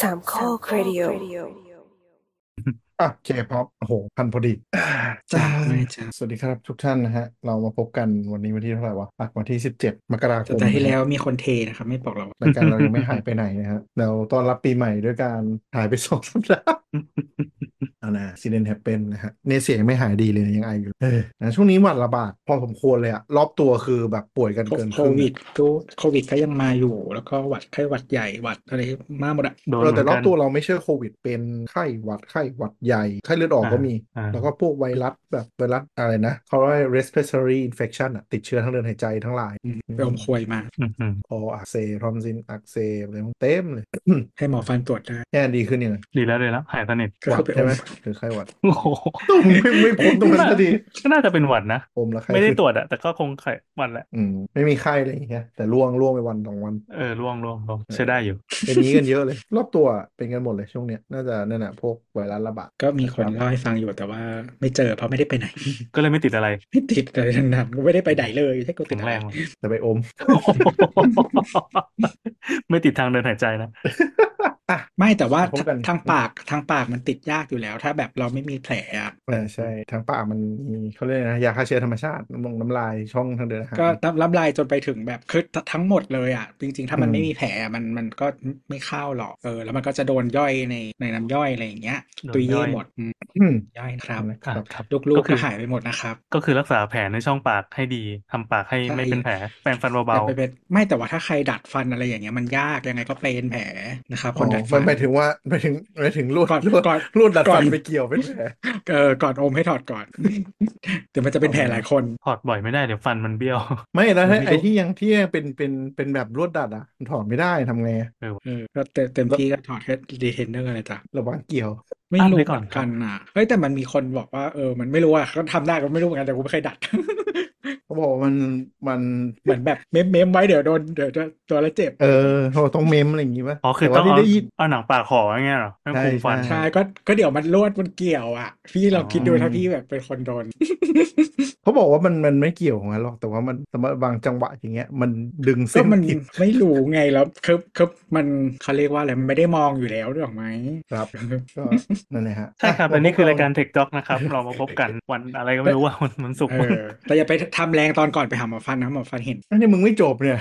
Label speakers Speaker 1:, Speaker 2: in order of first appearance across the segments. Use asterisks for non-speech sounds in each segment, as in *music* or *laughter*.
Speaker 1: สามข้อครดิโอ
Speaker 2: อ่ะเคพอปโอ้โห พันพอดีอ่าจ้า
Speaker 3: ไม่จ้า
Speaker 2: สวัสดีครับทุกท่านนะฮะ เรามาพบกันวันนี้วันที่เท่าไหร่วะอ่ะวันที่สิบเจ็ดมกราค
Speaker 3: สัป
Speaker 2: ม
Speaker 3: ดาห์ที่แล้วมีคนเทนะครับ ไม่บอกเรา
Speaker 2: รายการเรายังไม่หายไปไหนนะฮะเราตอนรับปีใหม่ด้วยการหายไปสองสัปดา
Speaker 3: *laughs*
Speaker 2: ห์ เอานะ ซีเดนแฮปเปนนะฮะเนี่ยเสียงไม่หายดีเลยนะยังไออยู่เลยเออนะช่วงนี้หวัดระบาดพอสมควรเลยอะรอบตัวคือแบบป่วยกันเกิน
Speaker 3: โค
Speaker 2: ครึ่ง
Speaker 3: วิดก็โควิดก็ยังมาอยู่ แล้วก็หวัดไข้หวัดใหญ่หวัดอะไรมากหมดอะ
Speaker 4: โดน
Speaker 2: เราแต่รอบตัว
Speaker 4: เหมืน
Speaker 2: เราไม่ใช่โควิด เป็นไข้หวัดไข้หวัดใหญ่ไข้เลือดออก
Speaker 4: อ่า
Speaker 2: ก็มี
Speaker 4: อ่า
Speaker 2: แล้วก็พวกไวรัสแบบไวรัสอะไรนะเขาเรียกว่า respiratory infection อะติดเชื้อทางเดินหายใจทั้งหลาย
Speaker 3: ไปอมควยมา
Speaker 4: อืมอืม
Speaker 2: คออักเสบทอมซินอักเสบอะไรพวกเต็มเลย
Speaker 3: ให้หมอฟันตรวจได้
Speaker 2: แค่ดีขึ้นยังไง
Speaker 4: ดีแล้วเลยแล้วหายสนิท
Speaker 3: ก็
Speaker 2: หวั
Speaker 3: คื
Speaker 2: ด
Speaker 3: อ
Speaker 2: ใช่ไห
Speaker 3: ไปอม
Speaker 2: มหรือไข้หวัด
Speaker 4: โอ้โห
Speaker 2: ไม่ไม่พ้นตรงนั้นสักที
Speaker 4: ก็น่าจะเป็นหวัดนะ
Speaker 2: อมแล้วไข้
Speaker 4: ไม่ได้
Speaker 2: ขึ้น
Speaker 4: ตรวจอะแต่ก็คงไข้หวัดแหละ
Speaker 2: อืมไม่มีไข้อะไรอย่างเงี้ยแต่ร่วงร่วงไปวันสองวัน
Speaker 4: เออร่วงร่วงร่วงใช้ได้อยู่
Speaker 2: เป็นอย่างนี้กันเยอะเลย รอบตัวเป็นกันหมดเลยช่วงเนี้ยน่าจะนั่นแหะพวกไวรัสระบาด
Speaker 3: ก็มีคนเล่าให้ฟังอยู่แต่ว่า ไม่เจอเพราะไม่ได้ไปไหน
Speaker 4: ก็เลยไม่ติดอะไร
Speaker 3: ไม่ติดอะไรทั้งนั้นก็ไม่ได้ไปไหนเลยแค่กูติ
Speaker 4: แข็
Speaker 3: ด
Speaker 4: ง
Speaker 3: อะ
Speaker 4: แร
Speaker 3: ไรง
Speaker 4: ว่ะ
Speaker 2: แต่ไปอม
Speaker 4: โอ้โหไม่ติดทางเดินหายใจนะ
Speaker 2: อ่ะ
Speaker 3: ไม่แต่ว่า
Speaker 2: พบกัน
Speaker 3: ทางปากทางปากมันติดยากอยู่แล้ว ถ้าแบบเราไม่มีแผลอะ
Speaker 2: เออใช่ทางปากมันมีเขาเรียกอะไรนะยาฆ่าเชื้อธรรมชาติน้ำลงน้ำลายช่องทางเดินอาหาร
Speaker 3: ก็รับลายจนไปถึงแบบคือทั้งหมดเลยอะจริง ๆ ถ้ามัน
Speaker 2: อืม
Speaker 3: ไม่มีแผลอะมันมันก็ไม่เข้าหรอกเออแล้วมันก็จะโดนย่อยในในน้ำย่อยอะไรอย่างเงี้ย
Speaker 4: โดน
Speaker 3: ตุย
Speaker 4: ย่
Speaker 3: เย่
Speaker 4: อย
Speaker 3: หมดอืม
Speaker 2: อืม
Speaker 3: ย่อยนะครับ
Speaker 2: นะครับ
Speaker 4: ครับ
Speaker 3: ลูกๆ
Speaker 4: ก็
Speaker 3: ก็
Speaker 4: คือ
Speaker 3: หายไปหมดนะครับ
Speaker 4: ก็คือรักษาแผลในช่องปากให้ดีทำปากให้
Speaker 3: ใช่
Speaker 4: ไม่เป็นแผลแปรงฟัน
Speaker 3: แต่
Speaker 4: เบา
Speaker 3: ไปเป็นไม่แต่ว่าถ้าใครดัดฟันอะไรอย่างเงี้ยมันยากยังไงก็เป็นแผลนะครับคนดัด
Speaker 2: อ๋อ
Speaker 3: ฟั
Speaker 2: มัน
Speaker 3: น
Speaker 2: หมายถึงว่าหมายถึงหมายถึงลวด
Speaker 3: ก่อน
Speaker 2: ลวด
Speaker 3: ก่อน
Speaker 2: ลวดดัด
Speaker 3: ก่
Speaker 2: ฟั
Speaker 3: อน
Speaker 2: นไปเกี่ยวเป็นแผล
Speaker 3: เออก่อนอมให้ถอดก่อน *laughs* เดี๋ยวมันจะเป็นแผลหลายคน
Speaker 4: ๆถอดบ่อยไม่ได้เดี๋ยวฟันมันเบี้ยว
Speaker 2: ไม่แล้ว
Speaker 4: ไม่
Speaker 2: ถ้า
Speaker 4: รู้
Speaker 2: ไอ้ที่ยังที่ยังเป็นเป็นเป็นแบบลวดดัดอ่ะมันถอดไม่ได้ทำไงอะ
Speaker 3: เออก็เต็มเต็มที่ก็ถอดแค่ดีเทนเนอร์อะไรจ้ะ
Speaker 2: ระวังเกี่ยว
Speaker 3: ไม่
Speaker 4: อ่ะ
Speaker 3: รู้
Speaker 4: ไป
Speaker 3: เห
Speaker 4: ก่อน
Speaker 3: มือนกันอ่ะเฮ้ยแต่มันมีคนบอกว่าเออมันไม่รู้อ่ะก็ทำได้ก็ไม่รู้เหมือนกันแต่กูไม่เคยดัด *laughs*
Speaker 2: เขาบอกว่ามันมัน
Speaker 3: เหมือนแบบเมมเมมไว้เดี๋ยวโดนเดี๋ยวจะตัวละเจ็บ
Speaker 2: เออเขาต้องเมมอะไรอย่างงี้ป่ะ
Speaker 4: อ๋อคือ
Speaker 2: แต่ว่า
Speaker 4: ต้อง
Speaker 2: ที่
Speaker 4: เอา
Speaker 2: ได้ยิน
Speaker 4: เอาหนังปากห่ออย่างเงี้ยเหรอให้คุมฟัน
Speaker 2: ใช่
Speaker 3: ใช่ก็ก็เดี๋ยวมันลวดมันเกี่ยวอ่ะ พี่เราคิดดู
Speaker 2: อ๋อ
Speaker 3: ถ้าพี่แบบเป็นคนโดน
Speaker 2: เขาบอกว่ามันมันไม่เกี่ยวของมันหรอกแต่ว่ามันแต่ว่าบางจังหวะอย่างเงี้ย มันดึง
Speaker 3: ก็
Speaker 2: เส้น
Speaker 3: มัน
Speaker 2: ผิด
Speaker 3: ไม่รู้ไงแล้วคือคือมันเขาเรียกว่าอะไรมันไม่ได้มองอยู่แล้วหรือเปล่าไหม
Speaker 2: ครับก็นั่นแหละฮะ
Speaker 4: ใช่ครับ
Speaker 2: ะ
Speaker 4: อันนี้คือรายการ
Speaker 2: เ
Speaker 4: เทคจ็อกนะครับ เรามาพบกันวันอะไรก็ไม่รู้ว่าวันวันศุกร์
Speaker 3: เออ แต่อย่าไปทำแรงตอนก่อนไปหาหมอฟันนะหมอฟันเห็น
Speaker 2: อันนี้มึงไม่จบเนี่ย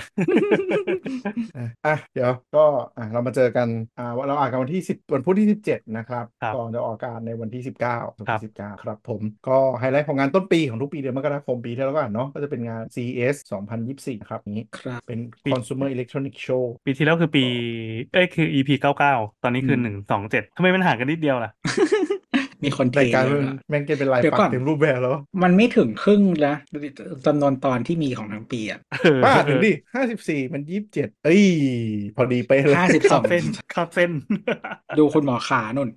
Speaker 2: อ่ะอ่ะเดี๋ยวก็อ่ะเรามาเจอกันอ่าเราอ่านกันวันที่ 10 วันพุธที่ 17 นะครับ
Speaker 4: ครับ
Speaker 2: ก่อนจะออกอากาศในวันที่ 19วัน
Speaker 4: ครั
Speaker 2: ที่ 19 ครับผม ก็ไฮไลท์ของงานต้นปีของทุกปีเดือนมกราคมปีที่แล้วก็อ่านเนาะก็จะเป็นงาน CES 2024 ครับนี้
Speaker 3: ครับ
Speaker 2: เป็น Consumer Electronic Show
Speaker 4: ปีที่แล้วคือปี เอ้ยคือ EP เก้าเก้าตอนนี้คือ
Speaker 3: ม
Speaker 4: หนึ่งสองเจ็ดทำไมมันห่างกันนิดเดียวล่ะ
Speaker 3: มีคนเท
Speaker 2: รายการ
Speaker 3: เย
Speaker 2: มัน
Speaker 3: อะอะ
Speaker 2: แม่งเก็นเป็นลาย
Speaker 3: เดี๋ยว
Speaker 2: ปัก
Speaker 3: ก่อน
Speaker 2: เต็มรูปแบบแล้ว
Speaker 3: มันไม่ถึงครึ่งนะจำนวนตอนที่มีของทั้งปีอ่ะ
Speaker 4: เออ
Speaker 2: ป้าถึงดิ 54 มัน 27 เอ้ย พอดีเป๊ะเลย
Speaker 3: ห้าสิบส
Speaker 4: ขั
Speaker 3: อบ ง *laughs*
Speaker 4: เส้นขับเส้น *laughs*
Speaker 3: ดูคุณหมอขานุ่น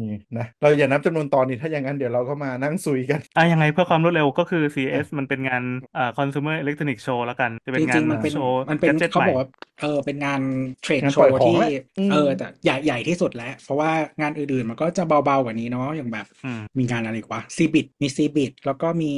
Speaker 2: นี่นะเราอย่านับจำนวนตอนนี้ถ้าอย่างนั้นเดี๋ยวเราก็มานั่งซุยกัน
Speaker 4: อ่ะยังไงเพื่อความรวดเร็วก็คือ CES มันเป็นงานเอ่อ Consumer Electronic Show แล้วกัน จะเป็
Speaker 3: จ
Speaker 4: นงา
Speaker 3: ริ
Speaker 4: น
Speaker 3: งๆ มันเป็น
Speaker 4: โชว์
Speaker 3: มันเป็น
Speaker 4: แกดเจ็ต
Speaker 3: เขา
Speaker 4: ใหม่
Speaker 3: บอกว่าเออเป็นงานเทรด
Speaker 2: งาน
Speaker 3: โช
Speaker 2: ปล่อย
Speaker 3: ว์
Speaker 2: ของ
Speaker 3: ที่
Speaker 2: แหละอืม
Speaker 3: เออแต่ใหญ่ใหญ่ที่สุดแล้ว เพราะว่างานอื่นๆ มันก็จะเบาๆกว่านี้เนาะอย่างแบบ
Speaker 4: อืม
Speaker 3: มีงานอะไรอีกวะซีบิมีซีบิแล้วก็มี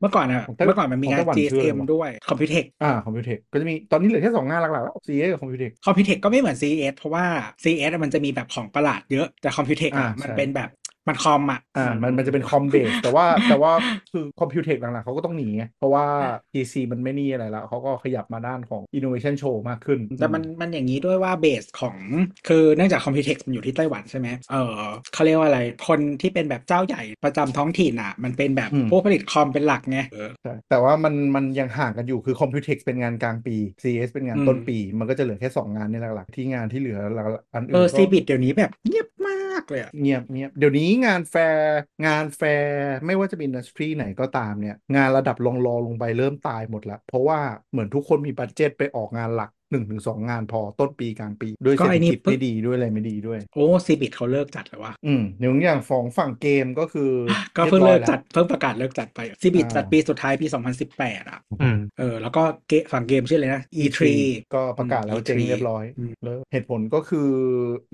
Speaker 3: เมื่อก่อนอ่ะ
Speaker 2: ของไต้
Speaker 3: เมื่อก่อนมันมี
Speaker 2: ของ
Speaker 3: งา
Speaker 2: ไต้
Speaker 3: น
Speaker 2: หวันชื่ออะไร
Speaker 3: GSM
Speaker 2: วะ
Speaker 3: ด้วยคอมพิวเทค
Speaker 2: อ่าคอมพิวเทคก็จะมีตอนนี้เหลือแค่สองงานหลักๆแล้ว CES กับคอมพิวเทค
Speaker 3: คอมพิวเทคก็ไม่เหมือน CES เพราะว่า CES อะมันจะมีแบบของประหลาดเยอะ แต่คอมพิวเทค
Speaker 2: อ่า
Speaker 3: อ่ะ
Speaker 2: มั
Speaker 3: มัน
Speaker 2: ใช่
Speaker 3: เป็นแบบมันคอมอ่ะ
Speaker 2: อ่า
Speaker 4: อืม
Speaker 2: มันมันจะเป็นคอมเบส แต่ว่าแต่ว่าคือคอมพิวเทคหลังๆเขาก็ต้องหนีไงเพราะว่า PC มันไม่นี่อะไรแล้วเขาก็ขยับมาด้านของ Innovation Show มากขึ้น
Speaker 3: แต่มันมันอย่างนี้ด้วยว่าเบสของคือเนื่องจากคอมพิวเทคมันอยู่ที่ไต้หวันใช่ไหมเออเขาเรียกว่าอะไรคนที่เป็นแบบเจ้าใหญ่ประจำท้องถิ่นอ่ะ มันเป็นแบบผู้ผลิตคอมเป็นหลักไง
Speaker 2: ใช่แต่ว่ามันมันยังห่างกันอยู่คือคอมพิวเทคเป็นงานกลางปี CS เป็นงาน
Speaker 3: อืม
Speaker 2: ต้นปี มันก็จะเหลือแค่ 2 งานนี่หลักๆ ที่งานที่เหลือหลักๆอัน
Speaker 3: เอ
Speaker 2: อื่
Speaker 3: อนซี
Speaker 2: ก็
Speaker 3: บิเดี๋ยวนี้แบบเงียบมากเลยอะ
Speaker 2: เงียบเงียบเดี๋ยวนี้งานแฟร์งานแฟร์ไม่ว่าจะเป็นอินดัสทรีไหนก็ตามเนี่ย งานระดับรองรองๆลงไปเริ่มตายหมดละเพราะว่าเหมือนทุกคนมีบัตเจตไปออกงานหลักหนึ่งถึงสองงานพอต้นปีกลางปีด้วยเศรษฐกิจไม่ดีด้วยอะไรไม่ดีด้วย
Speaker 3: โอ้ซีบิเขาเลิกจัดแล้ววะ
Speaker 2: อืมหนึ่งอย่างของฝั่งเกมก็คือ
Speaker 3: *laughs* ก็เพิ่ง
Speaker 2: รี
Speaker 3: เลิ
Speaker 2: ยบ
Speaker 3: ก
Speaker 2: ร้อย
Speaker 3: จัดเพิ่งประกาศเลิกจัดไปซีบิ
Speaker 2: า
Speaker 3: จัดปีสุดท้ายปี 2018อ่ะ
Speaker 4: อืม
Speaker 3: เออแล้วก็เกะฝั่งเกมชื่ออะไรนะ
Speaker 2: แล้ว
Speaker 3: E3
Speaker 2: ก็ประกาศแล้วเจ๊งเรียบร้อย
Speaker 3: อืม
Speaker 2: เลยเหตุผลก็คือ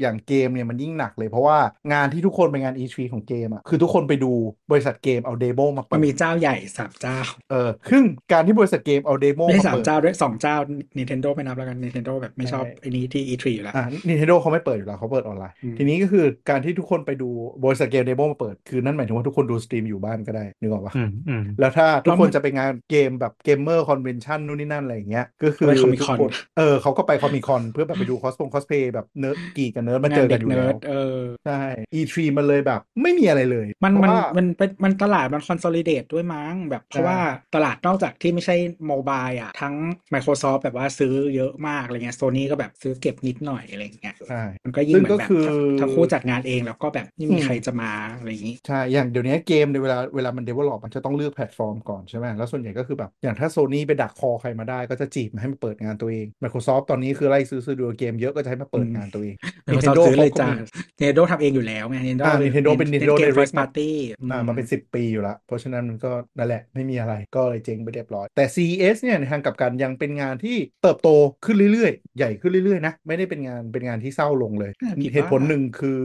Speaker 2: อย่างเกมเนี่ยมันยิ่งหนักเลยเพราะว่างานที่ทุกคนไปงาน E3 ของเกมอ่ะคือทุกคนไปดูบริษัทเกมเอาเดโมมา
Speaker 3: มั
Speaker 2: เปิ
Speaker 3: นมี
Speaker 2: ด
Speaker 3: เจ้าใหญ่สามเจ้า
Speaker 2: เออซึ่งการที่บริษัทเกมเอาเดโม
Speaker 3: ไม่
Speaker 2: มา
Speaker 3: ใช่สาม
Speaker 2: เปิด
Speaker 3: เจ้าด้วยสองเจ้า Nintendo ไม่นับละ แล้วกัน Nintendo แบบไม่ชอบ
Speaker 2: ใช่
Speaker 3: ไอ้นี้ที่ E3 อยู่แล้ว
Speaker 2: อ่า Nintendo เขาไม่เปิดอยู่แล้วเขาเปิดออนไลน์
Speaker 3: อืม
Speaker 2: ทีนี้ก็คือการที่ทุกคนไปดูบริษัทเกมเดโมมาเปิด คือนั่นหมายถึงว่าทุกคนดูสตรีมอยู่บ้านก็ได้นึกออกปะ
Speaker 4: อืมอืม
Speaker 2: แล้วถ้าทุกคน
Speaker 3: แล้วมัน
Speaker 2: จะไปงานเกมแบบเกมเมอร์คอนเวนชั่นนู่นนี่นั่นอะไรอย่างเงี้ยก็คือ
Speaker 3: ไป Comic
Speaker 2: ทุก
Speaker 3: Con
Speaker 2: คนเออเขาก็ไปคอมิคอนเพื่อแบบไปดูคอสปงคอสเพย์แบบเนิร์ดกีกับเนิร์ดมาเจอกันอยู่
Speaker 3: งา
Speaker 2: แล้ว
Speaker 3: เด็เนิร์ดเออ
Speaker 2: ใช่ E3 มันเลยแบบ ไม่มีอะไรเลย
Speaker 3: มัน
Speaker 2: เพ
Speaker 3: มัน
Speaker 2: ราะว่า
Speaker 3: มันเป็นมันตลาดมันคอน s o l i d a t e ด้วยมั้งแบบเพราะ
Speaker 2: ใช่
Speaker 3: ว่าตลาดนอกจากที่ไม่ใช่โมบายอ่ะ ทั้ง Microsoft แบบว่าซื้อเยอะมากอะไรเงี้ยโซนี่ก็แบบซื้อเก็บนิดหน่อยอะไรเงี้ย
Speaker 2: ใช่
Speaker 3: มันก็ยิ่ง
Speaker 2: ซึ่
Speaker 3: เห
Speaker 2: ง
Speaker 3: มือน
Speaker 2: ก็
Speaker 3: แบบ
Speaker 2: คือ
Speaker 3: ทั้งคู่จัดงานเองแล้วก็แบบไม่มี
Speaker 2: อืม
Speaker 3: ใครจะมาอะไรอย่างงี้
Speaker 2: ใช่ อย่างเดี๋ยวนี้เกมในยเวลาเวลามัน develop มันจะต้องเลือกแพลตฟอร์มก่อนใช่ไหม แล้วส่วนใหญ่ก็คือแบบ อย่างถ้า Sony ไปดักคอใครมาได้ก็จะจีบมาให้มาเปิดงานตัวเอง Microsoft ตอนนี้คือไล่ซื้อซื้อดูเกมเยอะก็จะให้มาเปิดงานตัวเอง
Speaker 3: Microsoft ซื้อเลย
Speaker 2: ขา
Speaker 3: จ้า
Speaker 2: ก็มี
Speaker 3: Nintendo ทำเองอยู่แล้วไง Nintendo
Speaker 2: อ่า Nintendo เป็น Nintendo
Speaker 3: เกม
Speaker 2: Direct
Speaker 3: first
Speaker 2: มา
Speaker 3: party
Speaker 2: อ่ามาเป็น 10 ปีอยู่ละเพราะฉะนั้นมันก็นั่นแหละไม่มีอะไรก็เลยเจ๊งไปเรียบร้อย แต่ CES เนี่ยในทางกลับกันยังเป็นงานที่เติบโตขึ้นเรื่อยๆ ใหญ่ขึ้นเรื่อยๆนะไม่ได้เป็นงานเป็นงานที่เศร้าลงเลย
Speaker 3: อ่าผิดว่า
Speaker 2: เหตุผลหนึ่งคือ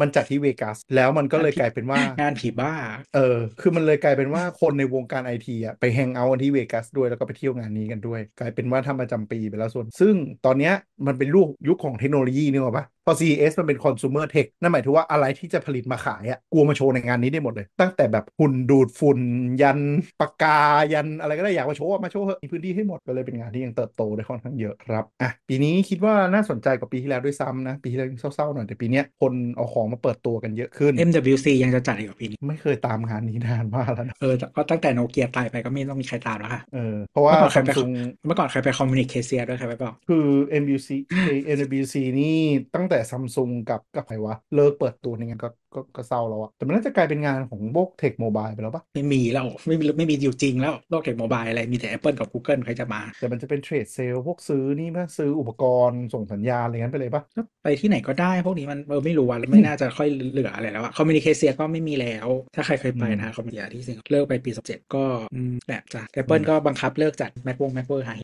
Speaker 2: มันจัดที่เวกัสแล้วมันก็เลยกลายเป็นว่า
Speaker 3: งานผีบ้า
Speaker 2: เออ คือมันเลยกลายเป็นว่าคนในวงการไอทีอ่ะไปแฮงเอาท์กันที่เวกัสด้วยแล้วก็ไปเที่ยวงานนี้กันด้วย กลายเป็นว่าทำประจำปีไปแล้วส่วน ซึ่งตอนเนี้ยมันเป็นลูกยุคของเทคโนโลยีนี่หรอกปะพอ CES มันเป็น consumer tech นั่นหมายถึงว่าอะไรที่จะผลิตมาขายอ่ะกลัวมาโชว์ในงานนี้ได้หมดเลย ตั้งแต่แบบหุ่นดูดฝุ่น ยันปากกายันอะไรก็ได้อยากมาโชว์อะมาโชว์เหอะมีพื้นที่ให้หมดก็เลยเป็นงานที่ยังเติบโตได้ค่อนข้างเยอะครับอ่ะปีนี้คิดว่าน่าสนใจกว่าปีที่แล้วด้วยซ้ำนะปีที่แล้วยังเศร้าๆหน่อยแต่ปีเนี้ยคนเอาของมาเปิดตัวกันเยอะขึ้น
Speaker 3: MWC ยังจะจัดอีกเหรอปีนี้
Speaker 2: ไม่เคยตามงานนี้นานมากแล้วนะ
Speaker 3: เออแต่ก็ตั้งแต่โนเกียตายไปก็ไม่ต้องมีใครตามแล้วค่ะ
Speaker 2: เออเพราะว่า
Speaker 3: เมื่อก่
Speaker 2: ซั
Speaker 3: อนใคร
Speaker 2: ม
Speaker 3: ไป
Speaker 2: ซุง
Speaker 3: เมื่อก่อนใครไปคอมมิวนิเคเซียด้วยใครไปเปล่า
Speaker 2: คือ MUC เอ่อ NWC นี่ตั้งแต่ซัมซุงกับกับใครวะ เลิกเปิดตัวในงานก็ก็ก็เศร้าแล้วอะแต่มันน่าจะกลายเป็นงานของพวกเทคโมบายไปแล้วปะ
Speaker 3: ไม่มีแล้วไม่มีไม่มีอยู่จริงแล้วโลกเทคโมบายอะไรมีแต่ Apple กับ Google ใครจะมา
Speaker 2: แต่มันจะเป็นเทรดเซลพวกซื้อนี่มั้ยซื้ออุปกรณ์ส่งสัญญาณอะไรงั้นไปเลยปะ
Speaker 3: ก็ไปที่ไหนก็ได้พวกนี้มันเออไม่รู้ว่าไม่น่าจะค่อยเหลืออะไรแล้วอะคอมมิวนิเคเซียก็ไม่มีแล้ว ถ้าใครเคยไปนะคอมมิวนิเคเซียที่สิงคโปร์เลิกไปปี 17 ก็อืมแบบจ้ะ Apple ก็บังคับเลิกจัด MacBook MacBook หาย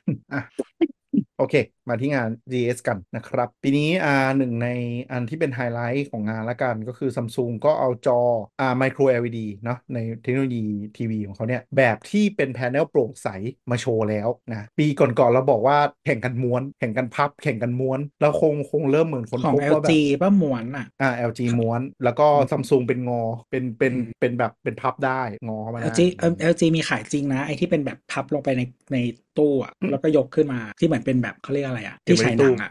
Speaker 2: โอเค มาที่งาน GS กันนะครับ ปีนี้อ่าหนึ่งในอันที่เป็นไฮไลท์ของงานละกันก็คือ Samsung ก็เอาจออ่า micro LED เนาะในเทคโนโลยีทีวีของเขาเนี่ย แบบที่เป็นแผนลโปร่งใสมาโชว์แล้วนะ ปีก่อนๆเราบอกว่าแข่งกันม้วน แข่งกันพับ แข่งกันม้วน แล้วคงคงเริ่มเหมือนคน
Speaker 3: ของ
Speaker 2: พบว่าแบ
Speaker 3: LG
Speaker 2: บ
Speaker 3: ป้าหมวนอ่ะ
Speaker 2: อ่า LG ม้วน แล้วก็
Speaker 3: อืม
Speaker 2: Samsung เป็นงอเป็นเป็น
Speaker 3: อืม
Speaker 2: เป็นแบบเป็นพับได้งอเข้ามาได้
Speaker 3: LG เอิ่ม LG มีขายจริงนะ ไอ้ที่เป็นแบบพับลงไปในในตู้อะแล้วก็ยกขึ้นมาที่เหมือนเป็นแบบเขาเรียกอะไรอะที่ฉายหนังอะ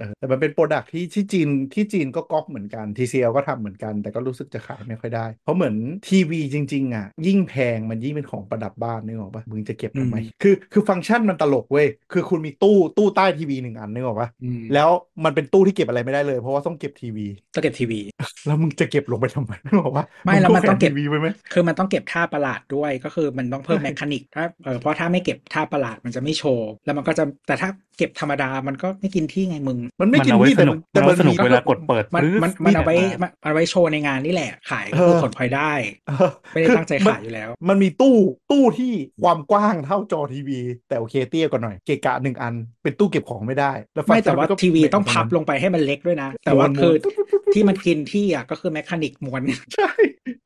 Speaker 2: เออแต่มันเป็นโปรดักที่ที่จีนที่จีนก็ก๊อปเหมือนกัน TCL ก็ทำเหมือนกัน แต่ก็รู้สึกจะขายไม่ค่อยได้ เพราะเหมือนทีวีจริง ๆ อ่ะ ยิ่งแพงมันยิ่งเป็นของประดับบ้านนึกออกปะมึงจะเก็บทำไม
Speaker 3: อืม
Speaker 2: คือคือฟังก์ชันมันตลกเว้ย คือคุณมีตู้ตู้ใต้ทีวีหนึ่งอันนึกออกปะ
Speaker 3: อื *laughs* ม
Speaker 2: แล้วมันเป็นตู้ที่เก็บอะไรไม่ได้เลยเพราะว่าต้องเก็บทีวี
Speaker 3: ต้องเก็บทีวี
Speaker 2: แล้วมึงจะเก็บลงไปทำไมนึกออกปะ
Speaker 3: ไม่แล้วมัน
Speaker 2: ขว
Speaker 3: ต้องเก็บ
Speaker 2: ทีวีไว้ไหม
Speaker 3: คือมันต้องเก็บท่าประหลาดด้วยก็คือมันต้องเพิ่ม
Speaker 2: ใช่
Speaker 3: แมคานิกถ้าเออเพราะถ้าไม่เก็บท่าประหลาดมันจะไม่โชว์ แล้วมันก็จะแต่ถ้าเก็บธรรมดามันก็ไม่กินที่ไงมึง
Speaker 2: มันไม่กิน
Speaker 4: เอาไว้
Speaker 2: ที่
Speaker 4: ส
Speaker 2: แต่
Speaker 4: นุก
Speaker 2: มัน
Speaker 4: มัน
Speaker 2: แต่
Speaker 4: เอาไว้สนุก
Speaker 2: มั
Speaker 4: เวลากดเปิด
Speaker 3: มัน
Speaker 4: ปึ๊ด
Speaker 3: มันมัน
Speaker 4: ด
Speaker 3: เอาไว้
Speaker 4: กม
Speaker 3: มันเอาไว้โชว์ในงานนี่แหละ ขายก็คือผลพลอยได้
Speaker 2: เออ
Speaker 3: ไม่ได้
Speaker 2: คือ
Speaker 3: ตั้งใจ
Speaker 2: มัน
Speaker 3: ขายอยู่แล้ว
Speaker 2: มันมีตู้ตู้ที่ความกว้างเท่าจอทีวี แต่โอเคเตี้ยกว่าหน่อยเกะกะหนึ่งอัน เป็นตู้เก็บของไม่ได้
Speaker 3: ไม่
Speaker 2: งก์ชั
Speaker 3: แต่
Speaker 2: น
Speaker 3: ว่าน
Speaker 2: ก็
Speaker 3: ทีวี
Speaker 2: แบ่
Speaker 3: ต้อง
Speaker 2: เท่า
Speaker 3: พับ
Speaker 2: นั้น
Speaker 3: ลงไปให้มันเล็กด้วยนะ แต่
Speaker 2: ม้ว
Speaker 3: ว่านคือ
Speaker 2: ม้วน
Speaker 3: ที่มันกินที่อ่ะก็คือแมคานิกม้วน
Speaker 2: ใช่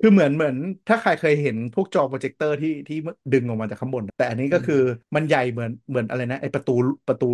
Speaker 2: คือเหมือนเหมือนถ้าใครเคยเห็นพวกจอโปรเจคเตอร์ที่ที่ดึงออกมาจากข้างบน แต่อันนี้ก็คือมันใหญ่เหมือนเหมือนอะไรนะไอประตูประตู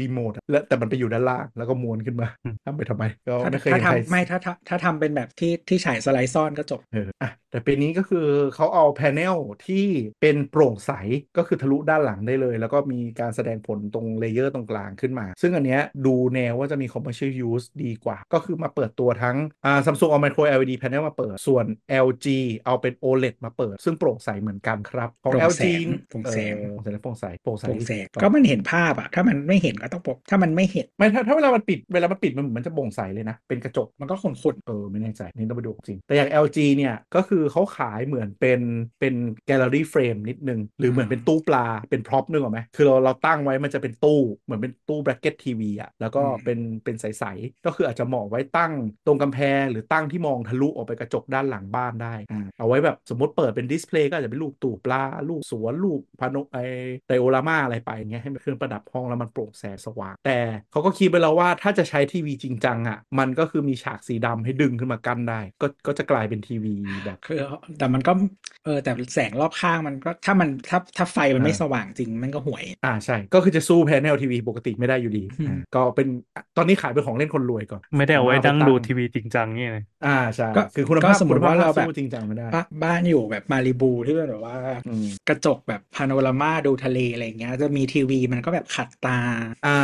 Speaker 2: รีโมทอะแล้วแต่มันไปอยู่ด้านล่างแล้วก็ม้วนขึ้นมา
Speaker 4: อืม
Speaker 2: ทำไปทำไมก็
Speaker 3: ถ้า
Speaker 2: ไม่เคยเห็
Speaker 3: ถ้า
Speaker 2: นใคร
Speaker 3: ทำไม่ถ้าถ้าถ้าทำเป็นแบบที่ที่ฉายสไลด์ซ่อนก็จบ
Speaker 2: เอออ่ะแต่ปีนี้ก็คือเขาเอาแพเนลที่เป็นโปร่งใสก็คือทะลุด้านหลังได้เลย แล้วก็มีการแสดงผลตรงเลเยอร์ตรงกลางขึ้นมา ซึ่งอันเนี้ยดูแนวว่าจะมี commercial use ดีกว่า ก็คือมาเปิดตัวทั้งอ่า Samsung เอา micro LED panel มาเปิด ส่วน LG เอาเป็น OLED มาเปิด ซึ่งโปร่งใสเหมือนกันครับ ของ
Speaker 3: โปร่ง
Speaker 2: LG
Speaker 3: แสงโปร่งแสง
Speaker 2: เออโปร่งแสงและโปร่งใสโปร่งใส
Speaker 3: โปร่งแสง
Speaker 2: ต่อ
Speaker 3: ก็มันเห็นภาพอ่ะ ถ้ามันไม่เห็นก็ต้องปกถ้ามันไม่เห็น
Speaker 2: ไม่ถ้าถ้าเวลามันปิดเวลามันปิดมันเหมือนมันจะโปร่งใสเลยนะเป็นกระจก
Speaker 3: มันก็ขุ่น
Speaker 2: เออไม่แน่ใจนี่ต้องไปดูของจริง แต่อย่าง LG เนี่ย ก็คือเขาขายเหมือนเป็นเป็นแกลเลอรี่เฟรมนิดนึง หรือเหมือนเป็นตู้ปลาเป็นพร็อพนึกออกไหมคือเราเราตั้งไว้มันจะเป็นตู้เหมือนเป็นตู้แบ a กเก็ตทีวีอ่ะ แล้วก็เป็นเป็นใส ๆ ก็คืออาจจะเหมาะไว้ตั้ง ตรงกำแพงหรือตั้งที่มองทะลุออกไปกระจกด้านหลังบ้านได้อ่าเอาไว้แบบสมมติเปิดเป็นดิสเพลย์ก็อาจจะเป็นรูปตูปปลารูปสวนรูปพานกไอไดโอรามาอะไรไปอย่างเงี้ยให้มันเครื่องประดับห้องแล้วมันโปร่งแสงสว่าง แต่เขาก็คิดไปแล้วว่าถ้าจะใช้ทีวีจริงจังอ่ะมันก็คือมีฉากสีดำให้ดึงขึ้นมากั้นได้ ก็ก็จะกลายเป็นทีวีแบบ
Speaker 3: คือแต่มันก็เออแต่แสงรอบข้างมันก็ถ้ามันถ้าถ้าไฟมันไม่
Speaker 2: อ่า
Speaker 3: สว่างจริงมันก็ห่วย
Speaker 2: อ่าใช่ ก็คือจะสู้แพน e ลทีวีปกติไม่ได้อยู่ดี
Speaker 3: อืม
Speaker 2: อ่าก็เป็นตอนนี้ขายเป็นของเล่นคนรวยก่อน
Speaker 4: ไม่ได้เอาไว้
Speaker 2: เอาไป
Speaker 4: นั่ง
Speaker 2: ตั้ง
Speaker 4: ดูทีวีจริงจังนี่เลย *laughs*
Speaker 2: อ่าใช่
Speaker 3: ก็
Speaker 2: คือคุณ
Speaker 3: ก็
Speaker 2: ภาพ
Speaker 3: สมมุติว่า
Speaker 2: คุณภพ
Speaker 3: เราแบบ
Speaker 2: สู้จริงจังไม่ได้
Speaker 3: บ้าบ้านอยู่แบบมาริบูที่เป็นแบบว่า
Speaker 2: อืม
Speaker 3: กระจกแบบพาโนรามาดูทะเลอะไรเงี้ย จะมีทีวีมันก็แบบขัดตา
Speaker 2: อ่า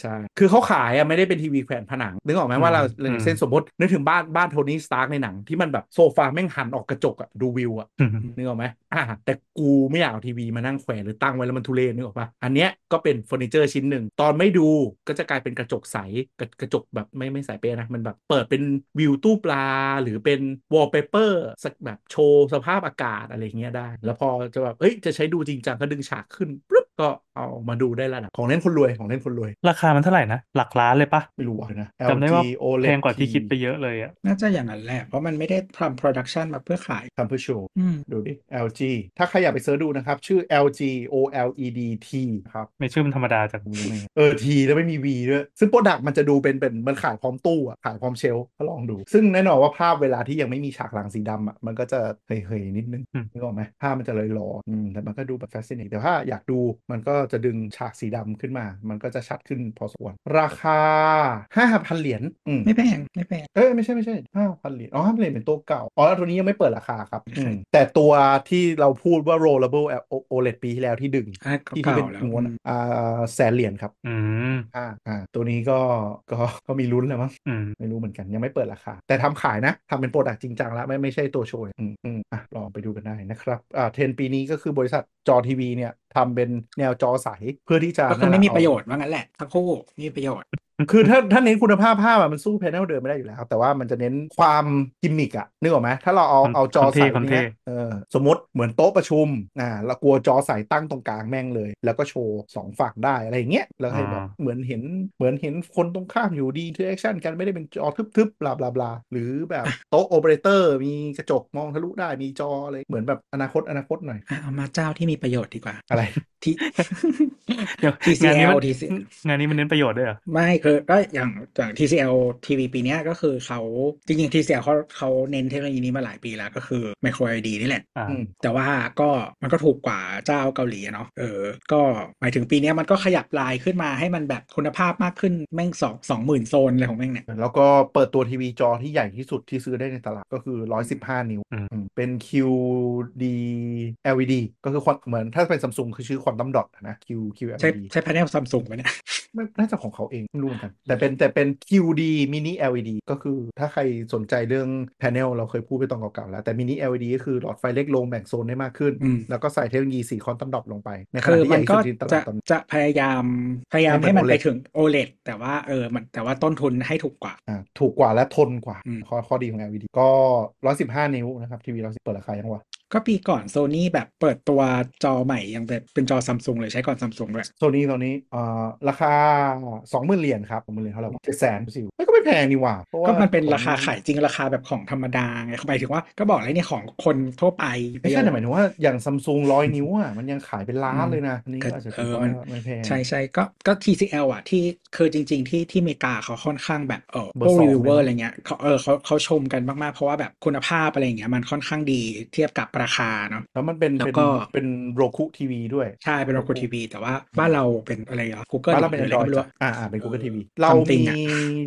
Speaker 2: ใช่ คือเขาขายอ่ะไม่ได้เป็นทีวีแขวนผนัง นึกออกไหม
Speaker 4: อืม
Speaker 2: ว่าเรา
Speaker 4: อืม
Speaker 2: เส้นสมมตินึกถึงบ้านบ้านโทนี่สตาร์กในหนัง ที่มันแบบโซฟาแม่งหันออกกระจกอ่ะดูวิวอ่ะนึกออกไหมอ่าแต่กูไม่อยากเอาทีวีมานั่งแขวนหรือตั้งไว้แล้วมันทุเรศนึกออกปะอันเนี้ยก็เป็นเฟอร์นิเจอร์ชิ้นหนึ่ง ตอนไม่ดูก็จะกลายเป็นกระจกใสกระกระจกแบบไม่ไม่ใสเปะนะ มันแบบเปิดเป็นวิวตู้ปลา หรือเป็นวอลเปเปอร์สักแบบโชว์สภาพอากาศอะไรอย่างเงี้ยได้ แล้วพอจะแบบเอ้ยจะใช้ดูจริงจังก็ดึงฉากขึ้นปุ๊บก็เอามาดูได้ระดับของเล่นคนรวยของเล่นคนรวย
Speaker 4: ราคามันเท่าไหร่นะ หลักล้านเลยปะ
Speaker 2: ไม่รู้อ่ะนะ
Speaker 4: จำได้ว่า
Speaker 2: LG OLED
Speaker 4: แพงกว่าที่
Speaker 2: TV
Speaker 4: คิดไปเยอะเลยอ่ะ
Speaker 3: น่าจะอย่างนั้นแหละ เพราะมันไม่ได้ทำโปรดักชันมาเพื่อขาย
Speaker 2: ทำเพื่อโชว์
Speaker 3: อืม
Speaker 2: ดูดิ LG ถ้าใครอยากไปเสิร์ชดูนะครับ ชื่อ LG OLED T ครับ
Speaker 4: ไม่ชื่อมันธรรมดาจัง
Speaker 2: เออ T แล้วไม่มี V ด้วย ซึ่งโปรดักต์มันจะดูเป็นเป็นมันขายพร้อมตู้อ่ะ ขายพร้อมเชลฟ์ก็ลองดู ซึ่งแน่นอนว่าภาพเวลาที่ยังไม่มีฉากหลังสีดำอ่ะ มันก็จะเฮยๆ นิดนึง
Speaker 4: อืม
Speaker 2: นึกออกไหมภาพมันจะลอยๆอืมแต่มันก็ดูแบบ fascinating แต่ถ้าอยากดูมันก็จะดึงฉากสีดำขึ้นมา มันก็จะชัดขึ้นพอสมควรราคา5,000เหรียญอืม
Speaker 3: ไม่แพงไม่แพง
Speaker 2: เอ้ยไม่ใช่ไม่ใช่ห้าพันเหรียญอ๋อห้าพันเหรียญเป็นตัวเก่า อ๋อแล้วตัวนี้ยังไม่เปิดราคาครับ
Speaker 3: อืม
Speaker 2: แต่ตัวที่เราพูดว่า rollable OLED ปีที่แล้วที่ดึง
Speaker 3: อ่ะ
Speaker 2: ที่ที่
Speaker 3: เก่า
Speaker 2: เป็น
Speaker 3: ๆแล้ว
Speaker 2: ม้วน
Speaker 3: อืม
Speaker 2: อ่าแสนเหรียญครับ
Speaker 4: อืม
Speaker 2: อ่าอ่าตัวนี้ก็ *laughs* ก็ก็มีลุ้นแหล้วมั้ง
Speaker 4: อืม
Speaker 2: ไม่รู้เหมือนกันยังไม่เปิดราคา แต่ทำขายนะทำเป็นโปรดักต์จริงจังแล้วไม่ไม่ใช่ตัวโชยอืมอืมอ่ะลองไปดูกันได้นะครับอ่าเทรนด์ปีนี้ก็คือบริษัทจอทีวีเนี่ยทำเป็นแนวจอใสเพื่อที่จะ
Speaker 3: ก็คือไม่
Speaker 2: แหล
Speaker 3: มีประ
Speaker 2: เอา
Speaker 3: โยชน์ว่างั้นแหละทั้งคู่ไม่มีประโยชน์
Speaker 2: คือถ้าถ้าเน้นคุณภาพภาพอะมันสู้แพนเนลเดิมไม่ได้อยู่แล้ว แต่ว่ามันจะเน้นความกิมมิกอะนึกออกไหมถ้าเราเอา
Speaker 4: ความ
Speaker 2: เอาจอ
Speaker 4: ความเท่
Speaker 2: ใส่
Speaker 4: ความเท่
Speaker 2: เนี่ยเออสมมติเหมือนโต๊ะประชุมอ่าเรากลัวจอใส่ตั้งตรงกลางแม่งเลย แล้วก็โชว์สองฝั่งได้อะไรอย่างเงี้ยแล้วให้แบบเหมือนเห็นเหมือนเห็นคนตรงข้ามอยู่ดีเทคชั่นกันไม่ได้เป็นจอทึบๆบลาบลาบลาหรือแบบโต๊ะโอเปอเรเตอร์มีกระจกมองทะลุได้มีจออะไรเหมือนแบบอนาคตอนาคตหน่อย
Speaker 3: อ่ะเอามาเจ้าที่มีประโยชน์ดีกว่า
Speaker 2: อะไร
Speaker 3: ที่
Speaker 2: *laughs*
Speaker 3: *laughs*
Speaker 4: เดี๋ยว
Speaker 3: TCL
Speaker 4: งานนี้มัน
Speaker 3: TCL
Speaker 4: งานนี้มันเน้นประโยชน์ด้วยเหรอ
Speaker 3: ไม่คือก็อย่างจาก TCL TV ปีเนี้ยก็คือเขาจริงๆ TCL เขาเขาเน้นเทคโนโลยีนี้มาหลายปีแล้วก็คือ Micro LED นี่แหละ
Speaker 4: อ่า
Speaker 2: อืม
Speaker 3: แต่ว่าก็มันก็ถูกกว่าเจ้าเกาหลีอะเนาะเออ ก็หมายถึงปีเนี้ยมันก็ขยับลายขึ้นมาให้มันแบบคุณภาพมากขึ้นแม่งสองสองหมื่นโซนอะไรของแม่งเนี่ย
Speaker 2: แล้วก็เปิดตัวทีวีจอที่ใหญ่ที่สุดที่ซื้อได้ในตลาดก็คือ 115 นิ้ว
Speaker 4: อืม
Speaker 2: อืมเป็น QD LED ก็คือความเหมือนถ้าเป็นซัมซุงคือชื่อความดัมดอทนะ Q Q
Speaker 3: ใช้
Speaker 2: LED
Speaker 3: ใช้พาเนลซัมซุงไปเนี่ย
Speaker 2: ไม่น่าจะของเขาเองไม่รู้เหมือนกัน แต่เป็นแต่เป็น QD mini LED ก็คือถ้าใครสนใจเรื่อง panel เราเคยพูดไปตอนเก่าๆแล้ว แต่ mini LED ก็คือหลอดไฟเล็กลงแบ่งโซนได้มากขึ้น
Speaker 3: อืม
Speaker 2: แล้วก็ใส่เทคโนโลยีสีคอนตัมดอทลงไปในข
Speaker 3: คื
Speaker 2: ณะ
Speaker 3: อ
Speaker 2: ที่ให
Speaker 3: มั
Speaker 2: ญ่
Speaker 3: น
Speaker 2: ที่สุด
Speaker 3: ก็
Speaker 2: ที่ตลา
Speaker 3: จะ
Speaker 2: ดตอน
Speaker 3: จะพยายามพยายาม
Speaker 2: ให้
Speaker 3: ให้
Speaker 2: มั
Speaker 3: มั
Speaker 2: น
Speaker 3: น
Speaker 2: OLED
Speaker 3: ไปถึง OLED แต่ว่าเออมันแต่ว่าต้นทุนให้ถูกกว่า
Speaker 2: อ่าถูกกว่าและทนกว่า
Speaker 3: อืม
Speaker 2: ข้อข้อดีของ LED ก็ 115 นิ้วนะครับทีวีเราเปิดราคายังวะ
Speaker 3: ก็ปีก่อนโซนี่แบบเปิดตัวจอใหม่ยังแบบเป็นจอซัมซุงเลยใช้ก่อนซัมซุงด้วย
Speaker 2: โซนี้ตอนนี้เอ่อราคาสองหมื่นเหรียญครับสองหมื่นเหรียญเท่าไหร่วะเจ็ดแสนสิวก็ไม่แพงนี่หว่าเพราะว่า
Speaker 3: ก็มันเป็น
Speaker 2: ของ
Speaker 3: ราคาขายจริงราคาแบบของธรรมดาไงหมายถึงว่าก็บอกเลยเนี่ยของคนทั่วไป
Speaker 2: ไม่ใช่แต่หมายถึงว่าอย่างซัมซุงร้อยนิ้วอ่ะมันยังขายเป็นล้าน
Speaker 3: อืม
Speaker 2: เลยนะอันนี่
Speaker 3: ก็
Speaker 2: ก็อาจจะถื
Speaker 3: เอ
Speaker 2: อ
Speaker 3: อ
Speaker 2: ว่า
Speaker 3: มัน
Speaker 2: ไม่แพง
Speaker 3: ใช่ใช่ก็ก็ TCL อ่ะที่คือจริง ๆ ที่ที่อเมริกาเขาค่อนข้างแบบเออ
Speaker 2: เบอ
Speaker 3: พ
Speaker 2: ร์ส
Speaker 3: วก
Speaker 2: อง
Speaker 3: รีวิวเวอร์
Speaker 2: เลยนะ
Speaker 3: อะไรเงี้ยเขาเออเขาเขาชมกันมากๆ เพราะว่าแบบคุณภาพอะไรอย่างเงี้ยมันค่อนข้างดีเทียบกับราคาเนาะ
Speaker 2: แล้วมันเป็น
Speaker 3: แล้ว
Speaker 2: เป็น
Speaker 3: ก็
Speaker 2: เป็นโรคุทีวีด้วย
Speaker 3: ใช่เป็นโรคูทีวีแต่ว่าบ้านเราเป็นอะไรเหรอ Google
Speaker 2: บ้านเราเป็น
Speaker 3: หออะไรก็
Speaker 2: Android
Speaker 3: ไม่รู้
Speaker 2: จ้ะอ่าอ่าเป็น Google
Speaker 3: เออ
Speaker 2: TV เรา
Speaker 3: something
Speaker 2: มี
Speaker 3: อะ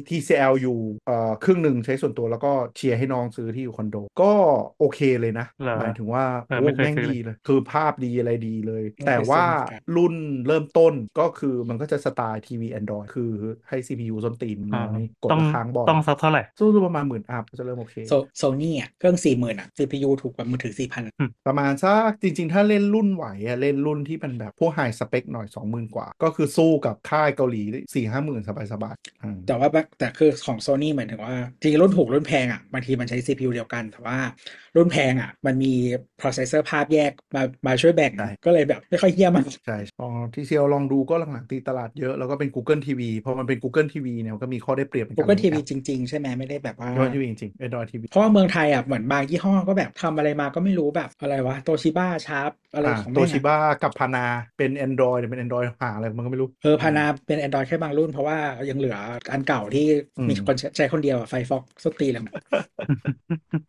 Speaker 2: TCL อยู่เอ่อครึ่งหนึ่งใช้ส่วนตัวแล้วก็เชียร์ให้น้องซื้อที่อยู่คอนโด ก็โอเคเลยนะ
Speaker 4: เหรอ
Speaker 2: หมายถึงว่า
Speaker 4: เออ
Speaker 2: โอ้
Speaker 4: ไม่เคย
Speaker 2: แม่ง
Speaker 4: ซื้อเลย
Speaker 2: ดีเลย คือภาพดีอะไรดีเลย
Speaker 3: ไม่เคย
Speaker 2: แต่
Speaker 3: ซื้อ
Speaker 2: ว่า
Speaker 3: เหมือนกัน
Speaker 2: รุ่นเริ่มต้นก็คือมันก็จะสไตล์ทีวี Android คือให้ CPU ส้นตีนมัน
Speaker 4: อ่า
Speaker 2: น้อย กด
Speaker 4: ต้อง
Speaker 2: ราค้างบ่อย
Speaker 4: ต้องสักเท่าไหร่
Speaker 2: สู้ๆประมาณหมื่นอัพจะเริ่มโอเค
Speaker 3: โซโซนี่อ่ะเครื่องสี่หมื่นอ่ะ CPU ถูกกว่ามือถือสี่พัน
Speaker 2: ประมาณสักจริง ๆ ถ้าเล่นรุ่นไหวอะเล่นรุ่นที่มันแบบพวกไฮสเปคหน่อย 20,000 กว่า ก็คือสู้กับค่าย เกาหลีสี่ห้าหมื่นสบายๆอืม
Speaker 3: แต่ว่าแบบแต่คือของโซ n y หมายถึงว่าจริงๆรุ่นถูกรุ่นแพงอ่ะบางทีมันใช้ CPU เดียวกัน แต่ว่ารุ่นแพงอ่ะ มันมี processor ภาพแยกมามาช่วยแบ่ง
Speaker 2: ใช่
Speaker 3: ก็เลยแบบไม่ค่อยเยี่ยมาก
Speaker 2: ใช่ลองที่เซียวลองดูก็หลังๆตีตลาดเยอะ แล้วก็เป็น Google TV พอมันเป็น Google TV เนี่ยมันก็มีข้อได้เปรียบในการ
Speaker 3: Google
Speaker 2: เล่น
Speaker 3: TV
Speaker 2: แอป
Speaker 3: จริง ๆ ใช่ไหมไม่ได้แบบว่า
Speaker 2: Android TV จริง Android TV
Speaker 3: เพราะว่าเมืองไทยอ่ะเหมือนบางยี่ห้อก็แบบทำอะไรมาก็ไม่รู้แบบอะไรวะโตชิบ้าชาร์ปอะไร
Speaker 2: อ่า
Speaker 3: ของ
Speaker 2: โต
Speaker 3: แม่ง
Speaker 2: ชิ
Speaker 3: อะ
Speaker 2: บ้ากับพานาเป็น Android เนี่ยเป็น Android หาอะไรมันก็ไม่รู้
Speaker 3: เออพานาเป็น Android แค่บางรุ่น เพราะว่ายังเหลืออันเก่าที่
Speaker 2: อืม
Speaker 3: มีคนใช้คนเดียวอะไฟฟ็อกสตีแล้ว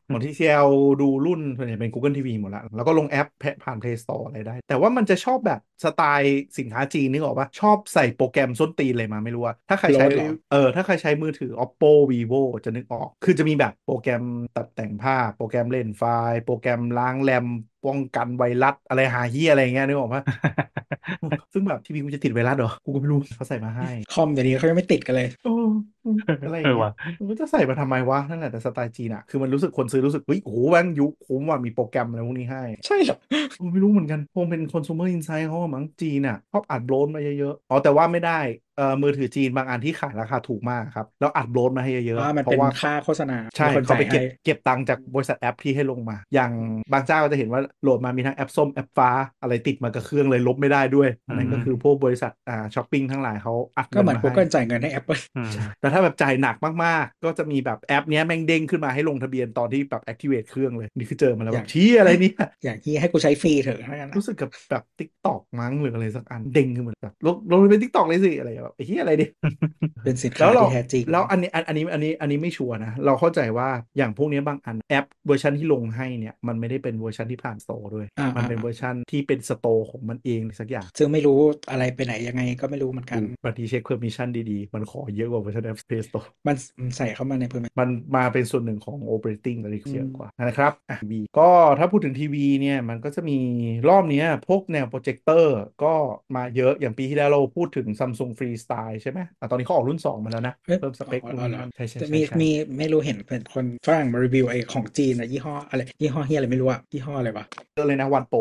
Speaker 2: ของที่เซียวดูรุ่นส่วนใหญ่เป็น Google TV หมดละแล้วก็ลงแอปแพะผ่าน Play Store อะไรได้ แต่ว่ามันจะชอบแบบสไตล์สินค้าจีนนึกออกปะชอบใส่โปรแกรมส้นตีนเลยมาไม่รู้ว่า ถ้าใครใช้
Speaker 3: Android เหรอ
Speaker 2: เออถ้าใครใช้มือถือ oppo vivo จะนึกออก คือจะมีแบบโปรแกรมตัดแต่งภาพ โปรแกรมเล่นไฟล์ โปรแกรมล้างแรมป้องกันไวรัสอะไรหาเฮียอะไรอย่างเงี้ยนึกออกปะ ซึ่งแบบทีวีกูจะติดไวรัสเหรอ กูก็ไม่รู้เขาใส่มาให้
Speaker 3: คอมเดี๋ยวนี้เขายังไม่ติดกันเลย
Speaker 2: โอ้ *laughs* อะไรอย่าง
Speaker 4: เอ
Speaker 2: เงี้
Speaker 4: อ
Speaker 2: ย
Speaker 4: ว่ะ
Speaker 2: มันก็จะใส่มาทำไมวะ นั่นแหละแต่สไตล์จีนอะคือมันรู้สึกคนซื้อรู้สึกเฮ้ยโอ้โหแบงยุคคุ้มว่ะมีโปรแกรมอะไรพวกนี้ให้
Speaker 3: ใช่เหรอ
Speaker 2: โอ้ไม่รู้เหมือนกันคงเป็นคอน sumer insight เขาอะมั้งจีนอะชอบอัดโบรนมาเยอะๆอ๋อแต่ว่าไม่ได้เอ่อมือถือจีนบางอันที่ขายราคาถูกมากครับแล้วอัดโบรนมาให้เยอะ
Speaker 3: ว่า
Speaker 2: ๆ
Speaker 3: มัน
Speaker 2: เพ
Speaker 3: เป็น
Speaker 2: ราะว่า
Speaker 3: ค่าโฆษณา
Speaker 2: ใช่
Speaker 3: มีคน
Speaker 2: เขาไป
Speaker 3: จ่า
Speaker 2: เก็บ
Speaker 3: ยให้
Speaker 2: เก็บตังค์จากบริษัทแอปที่ให้ลงมา อย่างบางเจ้าก็จะเห็นว่าโหลดมามีทั้งแอปส้มแอปฟ้าอะไรติดมากับเครื่องเลยลบไม่ได้ด้วยอันนั้นก็
Speaker 4: อืม
Speaker 2: คือพวกบริษัทอ่าช้อปปิ้งทั้งหลายเขาอัด
Speaker 3: ก็เหมือน
Speaker 2: าใ
Speaker 3: Google จ่ายเงินให้ Apple
Speaker 4: อืม
Speaker 2: แต่ถ้าแบบจ่ายหนักมากๆ ก็จะมีแบบแอปเนี้ยแม่งเด้งขึ้นมาให้ลงทะเบียนตอนที่แบบ activate เครื่องเลย นี่คือเจอมาแล้ว
Speaker 3: อ
Speaker 2: แบ
Speaker 3: ยา
Speaker 2: บ
Speaker 3: ก
Speaker 2: ชี้อะไรเนี่ย
Speaker 3: อย่างที่ให้กูใช้ฟรีเถอะเท่านั้นอะ
Speaker 2: รู้สึกกับแบบ TikTok มั้งหรืออะไรสักอันเด้งขึ้นมาแบบลงลงทะเบียน TikTok เลยสิ อะไรแบบไอ้เหี้ยอะไรดิ
Speaker 3: เป็นสินค้า
Speaker 2: แล้วเรา
Speaker 3: ที่แท้จริง
Speaker 2: แล้วอันนี้อันอันนี้อันนี้อันนี้ไม่ชัวร์นะ เราเข้าใจว่าอย่างพวกเนี้ยบางอันแอปเวอร์ชันที่ลงให้เนี่ย มันไม่ได้เป็นเวอร์ชันที่ผ่านสโตร์ด้วย
Speaker 3: อ่ามั
Speaker 2: มันเป็นเวอร์ชันที่เป็นสโตร์ของมันเองสักอย่าง
Speaker 3: ซึ่งไม่รู้อะไรไปไหนยังไงก็ไม่รู้เหมือนกัน
Speaker 2: บางทีเช็คเพอร์มิชันดีๆ มันขอเยอะกว่าเวอร์ชันแอปเพสโต
Speaker 3: มันมันใส่เข้ามาในเพื่อน
Speaker 2: มันมาเป็นส่วนหนึ่งของ operating อะไรเยอะ
Speaker 3: อืม
Speaker 2: กว่านะครับอ่ะทีวีก็ถ้าพูดถึงทีวีเนี่ย มันก็จะมีรอบเนี้ยพวกแนวโปรเจคเตอร์ก็มาเยอะอย่างปีที่แล้วเราพูดถึง Samsung Freestyle ใช่ไหมอ่ะตอนนี้เขาออกรุ่น 2 มาแล้วนะ เพิ่มสเปค
Speaker 3: อ๋อ
Speaker 2: รุ่น
Speaker 3: อ๋อเหรอ
Speaker 2: ใช่ใช่
Speaker 3: แต่
Speaker 2: ใช่
Speaker 3: มี
Speaker 2: ใช่
Speaker 3: มีไม่รู้เห็นเป็นคนฝรั่งมารีวิวไอ้ของจีนอะยี่ห้ออะไรยี่ห้อเฮียอะไรไม่รู้อะยี่ห้ออะไรวะ
Speaker 2: เยอะเลยนะวันโป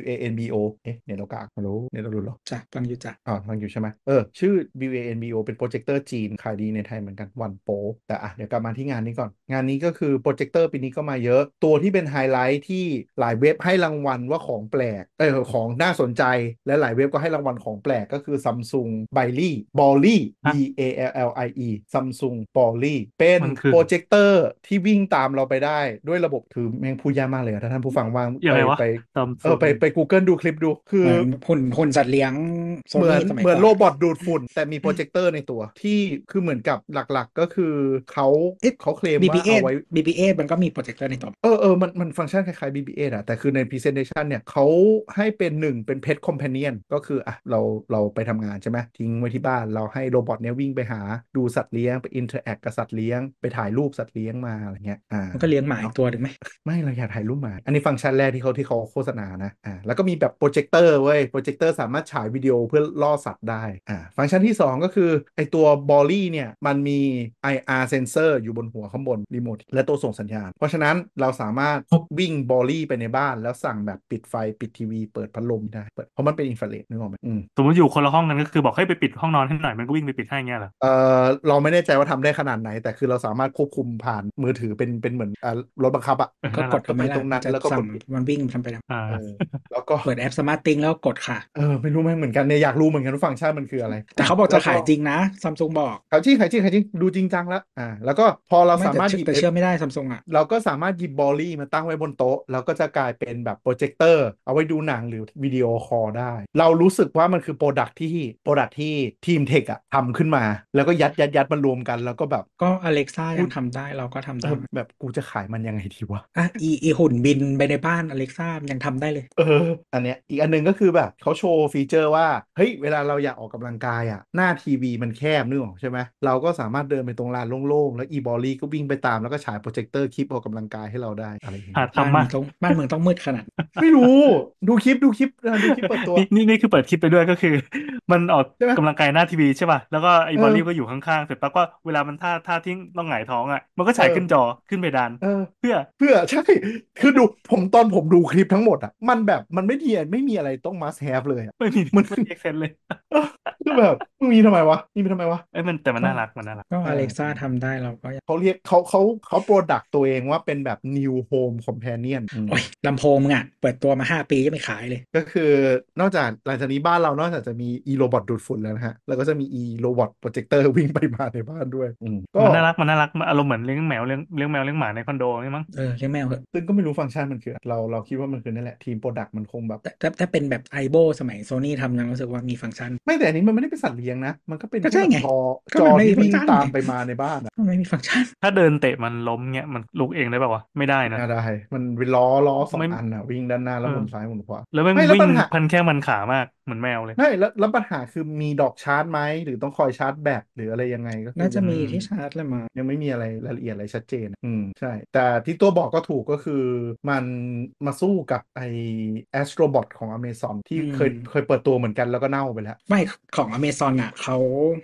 Speaker 2: W A N B O เอ๊ะเนี่ยเรากากฮัลโหลเนี่ยเราหลุดเหรอ
Speaker 3: จ้ะฟังอยู่จ้ะ
Speaker 2: อ๋อฟังอยู่ใช่ไหมเออชื่อ W A N B O เป็นโปรเจคเตอร์จีนขายดีในไทยเหมือนกันวันโปแต่อ่ะเดี๋ยวกลับมาที่งานนี้ก่อน งานนี้ก็คือโปรเจคเตอร์ปีนี้ก็มาเยอะ ตัวที่เป็นไฮไลท์ที่หลายเว็บให้รางวัลว่าของแปลกเออของน่าสนใจและหลายเว็บก็ให้รางวัลของแปลกก็คือ Samsung b i l l y b o l l y B A L L I E Samsung b o l l y เป็น
Speaker 4: มันคือ
Speaker 2: โปรเจคเตอร์ที่วิ่งตามเราไปได้ด้วยระบบคือแม่งพูดยากมากเลยอะถ้าท่านผู้ฟังว่าง
Speaker 4: ยังไงวะ
Speaker 2: ไป
Speaker 4: ตอม
Speaker 2: เออไปไป Google ดูคลิปดู คือ
Speaker 3: เหมือนหุ่นหุ่นสัตว์เลี้ยงโซ
Speaker 2: เหมือน
Speaker 3: นี่สมัย
Speaker 2: เหมือน
Speaker 3: ก่อน
Speaker 2: โรบอทดูดฝุ่น แต่มีโปรเจคเตอร์ในตัวที่คือเหมือนกับหลักๆก็คือเขา
Speaker 3: เอ๊ะ
Speaker 2: เขาเคลมว่า
Speaker 3: BBA
Speaker 2: เอาไว้
Speaker 3: BBA มันก็มีโปรเจคเตอร์ในตัว
Speaker 2: เออเออมันมันฟังก์ชันคล้ายๆ BBA อะแต่คือใน Presentation เนี่ยเขาให้เป็นหนึ่งเป็น Pet Companion ก็คืออ่ะเราเราไปทำงานใช่ไหมทิ้งไว้ที่บ้านเราให้โรบอทเนี่ยวิ่งไปหาดูสัตว์เลี้ยงไป Interact กับสัตว์เลี้ยง ไปถ่ายรูปสัตว์เลี้ยงมาอะไรเงี้ยอ่า
Speaker 3: มันก็เลี้ยงหมาอีกตัวหนึ่งไหม
Speaker 2: ไม่เราอยากถ่ายรูปหมา อันนี้ฟังก์ชันแรกที่เขาที่เขาโฆษณานะ อ่า แล้วก็มีแบบโปรเจคเตอร์เว้ย โปรเจคเตอร์สามารถฉายวิดีโอเพื่อล่อสัตว์ได้ อ่า ฟังก์ชันที่ 2 ก็คือ ไอตัวบอลลี่เนี่ย มันมี IR เซนเซอร์อยู่บนหัวข้างบน รีโมท และตัวส่งสัญญาณ เพราะฉะนั้นเราสามารถวิ่งบอลลี่ไปในบ้านแล้วสั่งแบบปิดไฟปิดทีวีเปิดพัดลมได้เปิดเพราะมันเป็นอินฟราเรดนึกออกไหมอืม
Speaker 4: สมมติอยู่คนละห้องกันก็คือบอกให้ไปปิดห้องนอนให้หน่อยมันก็วิ่งไปปิดให้อย่างเงี้ยเหรอ
Speaker 2: เออเราไม่แน่ใจว่าทำได้ขนาดไหน แต่คือเราสามารถควบคุมผ่านมือถือเป็นเป็นเหมือนอ่ารถบังคับอะ
Speaker 3: ก็กด
Speaker 2: นั่นแหละก็
Speaker 3: ทำไม
Speaker 2: ไปตรงนั้
Speaker 3: ล่ะ
Speaker 2: น
Speaker 3: จะ
Speaker 2: แล้วก็
Speaker 3: สั่
Speaker 2: ก
Speaker 3: ง
Speaker 2: ดปิด
Speaker 3: มันวิ่งทำไปแล้ว
Speaker 4: อ่า
Speaker 2: เออแล้วก็
Speaker 3: เปิดแอปสมาร์ตติงแล้วกดค่ะ
Speaker 2: เออไม่รู้ไหมเหมือนกันเนี่ยอยากรู้เหมือนกันว่าฟังก์ชันมันคืออะไร
Speaker 3: แต่เขาบอกจะขาย
Speaker 2: แล้วก็
Speaker 3: จริงนะซัมซุงบอก
Speaker 2: ขายจริงขายจริงขายจริงดูจริงจังแล้วอ่าแล้วก็พอเรา
Speaker 3: ไม่
Speaker 2: สา
Speaker 3: แต่
Speaker 2: มารถห
Speaker 3: เชื่อ
Speaker 2: ยิบ
Speaker 3: แต่เชื่อไม่ได้ซัมซุงอ่ะ
Speaker 2: เราก็สามารถหยิบบอลลี่มาตั้งไว้บนโต๊ะ แล้วก็จะกลายเป็นแบบโปรเจคเตอร์เอาไว้ดูหนังหรือวิดีโอคอลได้ เรารู้สึกว่ามันคือโปรดักที่โปรดักที่ทีมเทคอะทำขึ้นมา แล้วก็ยัดยัดยัดมันรวมกัน แล้วก็แบบ
Speaker 3: ก็ Alexa ยังทำได้เราก็ทำ
Speaker 2: เอ
Speaker 3: ได้
Speaker 2: อแบบกูจะขายมันยังไงดีวะ
Speaker 3: อ่ะอีอีหุ่นบินไปในบ้าน Alexa มันยังทำได้เลย
Speaker 2: เออ อันเนี้ยอีกอันหนึงก็คือแบบเขาโชว์ฟีเจอร์ว่า เฮ้ย เวลาเราอยากออกกำลังกายอ่ะ หน้าทีวีมันแคบนึกออกใช่ไหมเราก็สามารถเดินไปตรงลานโล่ง ๆ แล้วอีบอลลี่ก็วิ่งไปตามแล้วก็ฉายโปรเจคเตอร์คลิปออกกำลังกายให้เราได้อะไรอย่างเงี้ย
Speaker 4: หา
Speaker 3: บ้าน
Speaker 4: ทำ
Speaker 3: มึง
Speaker 4: มาก
Speaker 3: ต้องบ้านมึงต้องมืดขนาด
Speaker 2: ไม่รู้ดูคลิปดูคลิปเออดูคลิปเปิดตัว
Speaker 4: นี่นี่นี่คือเปิดคลิปไปด้วยก็คือ มันออก
Speaker 2: ใช่ไหม
Speaker 4: กำลังกายหน้าทีวีใช่ป่ะ แล้วก็ไอ้
Speaker 2: เออ
Speaker 4: บอลลี่ก็อยู่ข้างๆ เสร็จปั๊บก็เวลามันท่าท่าทิ้งต้องหงายท้องอ่ะ มันก็ฉายขึ้นจอขึ้นเพดาน
Speaker 2: เออ
Speaker 4: เพื่อ
Speaker 2: เพื่อใช่ คือดูผมตอนผมดูคลิปทั้งหมดอ่ะ มันแบบมันไม่เดียนไม่มีอะไรต้อง must have เลยอะ
Speaker 4: ไม่มี
Speaker 2: มัน
Speaker 4: ไม่มีเอ็กเซนเลย
Speaker 2: คือแบบ มึงมีทำไมวะนี่มีทำไมวะ
Speaker 4: เอ้ยมันแต่มันน่ารักมันน่ารัก
Speaker 3: ก็
Speaker 2: เออ
Speaker 3: อเล็กซ่าทำได้เราก็อยาก
Speaker 2: เขาเรียกเขาเขาเขาโปรดักตัวเองว่าเป็นแบบ new home companion อืม
Speaker 3: โอ้ยลำโพงมึงอ่ะ เปิดตัวมาห้าปียังไม่ขายเลย
Speaker 2: ก็คือนอกจากหลังจากนี้บ้านเรานอกจากจะมีอีโรบอทดูดฝุ่นแล้วนะฮะ แล้วก็จะมีอีโรบอทโปรเจคเตอร์วิ่งไปมาในบ้านด้วยอืมก็
Speaker 4: มันน่ารักมันน่ารักมันอารมณ์เหมือนเลี้ยงแมวเลี้ยงเลี้ยงแมวเลี้ยงหมาในคอนโดนี่มั้ง
Speaker 3: เออเลี้ยงแมวเถอะ
Speaker 2: ซึ่งก็ไม่รู้ฟังก์ชันมันคืออะไรเราเราคิดว่ามันคือนั่นแหละ ทีมโปรดักต์มันคงแบบ
Speaker 3: แต่ถ้าถ้าเป็นแบบไอโบสมัยโซนี่ทำยังรู้สึกว่ามีฟังก์ชัน
Speaker 2: ไม่แต่อันนี้มันไม่ได้เป็นสัตว์เลี้ยงนะ มันก็เป็น
Speaker 3: ก็ใช่ไง
Speaker 2: จอ
Speaker 3: ก็
Speaker 2: จ
Speaker 3: มั
Speaker 2: อน
Speaker 3: ไม่
Speaker 2: ที่วิ่ง
Speaker 3: ฟังก์ชัน
Speaker 2: ตามไปมาในบ้านอะ
Speaker 3: มันไม่มีฟังก์ชัน
Speaker 4: ถ้าเดินเตะมันล้มเงี้ยมันลุกเองได้ป่าวะไม่ได้นะ
Speaker 2: น่าได้ มันเป็นล้อล้อสอง
Speaker 4: ไม่
Speaker 2: อันอะวิ่งด้านหน้าแล้ว
Speaker 4: เอ
Speaker 2: ห
Speaker 4: อ
Speaker 2: มุนซ้ายหมุนขวา
Speaker 4: แล้วแม่ง
Speaker 2: ไม่แล้ว
Speaker 4: วิ่
Speaker 2: ปั
Speaker 4: ง
Speaker 2: ญหา
Speaker 4: พันแค่มันขามากเหมือนแมวเลย
Speaker 2: ใช่แล้วแล้วปัญหาคือมีดอกชาร์จไหมหรือต้องคอยชาร์จแบตหรืออะไรยังไงก็คือ
Speaker 3: น่าจะมี
Speaker 4: อืม
Speaker 3: ที่ชาร์จเลยมา
Speaker 2: ยังไม่มีอะไรรายละเอียดอะไรชัดเจน อืม ใช่ แต่ที่ตัวบอกก็ถูกก็คือมันมาสู้กับไอ้ Astrobot ของ Amazon ที่
Speaker 3: อืม
Speaker 2: เคยเคยเปิดตัวเหมือนกันแล้วก็เน่าไปแล้ว
Speaker 3: ไม่ของอเมซอนอ่ะเขา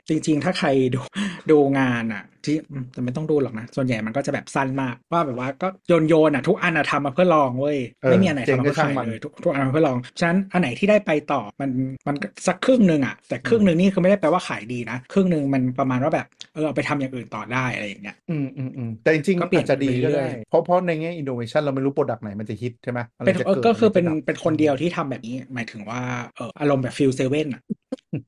Speaker 3: จริงๆ ถ้าใครดู *laughs* ดูงานอ่ะ ที่อืมแต่ไม่ต้องดูหรอกนะ ส่วนใหญ่มันก็จะแบบสั้นมาก ว่าแบบว่าก็โยนโยนอ่ะทุกอันอ่ะทำมาเพื่อลองเว้ย
Speaker 2: เออ
Speaker 3: ไม่มีอันไหน
Speaker 2: เจ๋ง
Speaker 3: ทำมา
Speaker 2: ก็
Speaker 3: เพื่อ
Speaker 2: ช่าง
Speaker 3: ขาย
Speaker 2: มัน
Speaker 3: เลยทุกทุกอันมาเพื่อลอง ฉะนั้นอันไหนที่ได้ไปต่อมันมันก็สักครึ่งหนึ่งอ่ะ แต่ครึ่งหนึ่งนี่คือไม่ได้แปลว่าขายดีนะ ครึ่งหนึ่งมันประมาณว่าแบบเออเอาไปทำอย่างอื่นต่อได้อะไรอย่างเงี้ย
Speaker 2: อืมอืมอืมแต่จริงๆ
Speaker 3: ก็เปลี่ยน
Speaker 2: อาจจะดีก็
Speaker 3: ไปเรื่
Speaker 2: ได้
Speaker 3: อย
Speaker 2: เพราะเพราะในแง่ innovation เราไม่รู้โปรดักต์ไหนมันจะฮิตใช่ไหมอะไร
Speaker 3: เป็น
Speaker 2: จะ
Speaker 3: เออ
Speaker 2: เกิด
Speaker 3: ก็คือเป็น
Speaker 2: อะไรจะดับ
Speaker 3: เป็นคนเดียวที่ทำแบบนี้ หมายถึงว่าเอออารมณ์แบบฟิลเซเว่นอ่ะ *laughs*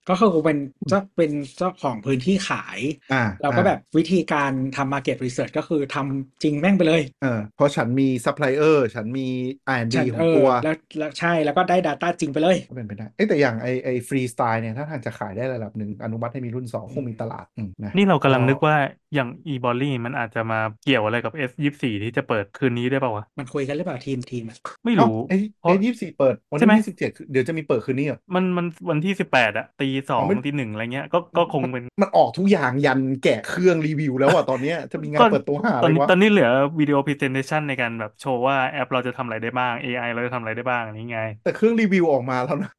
Speaker 3: ก็คือเป็นเจ้าเป็นเจ้าของพื้นที่ขาย
Speaker 2: อ่า
Speaker 3: เราก็
Speaker 2: อ่า
Speaker 3: แบบวิธีการทำ Market Research ก็คือทำจริงแม่งไปเลย
Speaker 2: เออเพราะฉันมี supplier ฉันมี R&D
Speaker 3: ฉัน
Speaker 2: ขอ
Speaker 3: เอง อ
Speaker 2: ตัว
Speaker 3: แล้วแล้วใช่แล้วก็ได้ Data จริงไปเลย
Speaker 2: ก็เป็นไปได้เอ้ยแต่อย่างไอไอฟรีสไตล์เนี่ยถ้าทางจะขายได้ระดับหนึ่งอนุมัติให้มีรุ่นสองคงมีตลาดอืมนะ
Speaker 4: นี่เรากำลังนึกว่าอย่างอีบอลลี่มันอาจจะมาเกี่ยวอะไรกับ S ยี่สี่ที่จะเปิดคืนนี้ได้ป่าวะ
Speaker 3: มันคุยกันหรือเปล่าทีมทีมอะ
Speaker 4: ไม่รู้
Speaker 2: เอ้ย
Speaker 4: เพราะ
Speaker 2: ยี่สิบสี่เปิด วัน
Speaker 4: ใช่ไหม
Speaker 2: ที่ยี่สิบเจ็ดเดี๋ยวจะมีเปิดคืนนี้เหรอ
Speaker 4: มันมันวันที่สิบแปดอะตีสอง
Speaker 2: อ๋อไม่
Speaker 4: ตีหนึ่งอะไรเงี้ยก็ก็คงเป็น
Speaker 2: มันออกทุกอย่างยันแกะเครื่องรีวิวแล้วอ่ะ ตอนเนี้ย *laughs* จะมีงาน
Speaker 4: ก็
Speaker 2: เปิดตัวหาอะ
Speaker 4: ตอน
Speaker 2: ไร
Speaker 4: นี้
Speaker 2: วะ
Speaker 4: ตอนนี้เหลือวิดีโอพรีเซนเ t ชันในการแบบโชว์ว่าแอปเราจะทำอะไรได้บ้าง AI เราจะทำอะไรได้บ้างอันนี้
Speaker 2: *laughs*
Speaker 4: ไง
Speaker 2: แต่เครื่องรีวิวออกมาแล้วนะ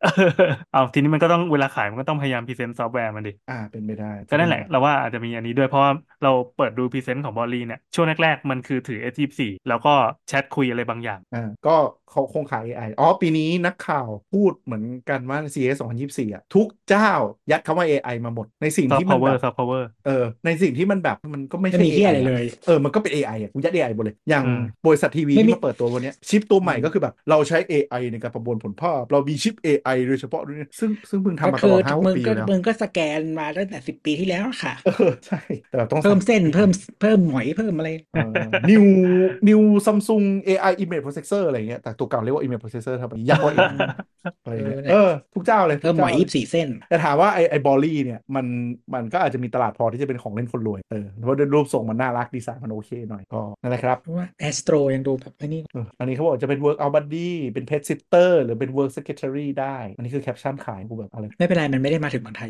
Speaker 4: เอาทีนี้มันก็ต้องเวลาขายมันก็ต้องพยายามพรีเซนต์ซอฟต์แวร์มันดิ
Speaker 2: อ่าเป็นไปได้
Speaker 4: ก็นั่นแหละเราว่าอาจจะมีอันนี้ด้วยเพราะว่าเราเปิดดูพรีเซนต์ของบอลลีเนี่ย ช่วงแรกๆ มันคือถือ S24 แล้วก็แชทคุยอะไรบางอย่าง
Speaker 2: อ่าก็เขาคงขาย AI อ๋อ ปีนี้นักข่าวพูดเหมือนกันว่า CS 2024 อ่ะ ทุกเจ้ายัดคำว่า AI มาหมด ในสิ่ง
Speaker 4: soft
Speaker 2: ที่มั
Speaker 4: power
Speaker 2: นแบบ
Speaker 4: soft power
Speaker 2: เออในสิ่งที่มันแบบมันก็ไม่
Speaker 3: ไม่
Speaker 2: ใช่
Speaker 3: มีที่
Speaker 2: AI
Speaker 3: อะไรเลย
Speaker 2: เออ มันก็เป็น AI อ่ะกูยัด AI หมดเลย อย่าง
Speaker 4: อืม
Speaker 2: บริษัททีวี
Speaker 3: ไม่มี
Speaker 2: ที่มาเปิดตัววันเนี้ยชิปตัวใหม่ก็คือแบบเราใช้ AI ในการประมวลผลภาพ เรามีชิป AI โดยเฉพาะด้วยนะซึ่งซึ่งเพิ่งทำ
Speaker 3: ก็
Speaker 2: มาต
Speaker 3: คื
Speaker 2: ลอด
Speaker 3: อ
Speaker 2: ห้าห
Speaker 3: มึ
Speaker 2: ก
Speaker 3: ง
Speaker 2: ปีอ
Speaker 3: ก็
Speaker 2: ยู่แล้ว
Speaker 3: มึงก็สแกนมาตั้งแต่สิบปีที่แล้วค่ะ
Speaker 2: เออใช่ แต่แบบต้อง
Speaker 3: เพิ่มเส้นเพิ่มเพิ่มหมอยเพิ่มอะไร
Speaker 2: นิวนิวซัมซุง AI Image Processor อะไรอย่างเงี้ยแต่ตัวเก่าเรียกว่า Image Processor ทำไมยักษ์ว่า AI อะไรอย่างเงี้ย
Speaker 3: เออเนี่ย
Speaker 2: เออ ทุกเจ้าเลย
Speaker 3: เพิ่มหมอย
Speaker 2: ทุ
Speaker 3: ยี่
Speaker 2: กเจ้าเลย
Speaker 3: สิบสี่เส้น
Speaker 2: แต่ถามว่าไอไอบอลลี่เนี่ยมันมันก็อาจจะมีตลาดพอที่จะเป็นของเล่นคนรวยเออเพราะด้วยรูปทรงมันน่ารักดีไซน์มันโอเคหน่อยก็นั่นแหละครับ
Speaker 3: เพราะว่าแอสโตรยังดูแบบไอ้นี่
Speaker 2: เอออันนี้เขาบอกจะเป็น work out buddy เป็น pet sitter หรือเป็น work secretary ได้ อันนี้คือแคปชั่นขายกูแบบอะไร
Speaker 3: ไม่เป็นไรมันไม่ได้มาถึงเมืองไทย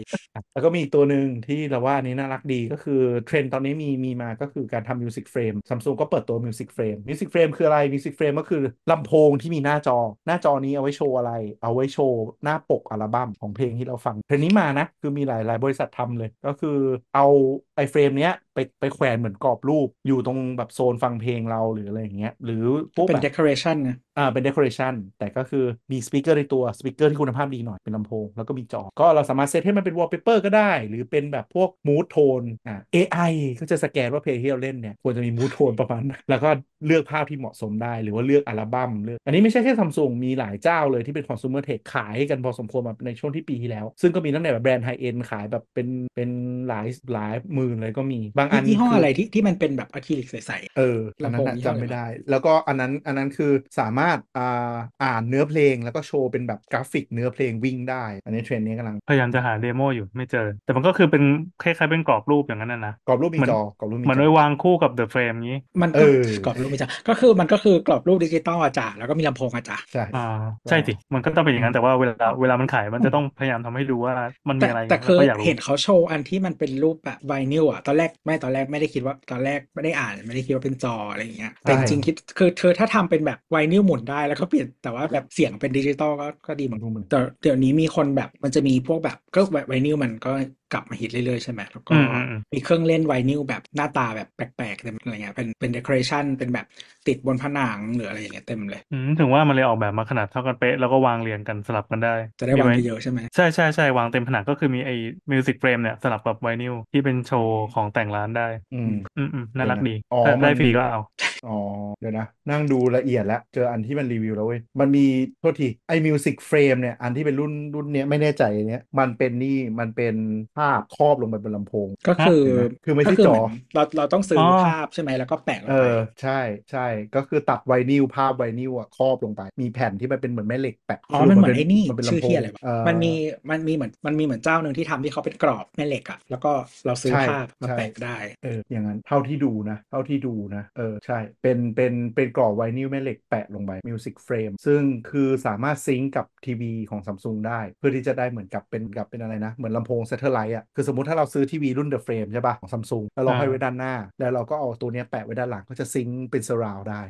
Speaker 2: แล้วก็มีอีกตัวหนึ่งที่เราว่าอันนี้น่ารักดีก็คือเทรนด์ตอนนี้มีมีมาก็คือการทำ music frame Samsung ก็เปิดตัว music frame music frame คืออะไร music frame ก็คือลำโพงที่มีหน้าจอ หน้าจอนี้เอาไว้โชว์อะไร เอาไว้โชว์หน้าปกอัลบั้มของเพลงที่เราฟังเทรนด์นี้มานะ คือมีหลายหลายบริษัททำเลย ก็คือเอาไอ้เฟรมเนี้ยไปไปแขวนเหมือนกรอบรูป อยู่ตรงแบบโซนฟังเพลงเราหรืออะไรอย่างเงี้ยหรือพวก
Speaker 3: เป็น
Speaker 2: แบบ
Speaker 3: decoration นะ
Speaker 2: อ่าเป็น decoration แต่ก็คือมีสปีกเกอร์ในตัวสปีกเกอร์ที่คุณภาพดีหน่อยเป็นลำโพง แล้วก็มีจอ ก็เราสามารถเซตให้มันเป็น wallpaper ก็ได้ หรือเป็นแบบพวก mood tone อ่า AI ก็จะสแกนว่าเพลงที่เราเล่นเนี่ยควรจะมี mood tone ประมาณไหนแล้วก็เลือกภาพที่เหมาะสมได้ หรือว่าเลือกอัลบั้มเลือกอันนี้ไม่ใช่แค่ซัมซุงมีหลายเจ้าเลยที่เป็น consumer tech ขายกันพอสมควรมาในช่วงที่ปีที่แล้ว ซึ่งก็มีตั้งแต่แบบแบรนด์ high end ขายแบบเป็นเป็นหลายหลายหมื่นเลยก็มีบางอัน
Speaker 3: ยี่ห้อ
Speaker 2: คื
Speaker 3: อะไรที่ที่มันเป็นแบบอะคริลิกใส
Speaker 2: เอออันนั้นน่ะ
Speaker 3: ลำโพงยี่ห้อ
Speaker 2: จำ
Speaker 3: อะไร
Speaker 2: ไม่
Speaker 3: วะ
Speaker 2: ได้ แล้วก็อันนั้นอันนั้นคือสามารถอ่าอ่านเนื้อเพลงแล้วก็โชว์เป็นแบบกราฟิกเนื้อเพลงวิ่งได้ อันนี้เทรนด์นี้กำลัง
Speaker 4: พยายามจะหาเดโมอยู่ไม่เจอ แต่มันก็คือเป็นคล้ายๆเป็นกรอบรูปอย่างนั้นนะนะ
Speaker 2: กรอบรูปมี
Speaker 4: เหมืน
Speaker 2: จอกรอบรูปมี
Speaker 4: เหมือน
Speaker 2: จ
Speaker 4: ไว้
Speaker 2: อ
Speaker 4: วางคู่กับเดอะเฟรมนี้
Speaker 3: ๆมัน
Speaker 2: เออ
Speaker 3: ก็กรอบรูปไม่จ้ะก็คือมันก็คือกรอบรูปดิจิตอลอะจ้ะแล้วก็มีลำโพงอะจ้ะ
Speaker 2: ใช่
Speaker 4: อ่าใช่สิ มันก็ต้องเป็นอย่างนั้นแต่ว่าเวลาเวลามันขายมัน *coughs* จะต้องพยายามทำให้ดูว่ามันมี
Speaker 3: แต่
Speaker 4: อะไร
Speaker 3: แต่
Speaker 4: เรา
Speaker 3: คือ
Speaker 4: ก็อยากรู้
Speaker 3: เห็นเขาโชว์อันที่มันเป็นรูปแบบไวนิลอ่ะ ตอนแรกมัน ไม่ตอนแรกไม่ได้คิดว่าตอนแรกไม่ได้อ่านไม่ได้คิดว่าเป็นจออะไรอย่างเงี้ย
Speaker 2: ใช่
Speaker 3: แต่จริงๆคิดคือเธอถ้าทำเป็นแบบไวนิลหมุนได้แล้วก็เปลี่ยนแต่ว่าแบบเสียงเป็นดิจิตอลก็ก็ดีเหมือนกัน
Speaker 2: ดูเหมือน
Speaker 3: แต่เดี๋ยวนี้มีคนแบบมันจะมีพวกแบบก็ไวไวนิลมันก็กลับมาฮิตเรื่อยๆใช่ไหมแล้วก็
Speaker 4: อืมอืมอืม
Speaker 3: มีเครื่องเล่นไวนิลแบบหน้าตาแบบแปลกๆเต็มอะไรเงี้ยเป็นเป็นเดคอเรชันเป็นแบบติดบนผนังหรืออะไรอย่างเงี้ยเต็มเลย
Speaker 4: อืมถึงว่ามันเลยออกแบบมาขนาดเท่ากันเป๊ะแล้วก็วางเรียงกันสลับกันได้
Speaker 3: จะได้
Speaker 4: มี
Speaker 3: วาง
Speaker 4: ว้
Speaker 3: เยอะๆใช่ไหม
Speaker 4: ใช่ใช่ใช่วางเต็มผนังก็คือมีไอ้มิวสิกเฟรมเนี่ยสลับกับไวนิลที่เป็นโชว์ของแต่งร้านได้
Speaker 2: อืม
Speaker 4: อืมอืมน่ารักดี
Speaker 2: อ๋อ
Speaker 4: ถ้าได้
Speaker 2: มัน
Speaker 4: ฟรีก็เอา
Speaker 2: อ๋อ เดี๋ยวนะ นั่งดูละเอียดแล้ว เจออันที่มันรีวิวแล้วเว้ย มันมี โทษที ไอ้มิวสิกเฟรมเนี่ย อันที่เป็นรุ่นรุ่นเนี้ยไม่แน่ใจเนี้ย มันเป็นนี่มันเป็นภาพครอบลงไปบนลำโพง
Speaker 3: ก็คือ
Speaker 2: เดี๋ยวนะคือไม่ใช่
Speaker 3: ก็คือ
Speaker 2: จอ
Speaker 3: เหมือนเราเราต้องซื้ออ
Speaker 4: อ
Speaker 3: ภาพใช่ไหมแล้วก็แปะลง
Speaker 2: เอ
Speaker 3: ไป
Speaker 2: อ ใช่ใช่ก็คือตัดไวนิลภาพไวนิลอะครอบลงไป มีแผ่นที่มันเป็นเหมือนแม่เหล็กแปะ
Speaker 3: อ๋อมันเหมือน
Speaker 2: ป็
Speaker 3: ไอ้นี่
Speaker 2: มัเป็น
Speaker 3: ชื่อ
Speaker 2: ลำโพ
Speaker 3: ที่
Speaker 2: ง
Speaker 3: อะไรวะ
Speaker 2: เอ่อ
Speaker 3: มันมีมันมีเหมือนมันมีเหมือนเจ้าหนึ่งที่ทำที่เขาเป็นกรอบแม่เหล็กอะแล้วก็เราซื้อ
Speaker 2: ใช่
Speaker 3: ภาพมา
Speaker 2: ใช่
Speaker 3: แปะได้
Speaker 2: เอออย่างนั้นเท่าที่ดูนะ เท่าที่ดูนะ เออ ใช่ เป็น เป็น เป็นกรอบไวนิลแม่เหล็กแปะลงไปมิวสิกเฟรมซึ่งคือสามารถซิงก์กับทีวีของซัมซุงได้ เพื่อที่จะได้เหมือนกับเป็นกับเป็นอะไรนะ เหมือนลำโพงเซ t เทอร์ไลท์อ่ะ คือสมมติถ้าเราซื้อทีวีรุ่นเดอะเฟรมใช่ป่ะ ของซัมซุงแล้วเรา
Speaker 4: อ่า
Speaker 2: ให้ไว้ด้านหน้า แล้วเราก็เอาตัวเนี้ยแปะไว้ด้านหลัง ก็จะซิงก์เป็นเซราวได้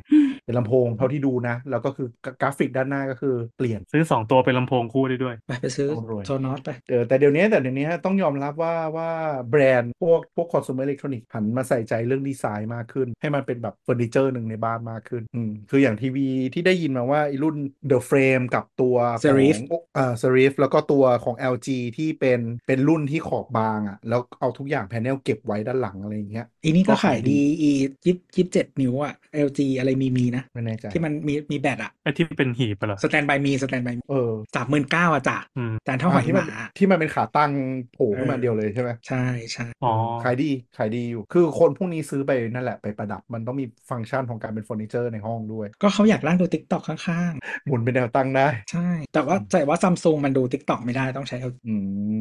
Speaker 2: เป็นลำโพงเท่าที่ดูนะ แล้วก็คือกราฟิกด้านหน้าก็คือเปลี่ยน
Speaker 4: ซื้อสองตัวเป็นลำโพงคู่ได้ด้วย
Speaker 3: ไปไปซื้อ
Speaker 2: ต้องรวย
Speaker 3: โซนอสไป
Speaker 2: เออแต่เดี๋ยวนี้แต่เดี๋ยวนี้ต้องยอมรับว่าว่าแบรนด์พวกพวกคอน sumer electronics หันมาใส่ใจเรื่องดีไซน์มากขึ้น ให้มันเป็นแบบเฟอร์นิเจอร์หนึ่งในบ้านมากขึ้นอืมคืออย่างทีวีที่ได้ยินมาว่าไอ้รุ่น The Frame กับตัวของ
Speaker 3: Serif
Speaker 2: เอ่อ Serif แล้วก็ตัวของ LG ที่เป็นเป็นรุ่นที่ขอบบางอ่ะแล้วเอาทุกอย่างแผนเนลเก็บไว้ด้านหลังอะไรอย่างเงี้ย
Speaker 3: อีนี่
Speaker 2: ก็
Speaker 3: ก็
Speaker 2: ขา
Speaker 3: ขาย ย
Speaker 2: ดี
Speaker 3: ดีอียิบยิบเจ็ดนิ้วอะ LG อะไรมีมีนะ
Speaker 2: ไม่แน่ใจ
Speaker 3: ที่มันมีมีแบตอะ
Speaker 4: ไอ้ที่เป็นหีบไปเหรอ
Speaker 3: สแตนบายมีสแตนบาย
Speaker 2: เออ
Speaker 3: สามหมื่นเก้าอะจ้ะ
Speaker 4: อืม
Speaker 3: จานเท่าหอย
Speaker 2: ที่
Speaker 3: ห
Speaker 2: มัน
Speaker 3: มา
Speaker 2: ที่มันเป็นขาตั้งโผล่ขึ้นมา
Speaker 3: เออ
Speaker 2: เดียวเลยใช่ไหม
Speaker 3: ใช่ใช่
Speaker 4: อ๋อ
Speaker 2: ขายดี ขายดีอยู่ คือคนพวกนี้ซื้อไปนั่นแหละไปประดับ มันต้องมีฟังก์ชันของการเป็นเฟอร์นิเจอร์ในห้องด้วย
Speaker 3: ก็เขาอยากร่างดู t ิ k t o k ข้าง
Speaker 2: หมุนเป็นแนวตั้งได้
Speaker 3: ๆ ใช่ แต่ว่าแต่ว่าซัมซุงมันดู t ิ k t o k ไม่ได้ต้องใช้ LG
Speaker 2: อื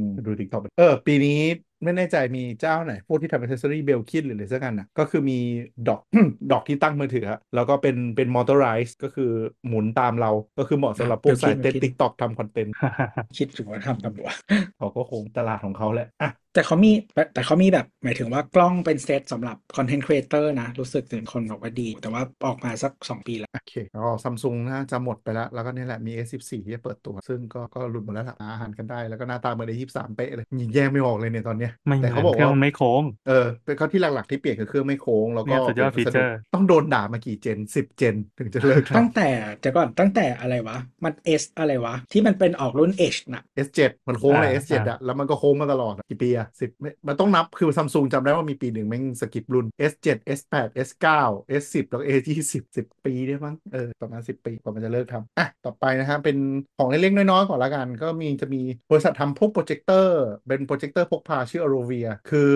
Speaker 2: ม ดูติ๊กต็อกเออ ปีนี้ไม่แน่ใจมีเจ้าไหน พวกที่ทำอิเซอรี่เบลคิดหรืออะไรสักอันนะก็คือมีด *coughs* อก ดอกที่ตั้งมือถืออะแล้วก็เป็นเป็นมอเตอร์ไรส์ก็คือหมุนตามเรา ก็คือเหมาะสำหรับพวกสายเต้น
Speaker 3: Belkin
Speaker 2: ติ๊กต็อกทำคอนเทนต์
Speaker 3: คิดถึงว่าทำตำรวจ
Speaker 2: เขาก็คงตลาดของเขาแหละอ่ะ
Speaker 3: แต่เขามีแต่เขามีแบบหมายถึงว่ากล้องเป็นเซตสำหรับคอนเทนต์ครีเอเตอร์นะ รู้สึกถึงคนบอกว่าดี แต่ว่าออกมาสัก 2 ปีแล้ว
Speaker 2: โอเคแล้วซัมซุงน่าจะหมดไปแล้ว แล้วก็เนี่ยแหละมี S14 ที่จะเปิดตัว ซึ่งก็ก็หลุดหมดแล้วล่ะหาอาหารกันได้ แล้วก็หน้าตาเหมือนไอ้23 เป๊ะเลยยิงแยกไม่ออกเลยเนี่ยตอนเนี้ย
Speaker 4: ไม่
Speaker 2: แต่
Speaker 4: เหมื
Speaker 2: เขา
Speaker 4: อน
Speaker 2: บอก
Speaker 4: เครื่อ
Speaker 2: ว่าง
Speaker 4: มันไม่โค้ง
Speaker 2: เออเป็นเขาที่หลักๆที่เปลี่ยนคือเครื่องไม่โค้ง แล้ว
Speaker 4: เนี่
Speaker 2: ก็
Speaker 4: ยสุดยอด
Speaker 2: เปลี่นวัส
Speaker 4: feature
Speaker 2: ต้องโดนด่ามากี่เจน 10 เจน ถึงจะเลิกท
Speaker 3: ตั้งแต่เดี๋ยวก่อนตั้งแต่อะไรวะ มัน S อะไรวะ ที่มันเป็นออกรุ่น H นะ
Speaker 2: ำ S7 มันโค้งเลย
Speaker 4: อ่า
Speaker 2: S7 อะแล้วมันก็โค้งมาตลอดอะกี่ปีอะสิบมันต้องนับคือซัมซุงจำได้ว่ามีปีหนึ่งแม่งสกิปรุ่น S7 S8 S9 S10 แล้วก็ S20 10 ปีได้มั้งเออประมาณ 10 ปีกว่ามันจะเลิกทำอ่ะต่อไปนะฮะเป็นของเล็กๆน้อยๆก่อนละกัน ก็มีจะมีบริษัททำพวกโปรเจคเตอร์เป็นโปรเจคเตอร์พกพาชื่อ Arovia คือ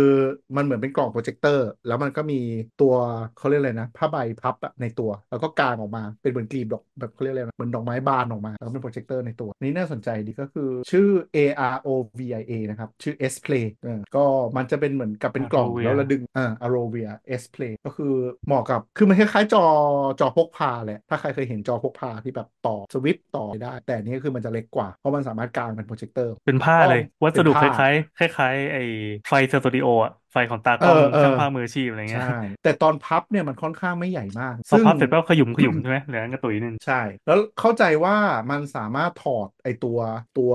Speaker 2: มันเหมือนเป็นกล่องโปรเจคเตอร์ แล้วมันก็มีตัวเขาเรียกอะไรนะผ้าใบพับอะในตัว แล้วก็กางออกมาเป็นเหมือนกลีบดอกแบบเขาเรียกอะไรนะเหมือนดอกไม้บานออกมาแล้วก็เป็นโปรเจคเตอร์ในตัวอันนี่น่าสนใจดีก็คือชื่อ AROVIA นะครับ ชื่อ S Play เออก็มันจะเป็นเหมือนกับเป็นกล่อง
Speaker 4: Arovia
Speaker 2: แล้วเราดึงอ่า Arovia S Play ก็คือเหมาะกับคือมันคล้ายๆจอจอพกพาแหละถ้าใครเคยเห็นจอพกพาที่แบบต่อสวิปต่อได้ แต่อันนี่คือมันจะเล็กกว่าเพราะมันสามารถกางเป็นโปรเจคเตอร์
Speaker 4: เป็นผ้าเลย
Speaker 2: เป็นผ้า
Speaker 4: วัสดุคล้ายๆคล้ายๆไอ้ไฟสตูดิโออะไฟของตากล้อง
Speaker 2: เออเออ
Speaker 4: ช่างภาพมืออาชีพอะไรเงี้ย
Speaker 2: ใช่ แต่ตอนพับเนี่ยมันค่อนข้างไม่ใหญ่มาก
Speaker 4: พอ
Speaker 2: ซึ่ง
Speaker 4: พับเสร็จปั๊บขยุมขยุมใช่ไหม
Speaker 2: *coughs*
Speaker 4: เหลืออันกระตุยหนึง
Speaker 2: ใช่ แล้วเข้าใจว่ามันสามารถถอดไอตัวตัว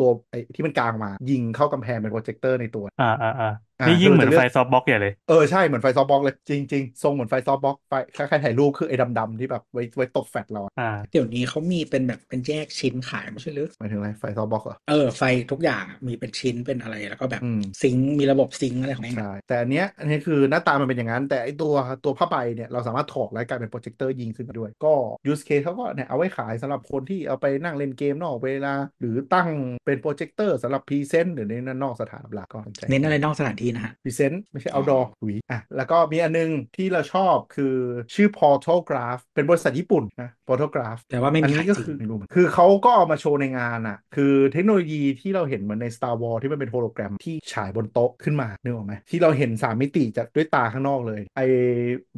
Speaker 2: ตัวไอที่มันกลางมา ยิงเข้ากำแพงเป็นโปรเจคเตอร์ในตัว
Speaker 4: อ่าอ่าอ่า
Speaker 2: อ่านี่
Speaker 4: นี่ยิ่ง
Speaker 2: คือเรา
Speaker 4: เห
Speaker 2: จะ
Speaker 4: มือน
Speaker 2: เลือก
Speaker 4: ไฟซอฟต์บ็อกซ์ใหญ่เลย
Speaker 2: เออใช่เหมือนไฟซอฟต์บล็อกเลย จริง ๆ ทรงเหมือนไฟซอฟต์บล็อกไฟคล้ายๆถ่ายรูปคือไอ้ดำๆที่แบบไว้ไว้ตบแฟลชเราอะ
Speaker 4: อ่า
Speaker 3: เดี๋ยวนี้เขามีเป็นแบบเป็นแยกชิ้นขายไม่ใช่หรือ
Speaker 2: หมายถึงอะไรไฟซอฟต์บล็อกเหรอ
Speaker 3: เออไฟทุกอย่างอะมีเป็นชิ้นเป็นอะไรแล้วก็แบบ
Speaker 2: อืม
Speaker 3: ซิงค์มีระบบซิงค์อะไรของแม่งอะ
Speaker 2: ใช่ แต่อันเนี้ยอันนี้คือหน้าตามันเป็นอย่างนั้น แต่ไอตัวตัวผ้าใบเนี่ยเราสามารถถอดและกลายเป็นโปรเจคเตอร์ยิงขึ้นมาด้วย ก็ยูสเคสเขาก็เนี่ยเอาไว้ขายสำหรับคนที่เอาไปนั่งเล่นเกมนอกเวลา หรือตั้งเป็นโปรเจคเตอร์สำหรับพรีเซนต์หรือในนอกสถานหลักก็สใจ
Speaker 3: เน้นอะไรนอกสถานที่นะฮะ
Speaker 2: พรีเซนต์ไม่ใช่ outdoor หุยอ่ะแล้วก็มีอันนึงที่เราชอบคือชื่อ Portal Graph เป็นบริษัทญี่ปุ่นนะ Portal Graph
Speaker 3: แต่ว่าไม่
Speaker 2: อั
Speaker 3: มี
Speaker 2: น
Speaker 3: ขา
Speaker 2: นี้
Speaker 3: ย
Speaker 2: ก็
Speaker 3: จ
Speaker 2: คื
Speaker 3: ริ
Speaker 2: อง ไม่รู้เหมือนคือเขาก็เอามาโชว์ในงานอ่ะ คือเทคโนโลยีที่เราเห็นเหมือนใน Star Wars ที่มันเป็นโฮโลแกรมที่ฉายบนโต๊ะขึ้นมานึกออกไหมที่เราเห็น 3 มิติจากด้วยตาข้างนอกเลย ไอ้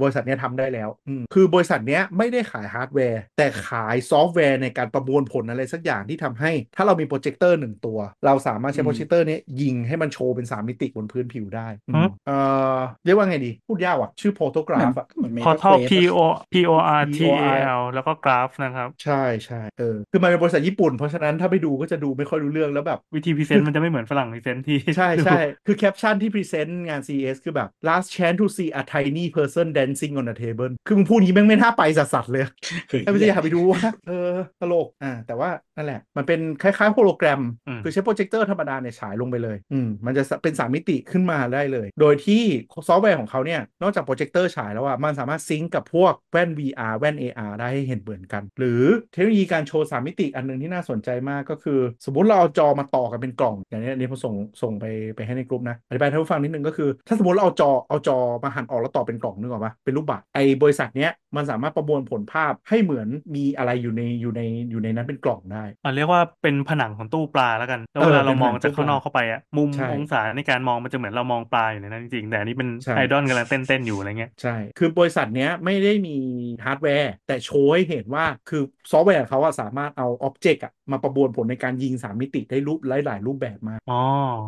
Speaker 2: บริษัทเนี้ยทำได้แล้วอืมคือบริษัทเนี้ยไม่ได้ขายฮาร์ดแวร์ แต่ขายซอฟต์แวร์ในการประมวลผลอะไรสักอย่างที่ทำให้ ถ้าเรามีโปรเจคเตอร์หนึ่งตัว เราสามารถใช้โปรเจคเตอร์เนี้ยยิงให้มันโชว์เป็นสามมิติบนพื้นผิว ผิวได้อืม
Speaker 4: ฮะ
Speaker 2: เอ่อเรียกว่าไงดี พูดยากว่ะ ชื่อโพโตกราฟอะ
Speaker 3: เหมือนเม
Speaker 4: พอ
Speaker 3: ทั
Speaker 4: ท่อ
Speaker 3: ล
Speaker 4: P O P O R T A L แล้วก็กราฟนะครับ
Speaker 2: ใช่ใช่เออคือมันเป็นบริษัทญี่ปุ่น เพราะฉะนั้นถ้าไปดูก็จะดูไม่ค่อยรู้เรื่องแล้วแบบ
Speaker 4: วิธีพรีเซนต์มันจะไม่เหมือนฝรั่งพรีเซนต์ที่
Speaker 2: ใช่
Speaker 4: ดู
Speaker 2: ใช่ *laughs* คือแคปชั่นที่พรีเซนต์งาน CES คือแบบ last chance to see a tiny person dancing on a table คือมึงพูดอย่างนี้แม่งไม่น่าไปสัสๆเลยอะ
Speaker 3: คือ
Speaker 2: ไอ้ไม่ใช่อยากไปดูว่าเออตลกอ่าแต่ว่านั่นแหละ มันเป็นคล้ายๆโฮโลแกรม
Speaker 4: ม
Speaker 2: คือใช้โปรเจคเตอร์ธรรมดาเนี่ยฉายลงไปเลย อืม มันจะเป็น 3 มิติขึ้นมาได้เลย โดยที่ซอฟต์แวร์ของเขาเนี่ย นอกจากโปรเจคเตอร์ฉายแล้วอะมันสามารถซิงก์กับพวกแว่น VR แว่น AR ได้ให้เห็นเหมือนกัน หรือเทคโนโลยีการโชว์ 3 มิติอันหนึงที่น่าสนใจมากก็คือ สมมติเราเอาจอมาต่อกันเป็นกล่อง อย่างเนี้ยอันนี้ผมส่งส่งไปไปให้ในกลุ่มนะอธิบายให้ท่านผู้ฟังนิดนึงก็คือ ถ้าสมมติเราเอาจอเอาจอมาหั่นออกแล้วต่อเป็นกล่องนึกออกปะเป็นรูปบัตรไอ้บริษัทเนี้ยมันสามารถประมวลผลภาพให้เหมือนมีอะไรอยู่ในอยู่ในอยู่ในนั้นเป็นกล่องได้
Speaker 4: อ่ะเรียกว่าเป็นผนังของตู้ปลาแล้วกัน แล้ว
Speaker 2: เออ
Speaker 4: เวลาเรา
Speaker 2: เป็น
Speaker 4: มอง
Speaker 2: ผนัง
Speaker 4: จาก
Speaker 2: ตู้ปลา
Speaker 4: ข้างนอกเข้าไปอะมุม
Speaker 2: ใช่
Speaker 4: องศาในการมองมันจะเหมือนเรามองปลาอยู่ในนั้นจริงๆ แต่อันนี้เป็น
Speaker 2: ใช่
Speaker 4: ไอดอลกำลังเต้นๆอยู่อะไรเงี้ย
Speaker 2: ใช่ คือบริษัทเนี้ยไม่ได้มีฮาร์ดแวร์ แต่โชว์ให้เห็นว่าคือซอฟต์แวร์ของเขาอะสามารถเอาอ็อบเจกต์อะมาประมวลผลในการยิง 3 มิติได้รูปหลาย ๆ รูปแบบมาก
Speaker 4: อ๋อ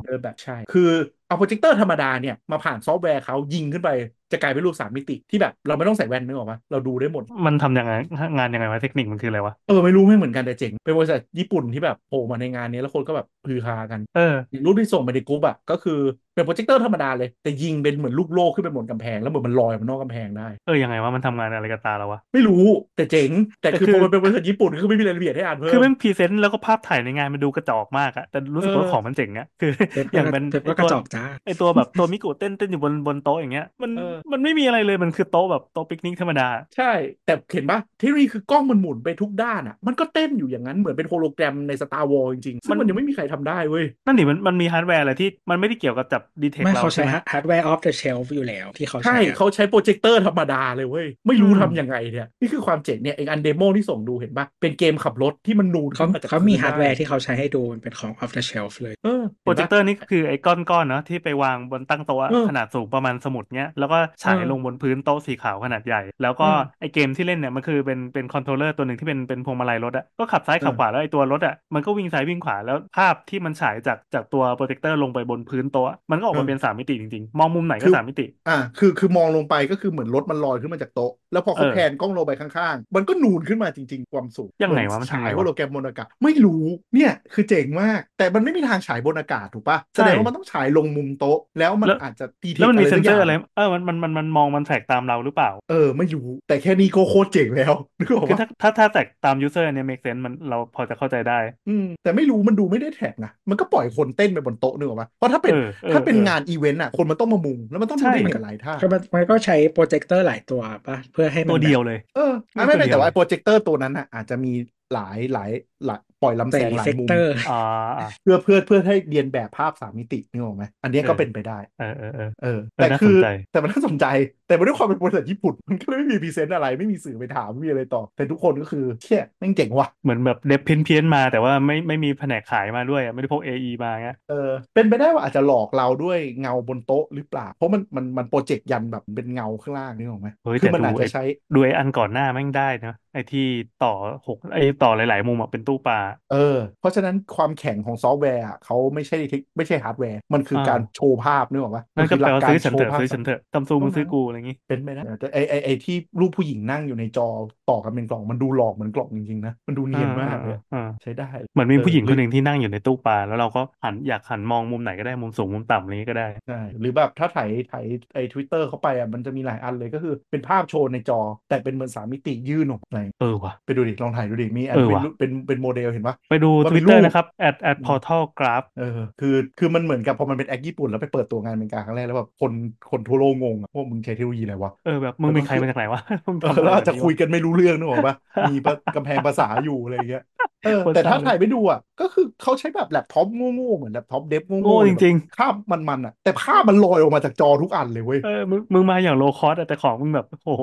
Speaker 2: เออแบบใช่ คือเอาโปรเจคเตอร์ธรรมดาเนี่ย มาผ่านซอฟต์แวร์เขายิงขึ้นไป จะกลายเป็นรูป 3 มิติที่แบบเราไม่ต้องใส่แว่นนึกออกปะเราดูได้หมด
Speaker 4: มันทำยังไงงานยังไงวะเทคนิคมันคืออะไรวะ
Speaker 2: เออ ไม่รู้ไม่เหมือนกันแต่เจ๋ง เป็นบริษัทญี่ปุ่นที่แบบโผล่มาในงานเนี้ยแล้วคนก็แบบฮือฮากัน
Speaker 4: เออ
Speaker 2: อีกรูปที่ส่งไปในกรุ๊ปอะก็คือเป็นโปรเจคเตอร์ธรรมดาเลยแต่ยิงเป็นเหมือนลูกโลกขึ้นไปบนกำแพงแล้วเหมือนมันลอยออกมานอกกำแพงได้
Speaker 4: เออยังไงวะมันทำงานอะไรกับตาเราวะ
Speaker 2: ไม่รู้แต่เจ๋ง แต่คือพ
Speaker 4: แต่คือ
Speaker 2: อมันเป็นบริษัทญี่ปุ่นก็คือไม่มีรายละเอียดให้อ่านเพิ่ม
Speaker 4: คือแม่งพรีเซนต์แล้วก็ภาพถ่ายในงานมันดูกระจอกมากอะแต่รู้สึกว่า
Speaker 2: เออ
Speaker 4: ของมันเจ๋งอะ *laughs* คือ
Speaker 3: เทป
Speaker 4: อย่าง
Speaker 3: ก็
Speaker 4: เป็น
Speaker 3: เทปก็ก
Speaker 4: ไอ้ตัว
Speaker 3: ระจอกจ้า
Speaker 4: ไอตัวแบบตัวมิกุเต้นเต้นอยู่บนบนโต๊ะอย่างเงี้ยมัน
Speaker 2: เออ
Speaker 4: มันไม่มีอะไรเลยมันคือโต๊ะแบบโต๊ะปิกนิกธรรมดา
Speaker 2: ใช่ แต่เห็นปะเทคโนโลยีคือกล้องมันหมุนไปทุกด้านอ่ะ มันก็เต้นอยู่อย่างนั้นเหมือนเป็นโฮโลแกรมใน Star Wars จริงๆซึ่ง
Speaker 4: มั
Speaker 2: มัน นยังไม่มีใครทำได้เว้ย
Speaker 4: นั่นนี่มันมันมีฮาร์ดแวร์อะไรที่มันไม่ได้เกี่ยวกับจับดีเทค
Speaker 3: ไม่
Speaker 4: เรา
Speaker 3: เขาใช้
Speaker 4: ใช่ไหม
Speaker 3: ฮาร์ดแวร์ออฟเดอะเชลฟ์อยู่แล้วที่เขา
Speaker 2: ใช่
Speaker 3: ใช้
Speaker 2: เขาใช้โปรเจคเตอร์ธรรมดาเลยเว้ย ไม่รู้
Speaker 3: อืม
Speaker 2: ทำยังไงเนี่ยนี่คือความเจ๋งเนี่ยไออันเดโมที่ส่งดูเห็นปะเป็นเกมขับรถที่มันนูน
Speaker 3: เขา
Speaker 2: นจก
Speaker 3: เขามี
Speaker 2: พื้น
Speaker 3: ฮาร์ดแวร์
Speaker 2: ไ
Speaker 3: ที่เขาใช้ให้ดูมันเป็นของออฟเดอะเชลฟ์เลย
Speaker 2: เออ
Speaker 4: โปร
Speaker 2: ห็น
Speaker 4: เจค
Speaker 2: ปะ
Speaker 4: เตอร์นี่คือไอ้ก้อนๆเนาะที่ไปวางบนตั้งโต๊ะ
Speaker 2: เออ
Speaker 4: ขนาดสูงประมาณสมุดเนี้ยแล้วก็ฉาย
Speaker 2: เออ
Speaker 4: ลงบนพื้นโต๊ะสีขาวขนาดใหญ่ แล้วก็
Speaker 2: เออ
Speaker 4: ไอ้เกมที่เล่นเนี่ยมันคือเป็นเป็นคอนโทรลเลอร์ตัวหนึ่งที่เป็นเป็นพวงมาลัยรถอะก็ขับซ้ายขับ
Speaker 2: เออ
Speaker 4: ขวาแล้วไอ้ตัวรถอะมันก็วิ่งซ้ายวิ่งขวาแล้วภาพที่มันฉายจากจากตัวโปรเจคเตอร์ลงไปบนพื้นโต๊ะมันก็ออกมาเป็นสามมิติจริงๆมองมุมไหนก็สามมิติ
Speaker 2: อ่าคือคือมองลงไปก็คือเหมือนรถมันลอยขึ้นมาจากโต๊ะแล้วพอเขา
Speaker 4: เออ
Speaker 2: แพนกล้องลงไปข้างๆ มันก็นูนขึ้นมาจริงๆ ความสูง
Speaker 4: ยังไงวะมันทำไงวะ
Speaker 2: ฉายโฮโลแกรมบนอากาศไม่รู้เนี่ยคือเจ๋งมาก แต่มันไม่มีทางฉายบนอากาศถูกปะ
Speaker 4: ใช่
Speaker 2: แสดงว่ามันต้องฉายลงมุมโต๊ะ แล้วมัน
Speaker 4: แล้ว
Speaker 2: อาจจะตี
Speaker 4: แล้วมันมีเซนเซอร์อะไร
Speaker 2: สักย่าง
Speaker 4: เออมันมันมันมันมองมันแทรกตามเราหรือเปล่า
Speaker 2: เออไม่รู้ แต่แค่นี้ก็โคตรเจ๋งแล้วนึกออก
Speaker 4: คือ
Speaker 2: ปะ
Speaker 4: ถ้าถ้าถ้าแทรกตามยูเซอร์เนี่ย make sense มันเราพอจะเข้าใจได้
Speaker 2: อืมแต่ไม่รู้มันดูไม่ได้แท็กนะมันก็ปล่อยคนเต้นไปบนโต๊ะนึกออกปะเพราะถ้าเป็น
Speaker 4: เออเออ
Speaker 2: ถ้าเป็
Speaker 4: เออง
Speaker 2: นานอีเวนต์อ่ะคนมันต้องมามุงแล้วมันต้อง
Speaker 4: ใช่
Speaker 2: มุงที่กับหลายท่า
Speaker 3: ก็มันมันก็ใช้โปรเจคเตอร์หลายตัวปะเพื่อให้มัน
Speaker 4: ตัว
Speaker 3: แบบ
Speaker 4: เดียวเลย
Speaker 2: เออ
Speaker 4: ไม่
Speaker 2: อ่ะไม่
Speaker 4: ตัว
Speaker 2: ไม่
Speaker 4: เดียว
Speaker 2: แต่ว่าไอ้โปรเจคเตอร์ตัวนั้นน่ะอาจจะมีหลายหลายหลายปล่อยลำ
Speaker 3: ใส่
Speaker 2: แสง
Speaker 3: รี
Speaker 2: หลา
Speaker 3: เฟ
Speaker 2: ย
Speaker 3: ก
Speaker 2: มุม
Speaker 3: เตอร์
Speaker 4: อ่าอ่ะ
Speaker 2: เพื่อเพื่อเพื่อให้เรียนแบบภาพสามมิตินึกออกไหมอันเนี้ย
Speaker 4: เออ
Speaker 2: ก็เป็นไปได้
Speaker 4: เออเออเออ
Speaker 2: เออ
Speaker 4: เออ
Speaker 2: แต่
Speaker 4: น่า
Speaker 2: คือ
Speaker 4: สนใจ
Speaker 2: แต่มันน่าสนใจ แต่มันด้วยความเป็นบริษัทญี่ปุ่นมันก็เลยไม่มีพรีเซนต์อะไรไม่มีสื่อไปถามไม่มีอะไรต่อ แต่ทุกคนก็คือเชี่ยแม่งเจ๋งว่ะ
Speaker 4: เหมือนแบบเด็บเพี้ยนเพี้ยนๆมาแต่ว่าไม่ไม่มีแผนกขายมาด้วยอะไม่ได้พก AE มาเงี้ย
Speaker 2: เออเป็นไปได้ว่าอาจจะหลอกเราด้วยเงาบนโต๊ะหรือเปล่า เพราะมันมันมันโปรเจกต์ยันแบบเป็นเงาข้างล่างนึกออกไหม
Speaker 4: เฮ้ย
Speaker 2: คื
Speaker 4: แต่
Speaker 2: มัน
Speaker 4: ดู
Speaker 2: อาจ
Speaker 4: ไอ้
Speaker 2: จะใช้
Speaker 4: ดูไอ้อันก่อนหน้าแม่งได้นะไอ้ที่ต่อหกไอ้ต่อหลาย ๆ มุมอะเป็นตู้ปลา
Speaker 2: เออ เพราะฉะนั้นความแข็งของซอฟต์แวร์อะเขาไม่ใช่เทคไม่ใช่ฮาร์ดแวร์ มันคือ
Speaker 4: อ่า
Speaker 2: การโชว์ภาพนึกออกปะ
Speaker 4: นั่น
Speaker 2: มั
Speaker 4: ก็
Speaker 2: คือ
Speaker 4: แปลว่าซื้อฉัน
Speaker 2: โช
Speaker 4: เถ
Speaker 2: ว์
Speaker 4: อะ
Speaker 2: ภาพ
Speaker 4: ซื้อฉันเถอะซัมซุงมึงซื้อกูอะไรอย่างงี้
Speaker 2: เป็นไปได้แต่ไอไอไอที่รูปผู้หญิงนั่งอยู่ในจอต่อกันเป็นกล่องมันดูหลอกเหมือนกล่องจริงๆนะ มันดูเนียนมากเลยอะ
Speaker 4: อ่า
Speaker 2: ใช้ได้
Speaker 4: เหมือนมีผู้หญิง
Speaker 2: เอ
Speaker 4: ค
Speaker 2: อน ห
Speaker 4: ห
Speaker 2: รือ
Speaker 4: นึ่งที่นั่งอยู่ในตู้ปลาแล้วเราก็หันอยากหันมองมุมไหนก็ได้มุมสูงมุมต่ำอะไรอย่างงี้ก็ได้
Speaker 2: ใช่หรือแบบถ้าถ่ายถ่ายไอทวิตเตอร์เข้าไปอ่ะมันจะมีหลายอันเลยก็คือเป็นภาพโชว์ในจอ แต่เป็นเหมือนสามมิติยื่นออกมา
Speaker 4: เออว่ะ
Speaker 2: ไปดูดิลองถ่ายดูดิมีอัน
Speaker 4: เออ
Speaker 2: เป็น
Speaker 4: ว่ะ
Speaker 2: รูปเป็นเป็นโมเดลเห็นปะ
Speaker 4: ไปดู
Speaker 2: มั
Speaker 4: ท
Speaker 2: นเป็
Speaker 4: วิต
Speaker 2: น
Speaker 4: เตอ
Speaker 2: รู
Speaker 4: ร์
Speaker 2: ป
Speaker 4: นะครับ at at
Speaker 2: อืม
Speaker 4: portal graph
Speaker 2: เออคือคือมันเหมือนกับพอมันเป็นแอคญี่ปุ่นแล้วไปเปิดตัวงานเป็นการครั้งแรกแล้วแบบคนคนทั่วโลกงงอะว่ามึงใช้เทคโนโลยีอะไรวะ
Speaker 4: เออแบบมึง
Speaker 2: แล้วก็
Speaker 4: เป็นใคร
Speaker 2: คือ
Speaker 4: มาจากไหนวะ *laughs* มึง
Speaker 2: เอ
Speaker 4: ทำ
Speaker 2: อ
Speaker 4: อะไร
Speaker 2: แล้วอาจ
Speaker 4: แบบ
Speaker 2: จะคุยว
Speaker 4: นี้ะ
Speaker 2: กันไม่รู้เรื่องนึกออกปะมีปะกำแพงภาษาอยู่อะไรอย่างเงี้ยเออ
Speaker 4: โคตร
Speaker 2: แต่ถ้า
Speaker 4: เศร้าเลย
Speaker 2: ถ่ายไปดูอ่ะก็คือเขาใช้แบบแล็ปท็อปโง่ๆเหมือนแล็ปท็อปเดฟ
Speaker 4: โง่
Speaker 2: โง่ๆเลยแบบ
Speaker 4: จริง
Speaker 2: ภาพมันๆอ่ะ แต่ภาพมันลอยออกมาจากจอทุกอันเลยเว้ย
Speaker 4: เออมึงมึงมาอย่างโลคอสแต่ของมึงแบบโอ้โห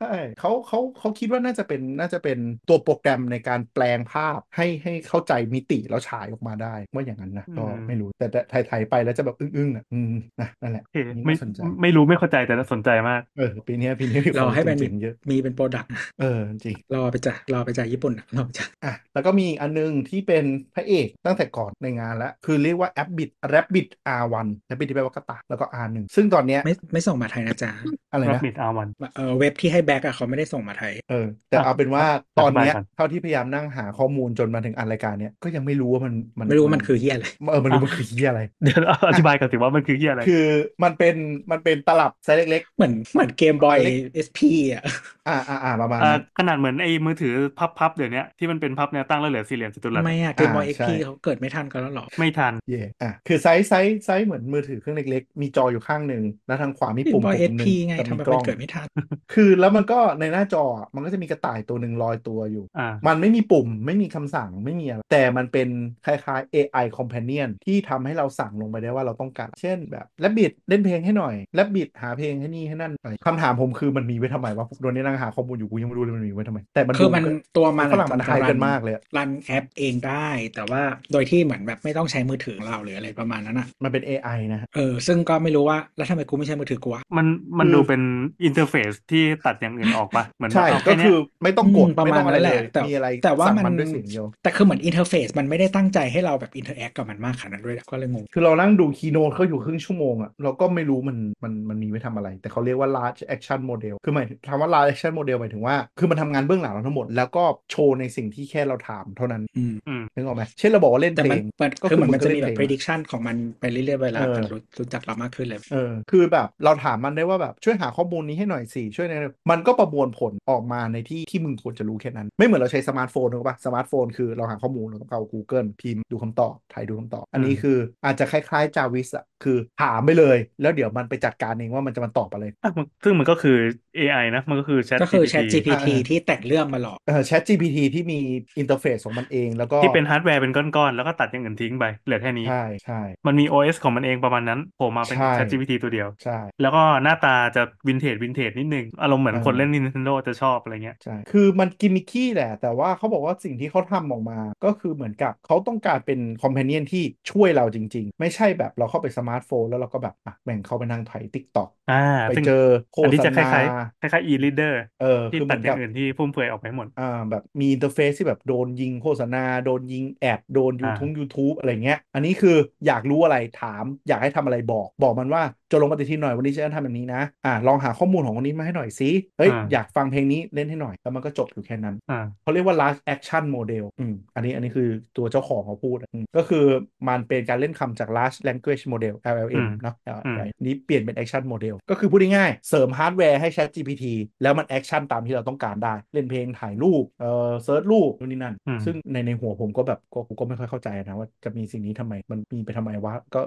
Speaker 2: ใช่เขาเขาเขาคิดว่าน่าจะเป็นน่าจะเป็นตัวโปรแกรมในการแปลงภาพให้ให้เข้าใจมิติแล้วฉายออกมาได้ว่าอย่างนั้นนะก็
Speaker 4: อืม
Speaker 2: ไม่รู้แต่แต่ถ่ายๆไปแล้วจะแบบอึ้งๆอ่ะอืมนะนั่นแหละ
Speaker 4: เอ๊ะ
Speaker 2: อันนี่
Speaker 4: ไม่
Speaker 2: น่าสนใจ
Speaker 4: ไม่รู้ไม่เข้าใจแต่น่าสนใจมาก
Speaker 2: เออปีนี้ปีนี้มีค
Speaker 3: เรา
Speaker 2: วาม
Speaker 3: ให้มัน
Speaker 2: จริงๆเยอะ
Speaker 3: มีเป็นโปรดักต์
Speaker 2: เออจริง
Speaker 3: รอไปจ้ะรอไปจากญี่ปุ่นอะรอไปจาก
Speaker 2: อ่ะไป แล้วก็มีอีกอันนึงที่เป็นพระเอกตั้งแต่ก่อนในงานแล้ว คือเรียกว่า Rabbit Rabbit R1 Rabbit ที่แปลว่ากระต่ายแล้วก็ R1 ซึ่งตอนเนี้ย
Speaker 3: ไม่ไม่ส่งมาไทยนะจ๊ะ
Speaker 2: อะไร
Speaker 4: รับ
Speaker 2: นะ
Speaker 4: บิดอาวัน
Speaker 3: เออเว็บที่ให้แบ็กอะเขาไม่ได้ส่งมาไทย
Speaker 2: เออแต่
Speaker 4: อ่ะ
Speaker 2: เอาเป็นว่า
Speaker 4: อธิบาย
Speaker 2: ตอนเนี้ย
Speaker 4: ก่อน
Speaker 2: เท่าที่พยายามนั่งหาข้อมูลจนมาถึงอันรายการเนี้ยก็ยังไม่รู้ว่ามันมัน
Speaker 3: ไม่รู้ว่ามันคือเฮียอะไร
Speaker 2: เออมันรู้มันคือเหียอะไร
Speaker 4: เดี๋ยว *laughs* อธิบายกันสิว่ามันคือเหียอะไร
Speaker 2: คือมันเป็นมันเป็นตลับไซส์เล็ก
Speaker 3: เหมือนเหมือนเกมบอย
Speaker 2: เล็ก
Speaker 3: เอสพีอะ
Speaker 2: ๆ อ่าอ่าอ่าประมาณ
Speaker 4: เอ่อ
Speaker 2: นั้น
Speaker 4: ขนาดเหมือนไอ้มือถือพับๆเดี๋ยวเนี้ยที่มันเป็นพับแนวตั้งแล้วเหลือสี่เหลี่ยมจัตุรั
Speaker 3: ทำ
Speaker 4: ส
Speaker 3: ไมอะเกมบอยเอ
Speaker 2: อ่า
Speaker 3: ส
Speaker 2: ใช่
Speaker 3: พีเขาเกิดไม่ทันกันแล้วเหรอ
Speaker 4: ไม่ทัน
Speaker 2: เย่อ่ะคือไซส์ไซส์ไซส์เหมือนมือถือเครื่องเล็กๆ มีจออยู่ข้างหนึ่งแล้วทางขวามี
Speaker 3: เกม
Speaker 2: ปุ่ม
Speaker 3: บอยเอ
Speaker 2: ปุ่ม
Speaker 3: ส
Speaker 2: หนึ่
Speaker 3: พี
Speaker 2: ง
Speaker 3: ไง
Speaker 2: กับมี
Speaker 3: ทำไม
Speaker 2: ก
Speaker 3: มั
Speaker 2: ล้
Speaker 3: น
Speaker 2: อง
Speaker 3: เกิดไม่ทัน
Speaker 2: คือแล้วมันก็ในหน้าจออ่ะมันก็จะมีกระต่ายตัวหนึ่งลอยตัวอยู่
Speaker 4: อ่า
Speaker 2: มันไม่มีปุ่มไม่มีคำสั่งไม่มีอะไร แต่มันเป็นคล้ายๆ AI companion ที่ทำให้เราสั่งลงไปได้ว่าเราต้องการ เช่นแบบแลบบิดเล่นเพลงให้หน่อยแลบบิดหาเพลงให้นี่ให้นั่นไปคำถามผมคือมันมีไว้ทำไมวะโดนนี้นั่งหาข้อมูลอยู่กูยังไม่รู้เลยมันมีไว้ทำไม แต่มัน
Speaker 3: คือมัน
Speaker 2: ดู
Speaker 3: ตัวมันอะ
Speaker 2: ฝรั่งมัน
Speaker 3: จะ
Speaker 2: ไฮ
Speaker 3: รัน
Speaker 2: เกันมากเลยอะ
Speaker 3: รันแอปเองได้ แต่ว่าโดยที่เหมือนแบบไม่ต้องใช้มือถือเราหรืออะไรประมาณนั้นอะ
Speaker 2: มันเป็น AI นะฮะ
Speaker 3: เออซึ่งก็ไม่รู้ว่าแล้วทำไมกูไม่ใช้มือถือกูวะ
Speaker 4: มันมัน
Speaker 2: คือ
Speaker 4: ดูเป็นอินเทอร์เฟซที่ตัดอย่างอื่นออกปะเหมือน
Speaker 2: ใช่
Speaker 4: เอา
Speaker 2: ก็
Speaker 4: แค่เนี้
Speaker 2: คื
Speaker 4: ย
Speaker 2: อไม่ต้องกด
Speaker 3: อืมประ
Speaker 2: ไม่ต้
Speaker 3: มาณ
Speaker 2: องอะไร
Speaker 3: นั้นแห
Speaker 2: เล
Speaker 3: ละ
Speaker 2: ย
Speaker 3: แต่
Speaker 2: มีอะไร
Speaker 3: แต่ว่า
Speaker 2: สั่ง
Speaker 3: มัน
Speaker 2: มันด้วยเสียงเดียว
Speaker 3: แต่คือเหมือนอินเทอร์เฟซมันไม่ได้ตั้งใจให้เราแบบอินเทอร์แอคกับมันมากขนาดนั้นด้วยนะก็เลยงง
Speaker 2: คือเรานั่งดูคีโน e เขาอยู่ครึ่งชั่วโมงอะเราก็ไม่รู้มันมันมันมีไว้ทำอะไร แต่เขาเรียกว่า large action model คือหมายถามว่า large action model หมายถึงว่า คือมันทำงานเบื้องหลังเราทั้งหมด แล้วก็โชว์ในสิ่งที่แค่เราถามเท่านั้น
Speaker 3: อืม
Speaker 2: นึกออกไหมเช่นเราบอกว่าเล่น
Speaker 3: แต่
Speaker 2: เพล
Speaker 3: มัน
Speaker 2: ง
Speaker 3: มัน
Speaker 2: ก็คื
Speaker 3: คือ อเหมือน
Speaker 2: มึ
Speaker 3: มั
Speaker 2: ง
Speaker 3: น
Speaker 2: ก็
Speaker 3: จะ
Speaker 2: เล่น
Speaker 3: มี
Speaker 2: เพล
Speaker 3: แบ
Speaker 2: ง
Speaker 3: บ prediction ของมันไปเรื่อยๆเวลา
Speaker 2: เออ
Speaker 3: มันรู้รู้จักเรามากขึ้นเลย
Speaker 2: เออคือแบบเราถามมันได้ว่าแบบช่วยหาข้อมูลนี้ให้หน่อยสิช่วยในอยมันก็ประมวลผลออกมาในที่ที่มึงควรจะรู้แค่นั้น ไม่เหมือนเราใช้สมาร์ทโฟนถูกปะสมาร์ทโฟนคือเราหาข้อมูลเราต้องเข้า Google พิมพ์ดูคำตอบถ่ายดูคำตอบ อันนี้
Speaker 4: อืม
Speaker 2: คืออาจจะคล้ายๆจาวิสอะคือถามไปเลย แล้วเดี๋ยวมันไปจัดการเองว่ามันจะมันตอบอะไร
Speaker 4: อ่ะมันซึ่งมันก็คือ AI นะ มันก็คือ Chat
Speaker 3: ก็คือ Chat
Speaker 4: GPT
Speaker 3: GPT
Speaker 2: อ่า
Speaker 3: ที่แต่งเรื่องมาหลอก
Speaker 2: เอ่อ Chat GPT ที่มีอินเทอร์เฟซของมันเองแล้วก็
Speaker 4: ที่เป็นฮาร์ดแวร์เป็นก้อนๆ แล้วก็ตัดอย่างอื่นทิ้งไป เหลือแค่นี้
Speaker 2: ใช่ใช่
Speaker 4: มันมี OS ของมันเองประมาณนั้นโผล่มาเป็น
Speaker 2: ใช่
Speaker 4: Chat GPT ตัวเดียว
Speaker 2: ใช่
Speaker 4: แล้วก็หน้าตาจะวินเทจวินเทจนิดนึง อารมณ์เหมือนคนเล่น Nintendo จะชอบอะไรเงี้ย
Speaker 2: ใช่ คือมันกิมมิคกี้แหละ แต่ว่าเขาบอกว่าสิ่งที่เขาทำออกมา ก็คือเหมือนกับเขาต้องการเป็นคอมเพนเนียนที่ช่วยเราจริง ๆ ไม่ใช่แบบเราเข้าไปสมาร์ทโฟนแล้วเราก็แบบอ่ะแบ่งเข้าไปนั่งไถติ๊กต็อก
Speaker 4: อ่า
Speaker 2: ไป
Speaker 4: ซึ่ง
Speaker 2: เจอโฆ
Speaker 4: อันนี้
Speaker 2: ษ
Speaker 4: จะค
Speaker 2: ณา
Speaker 4: ล้ายๆคล้ายๆ e-reader
Speaker 2: เออ
Speaker 4: ที่
Speaker 2: คือเห
Speaker 4: ตั
Speaker 2: มือน
Speaker 4: ดอย่า
Speaker 2: กั
Speaker 4: ง
Speaker 2: บ
Speaker 4: อื่นที่ฟุ่มเฟือยออกไปหมด
Speaker 2: อ่าแบบมีอินเทอร์เฟซที่แบบโดนยิงโฆษณา โดนยิงแอด โดน YouTube
Speaker 4: อ่า
Speaker 2: YouTube อะไรเงี้ย อันนี้คืออยากรู้อะไรถาม อยากให้ทำอะไรบอก บอกมันว่าจดลงปฏิทินหน่อยวันนี้ฉันจะทำแบบนี้นะ อ่าลองหาข้อมูลของคนนี้มาให้หน่อยสิเฮ้ย
Speaker 4: อ่า
Speaker 2: อยากฟังเพลงนี้เล่นให้หน่อย แล้วมันก็จบอยู่แค่นั้น
Speaker 4: อ่า
Speaker 2: เขาเรียกว่า large action model อืมอันนี้อันนี้คือตัวเจ้าของเขาพูดอะอืมก็คือมันเป็นการเล่นคำจาก large language model
Speaker 4: อื
Speaker 2: LLM
Speaker 4: ม
Speaker 2: เนาะ
Speaker 4: อืม
Speaker 2: LLM นี้เปลี่ยนเป็น action model ก็คือพูดง่ายๆเสริมฮาร์ดแวร์ให้ Chat GPT แล้วมัน action ตามที่เราต้องการได้ เล่นเพลงถ่ายรูป เอ่อ เซิร์ชรูปนู่นนี่นั่น
Speaker 4: อืม
Speaker 2: ซึ่งในในหัวผมก็แบบก็กูก็ไม่ค่อยเข้าใจนะว่าจะมีสิ่งนี้ทำไม มันมีไปทำไมวะ ก็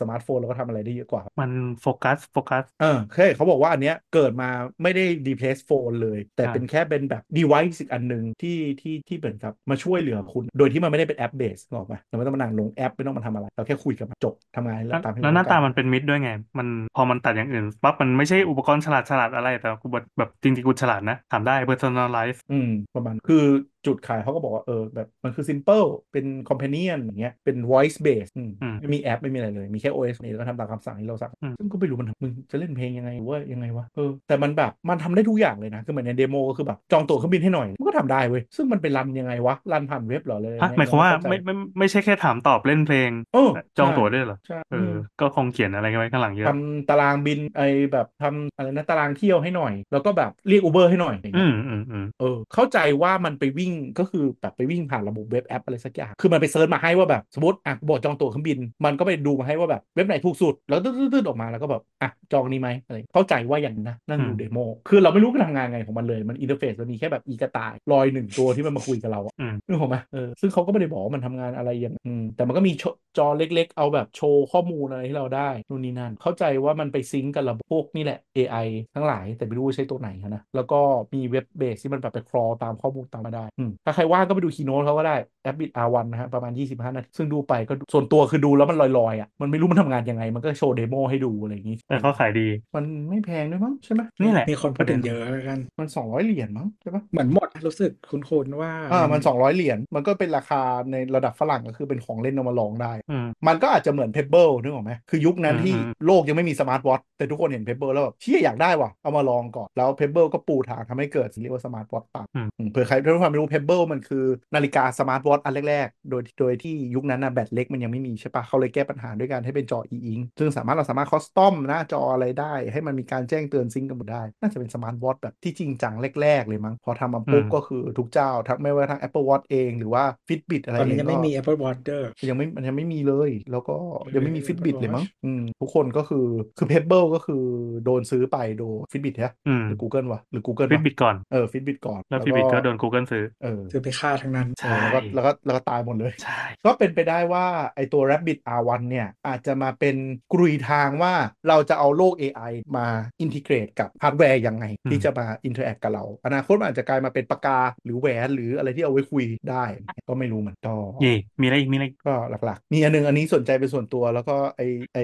Speaker 2: สมาร์ทโฟนเราก็ทำอะไรได้เยอะกว่า
Speaker 4: มันโฟกัสโฟกัส
Speaker 2: เออเคยเขาบอกว่าอันเนี้ยเกิดมาไม่ได้ replace phone เลย แต่
Speaker 4: อ่า
Speaker 2: เป็นแค่เป็นแบบ device อีกอันหนึ่งที่ที่ที่เหมือนกับมาช่วยเหลือคุณ โดยที่มันไม่ได้เป็นแอปเบสหรอกปะเราไม่ต้องมานั่งลงแอป ไม่ต้องมาทำอะไร เราแค่คุยกับมันจบทำงานให้เราตามที่
Speaker 4: แล้ว
Speaker 2: เร
Speaker 4: หน้า
Speaker 2: ต้องก
Speaker 4: ตาร มันเป็นมิดด้วยไง มันพอมันตัดอย่างอื่นปั๊บมันไม่ใช่อุปกรณ์ฉลาดฉลาดอะไร แต่กูแบบแบบจริงๆกูฉลาดนะถามได้ personalize
Speaker 2: อืม ประมาณคือจุดขายเขาก็บอกว่า เออ แบบมันคือ simple เป็น companion อย่างเงี้ยเป็น voice base อืม
Speaker 4: อืม
Speaker 2: ไม่มีแอป ไม่มีอะไรเลย มีแค่ OS นี่แล้วก็ทำตามคำสั่งที่เราสั่ง
Speaker 4: อืม
Speaker 2: ซึ่งก็ไม่รู้มันทำมึงจะเล่นเพลงยังไงว่ายังไงวะเออแต่มันแบบมันทำได้ทุกอย่างเลยนะ คือเหมือนในเดโมก็คือแบบ จองตั๋วเครื่องบินให้หน่อย มันก็ทำได้เว้ย ซึ่งมันไปรันยังไงวะ รันผ่านเว็บเหรอเลย
Speaker 4: ฮะหมายความว่าไม่ไม่ไม่ใช่แค่ถามตอบเล่นเพลง
Speaker 2: เออ
Speaker 4: จอง
Speaker 2: ใช่
Speaker 4: ตั๋วได้วยเหรอ
Speaker 2: ใช่
Speaker 4: เอ
Speaker 2: อื
Speaker 4: อ
Speaker 2: ม
Speaker 4: ก็คงเขียนอะไรกันไว้ข้างหลังเยอะ
Speaker 2: ทำตารางบินไอแบบทำอะไรนะตารางเที่ยวให้หน่อย แล้วก็แบบเรียกอูเบอร์ให้หน่อยอย่าง
Speaker 4: อื
Speaker 2: เงี้ย
Speaker 4: มอืมอืม
Speaker 2: เออเข้าใจว่ามันไปวิ่งก็คือแบบไปวิ่งผ่านระบบเว็บแอปอะไรสักอย่าง คือมันไปเซิร์ชมาให้ว่าแบบสมมติอ่ะบอกจองตั๋วเครื่องบิน มันก็ไปดูมาให้ว่าแบบเว็บไหนถูกสุด แล้วตืดๆๆออกมาแล้วก็แบบอ่ะจองนี้ไหมอะไรเข้าใจว่าอย่างนั้นนะนั่งดูเดโมคือเราไม่รู้การทำงานไงของมันเลยมันอินเทอร์เฟซมันมีแค่แบบอีกระต่ายลอยหนึ่งตัวที่มันมาคุยกับเราอะ
Speaker 4: อืม
Speaker 2: นึกออกไหมเออ ซึ่งเขาก็ไม่ได้บอกว่ามันทำงานอะไรอย่างอืมแต่มันก็มีโชจอเล็กๆ เอาแบบโชว์ข้อมูลอะไรที่เราได้ นู่นนี่นั่น เข้าใจว่ามันไปซิงก์กับระบบพวกนี่แหละ AI ทั้งหลาย แต่ไม่รู้ว่าใช้ตัวไหนนะ แล้วก็มีเว็บเบสที่มันแบบไปคลอตามข้อมูลตามมาได้อืมถ้าใครว่างก็ไปดูคีโน e เขาก็ได้แอปบิ R1 นะฮะ ประมาณ 25 นาที ซึ่งดูไปก็ดูส่วนตัวคือดูแล้ว แล้วมันลอยๆอ่ะมันไม่รู้มันทำงานยังไง มันก็โชว์เดโมให้ดูอะไรอย่างงี้
Speaker 4: แต่เขาขายดี
Speaker 2: มันไม่แพงด้วยมั้งใช่ไหม
Speaker 4: นี่แหละ
Speaker 3: มีคนพูดถึงเยอะแล้วกัน
Speaker 2: มันสองร้อยเหรียญมั้งใช่ปะ
Speaker 3: เหมือนหมดรู้สึกคุ้นๆว่า
Speaker 2: อ่ามันสองร้อยเหรียญมันก็เป็นราคาในระดับฝรั่งก็คือเป็นของเล่นเอามาลองได้
Speaker 4: อืม
Speaker 2: มันก็อาจจะเหมือนเพเบิลนึกออกไหมคือยุคนั้นที่
Speaker 4: อือฮึ
Speaker 2: โลกยังไม่มีสมาร์ทวอทช์แต่ทุกคนเห็นเพเบิลแล้วแบบเชี่ยอยากได้ว่ะ เอามาลองก่อน แล้วเพเบิลก็ปูทางทำให้เกิดสิ่งเรียกว่าสมาร์ทวอทช์ตาม
Speaker 4: อืม
Speaker 2: อืมเผื่อใครท่านผู้ฟังไม่รู้เพเบิลมันคือนาฬิกาสมาร์ทวอทช์อันแรกๆ โดยโดยที่ยุคนั้นนะแบตเล็กมันยังไม่มีใช่ปะเขาเลยแก้ปัญหาด้วยการให้เป็นจออีอิงซึ่งสามารถเราสามารถคอสตอมหน้าจออะไรได้ ให้มันมีการแจ้งเตือนซิงกันหมดได้ น่าจะเป็นสมาร์ทวอทช์แบบที่จริงจังแรกๆเลยมั้งพอทำมาปุ๊บ
Speaker 4: อืม
Speaker 2: ก็คือทุกเจ้าทั้งไม่ว่าทั้ง Apple Watch เองหรือว่า Fitbit อะไร
Speaker 3: ตอน
Speaker 2: เอ
Speaker 3: นี้
Speaker 2: ง
Speaker 3: ยังไม่
Speaker 2: ก็
Speaker 3: มี Apple Watch เด้อ
Speaker 2: ยังไม่มันยังไม่มีเลย แล้วก็
Speaker 3: เออ
Speaker 2: ยังไม่มี
Speaker 3: Apple
Speaker 2: Fitbit เลยมั้ง
Speaker 3: Watch
Speaker 2: อืมทุกคนก็คือคือ Pebble ก็คือโดนซื้อไปโดย Fitbit ฮะ
Speaker 4: อืม
Speaker 2: หรือ Google วะหรือ Google
Speaker 4: ฟิต
Speaker 2: วะ
Speaker 4: บิตก่อน
Speaker 2: เออ Fitbit ก่อน
Speaker 4: แล้วฟิตบิตก็โดน Google ซื้อ
Speaker 2: เออ
Speaker 3: ซื้อไปค่าทั้งนั้น
Speaker 4: ใช่
Speaker 2: เออแล้วก็แล้วก็แล้วก็ตายหมดเลย *laughs*
Speaker 4: ใช่
Speaker 2: ก็เป็นไปได้ว่าไอตัว Rabbit R1 เนี่ยอาจจะมาเป็นกรุยทางว่าเราจะเอาโลก AI มาอินทิเกรตกับฮาร์ดแวร์ยังไง
Speaker 4: อืม
Speaker 2: ที่จะมาอินเทอร์แอคกับเรา อนาคตมันอาจจะกลายมาเป็นปากกาหรือแหวนหรืออะไรที่เอาไว้คุยได้ ก็ไม่รู้เหมือนกัน
Speaker 4: เย่มีอะไรอีกมีอะไรอีก
Speaker 2: ก็หลักๆ มีอันหนึงอันนี้สนใจเป็นส่วนตัวแล้วก็ไอไอ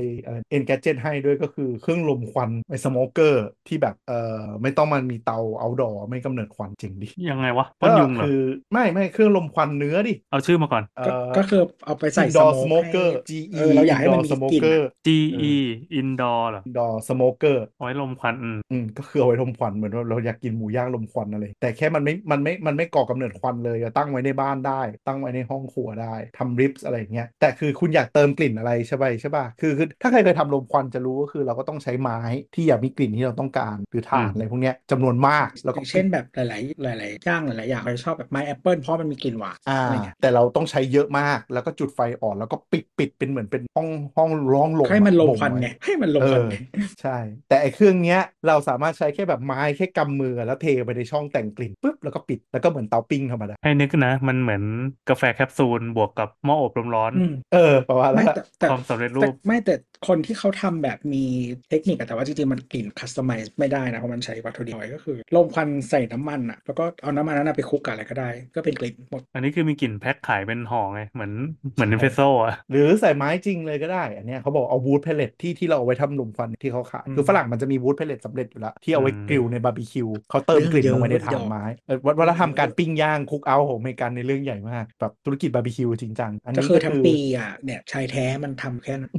Speaker 2: เอ็นแกเจตให้ด้วยก็คือเครื่องลมควันไอสโมเกอร์ที่แบบเอ่อไม่ต้องมันมีเตาเอาดอไม่กำเนิดควันจริงดิ
Speaker 4: ยังไงวะพ่นยุงเหรอ
Speaker 2: คือไม่ไม่เครื่องลมควันเนื้อดิ
Speaker 4: เอาชื่อมาก่อน
Speaker 2: เอ่
Speaker 3: ก็
Speaker 2: อ
Speaker 3: ก็คือเอาไปใส่
Speaker 2: indoor
Speaker 3: smoke
Speaker 2: smoker
Speaker 3: ให้
Speaker 2: GE
Speaker 3: เออเราอยากให้มัน
Speaker 2: indoor
Speaker 3: มีกลิ่น
Speaker 2: smoker
Speaker 3: อะ
Speaker 4: GE Indoor เหรอ
Speaker 2: indoor smoker
Speaker 4: เอาไว้ลมควันอืม
Speaker 2: อืมก็คือเอาไว้ลมควันเหมือนว่าเราอยากกินหมูย่างลมควันอะไรแต่แค่มันไม่มันไม่มันไม่ก่อกำเนิดควันเลยอะตั้งไว้ในบ้านได้ ตั้งไว้ในห้องครัวได้ทำริปส์อะไรอย่างเงี้ยแต่คือคุณอยากเติมกลิ่นอะไรใช่ไหมใช่ป่ะคือคือถ้าใครเคยทำลมควันจะรู้ก็คือเราก็ต้องใช้ไม้ที่อยากมีกลิ่นที่เราต้องการหรือถ่าน
Speaker 4: อืม
Speaker 2: อะไรพวกเนี้ยจำนวนมากแล้ว
Speaker 3: อ
Speaker 2: ก็
Speaker 3: ย่างเช่นแบบหลาย ๆ หลาย ๆ อย่างหลาย ๆ อย่างเขาจะชอบแบบไม้แอปเปิลเพราะมันมีกลิ่นหวาน
Speaker 2: อ่า
Speaker 3: อะไรเงี้ย
Speaker 2: แต่เราต้องใช้เยอะมากแล้วก็จุดไฟอ่อนแล้วก็ปิดปิดเป็นเหมือนเป็นห้องห้องร้องลม
Speaker 3: ให้มันลม
Speaker 2: บ่
Speaker 3: ควัน
Speaker 2: ว้
Speaker 3: ไงให้มันลมควันไง
Speaker 2: เออใช่ แต่ไอ้เครื่องเนี้ยเราสามารถใช้แค่แบบไม้แค่กำมือแล้วเทไปในช่องแต่งกลิ่นปุ๊บแล้วก็ปิดแล้วก็เหมือนเตาปิ้งธรรมดา
Speaker 4: ให้นึกนะ มันเหมือนกาแฟแคปซูลบวกกับหม้ออบลมร้อน
Speaker 3: อืม
Speaker 2: เออประมาณนั้
Speaker 3: ไม่
Speaker 2: น
Speaker 3: แต่
Speaker 2: อะ
Speaker 3: แต่
Speaker 4: ความสำเร็จรูป
Speaker 3: แต่ไม่แต่คนที่เขาทำแบบมีเทคนิคอะแต่ว่าจริง ๆ มันกลิ่นคัสตอมไมซ์ไม่ได้นะเพราะมันใช้วัตถุดิบน้อยก็คือลมควันใส่น้ำมันอ่ะแล้วก็เอาน้ำมันนั้นอะไปคลุกกับอะไรก็ได้ ก็เป็นกลิ่นหมด
Speaker 4: อันนี้คือมีกลิ่นแพ็คขายเป็นห่อไง เหมือนเหมือน
Speaker 3: ใช่
Speaker 4: เอสเฟรสโซ่อะ
Speaker 2: หรือใส่ไม้จริงเลยก็ได้ อันเนี้ยเขาบอกเอาวูดเพลเลตที่ที่เราเอาไว้ทำลมควันที่เขาขาย
Speaker 3: อืม
Speaker 2: คือฝรั่งมันจะมีวูดเพลเลตสำเร็จอยู่แล้วที่เอาไว้
Speaker 4: อืม
Speaker 2: กริลในบาร์บีคิวเขาเติมกลิ่นลงไปในถ่านไม้เออวัฒวัฒนธรรมการปิ้งย่างคุกเอาท์ของอเมริกันในเรื่องใหญ่มากแบบธุรกิจบาร์บีคิวจริงจังอัน
Speaker 3: ก็
Speaker 2: นี้
Speaker 3: คือ
Speaker 2: ก็
Speaker 3: ทั้ง
Speaker 2: คือ
Speaker 3: ปีอ่ะเนี่ยชายแท้มันทำแค่นั้น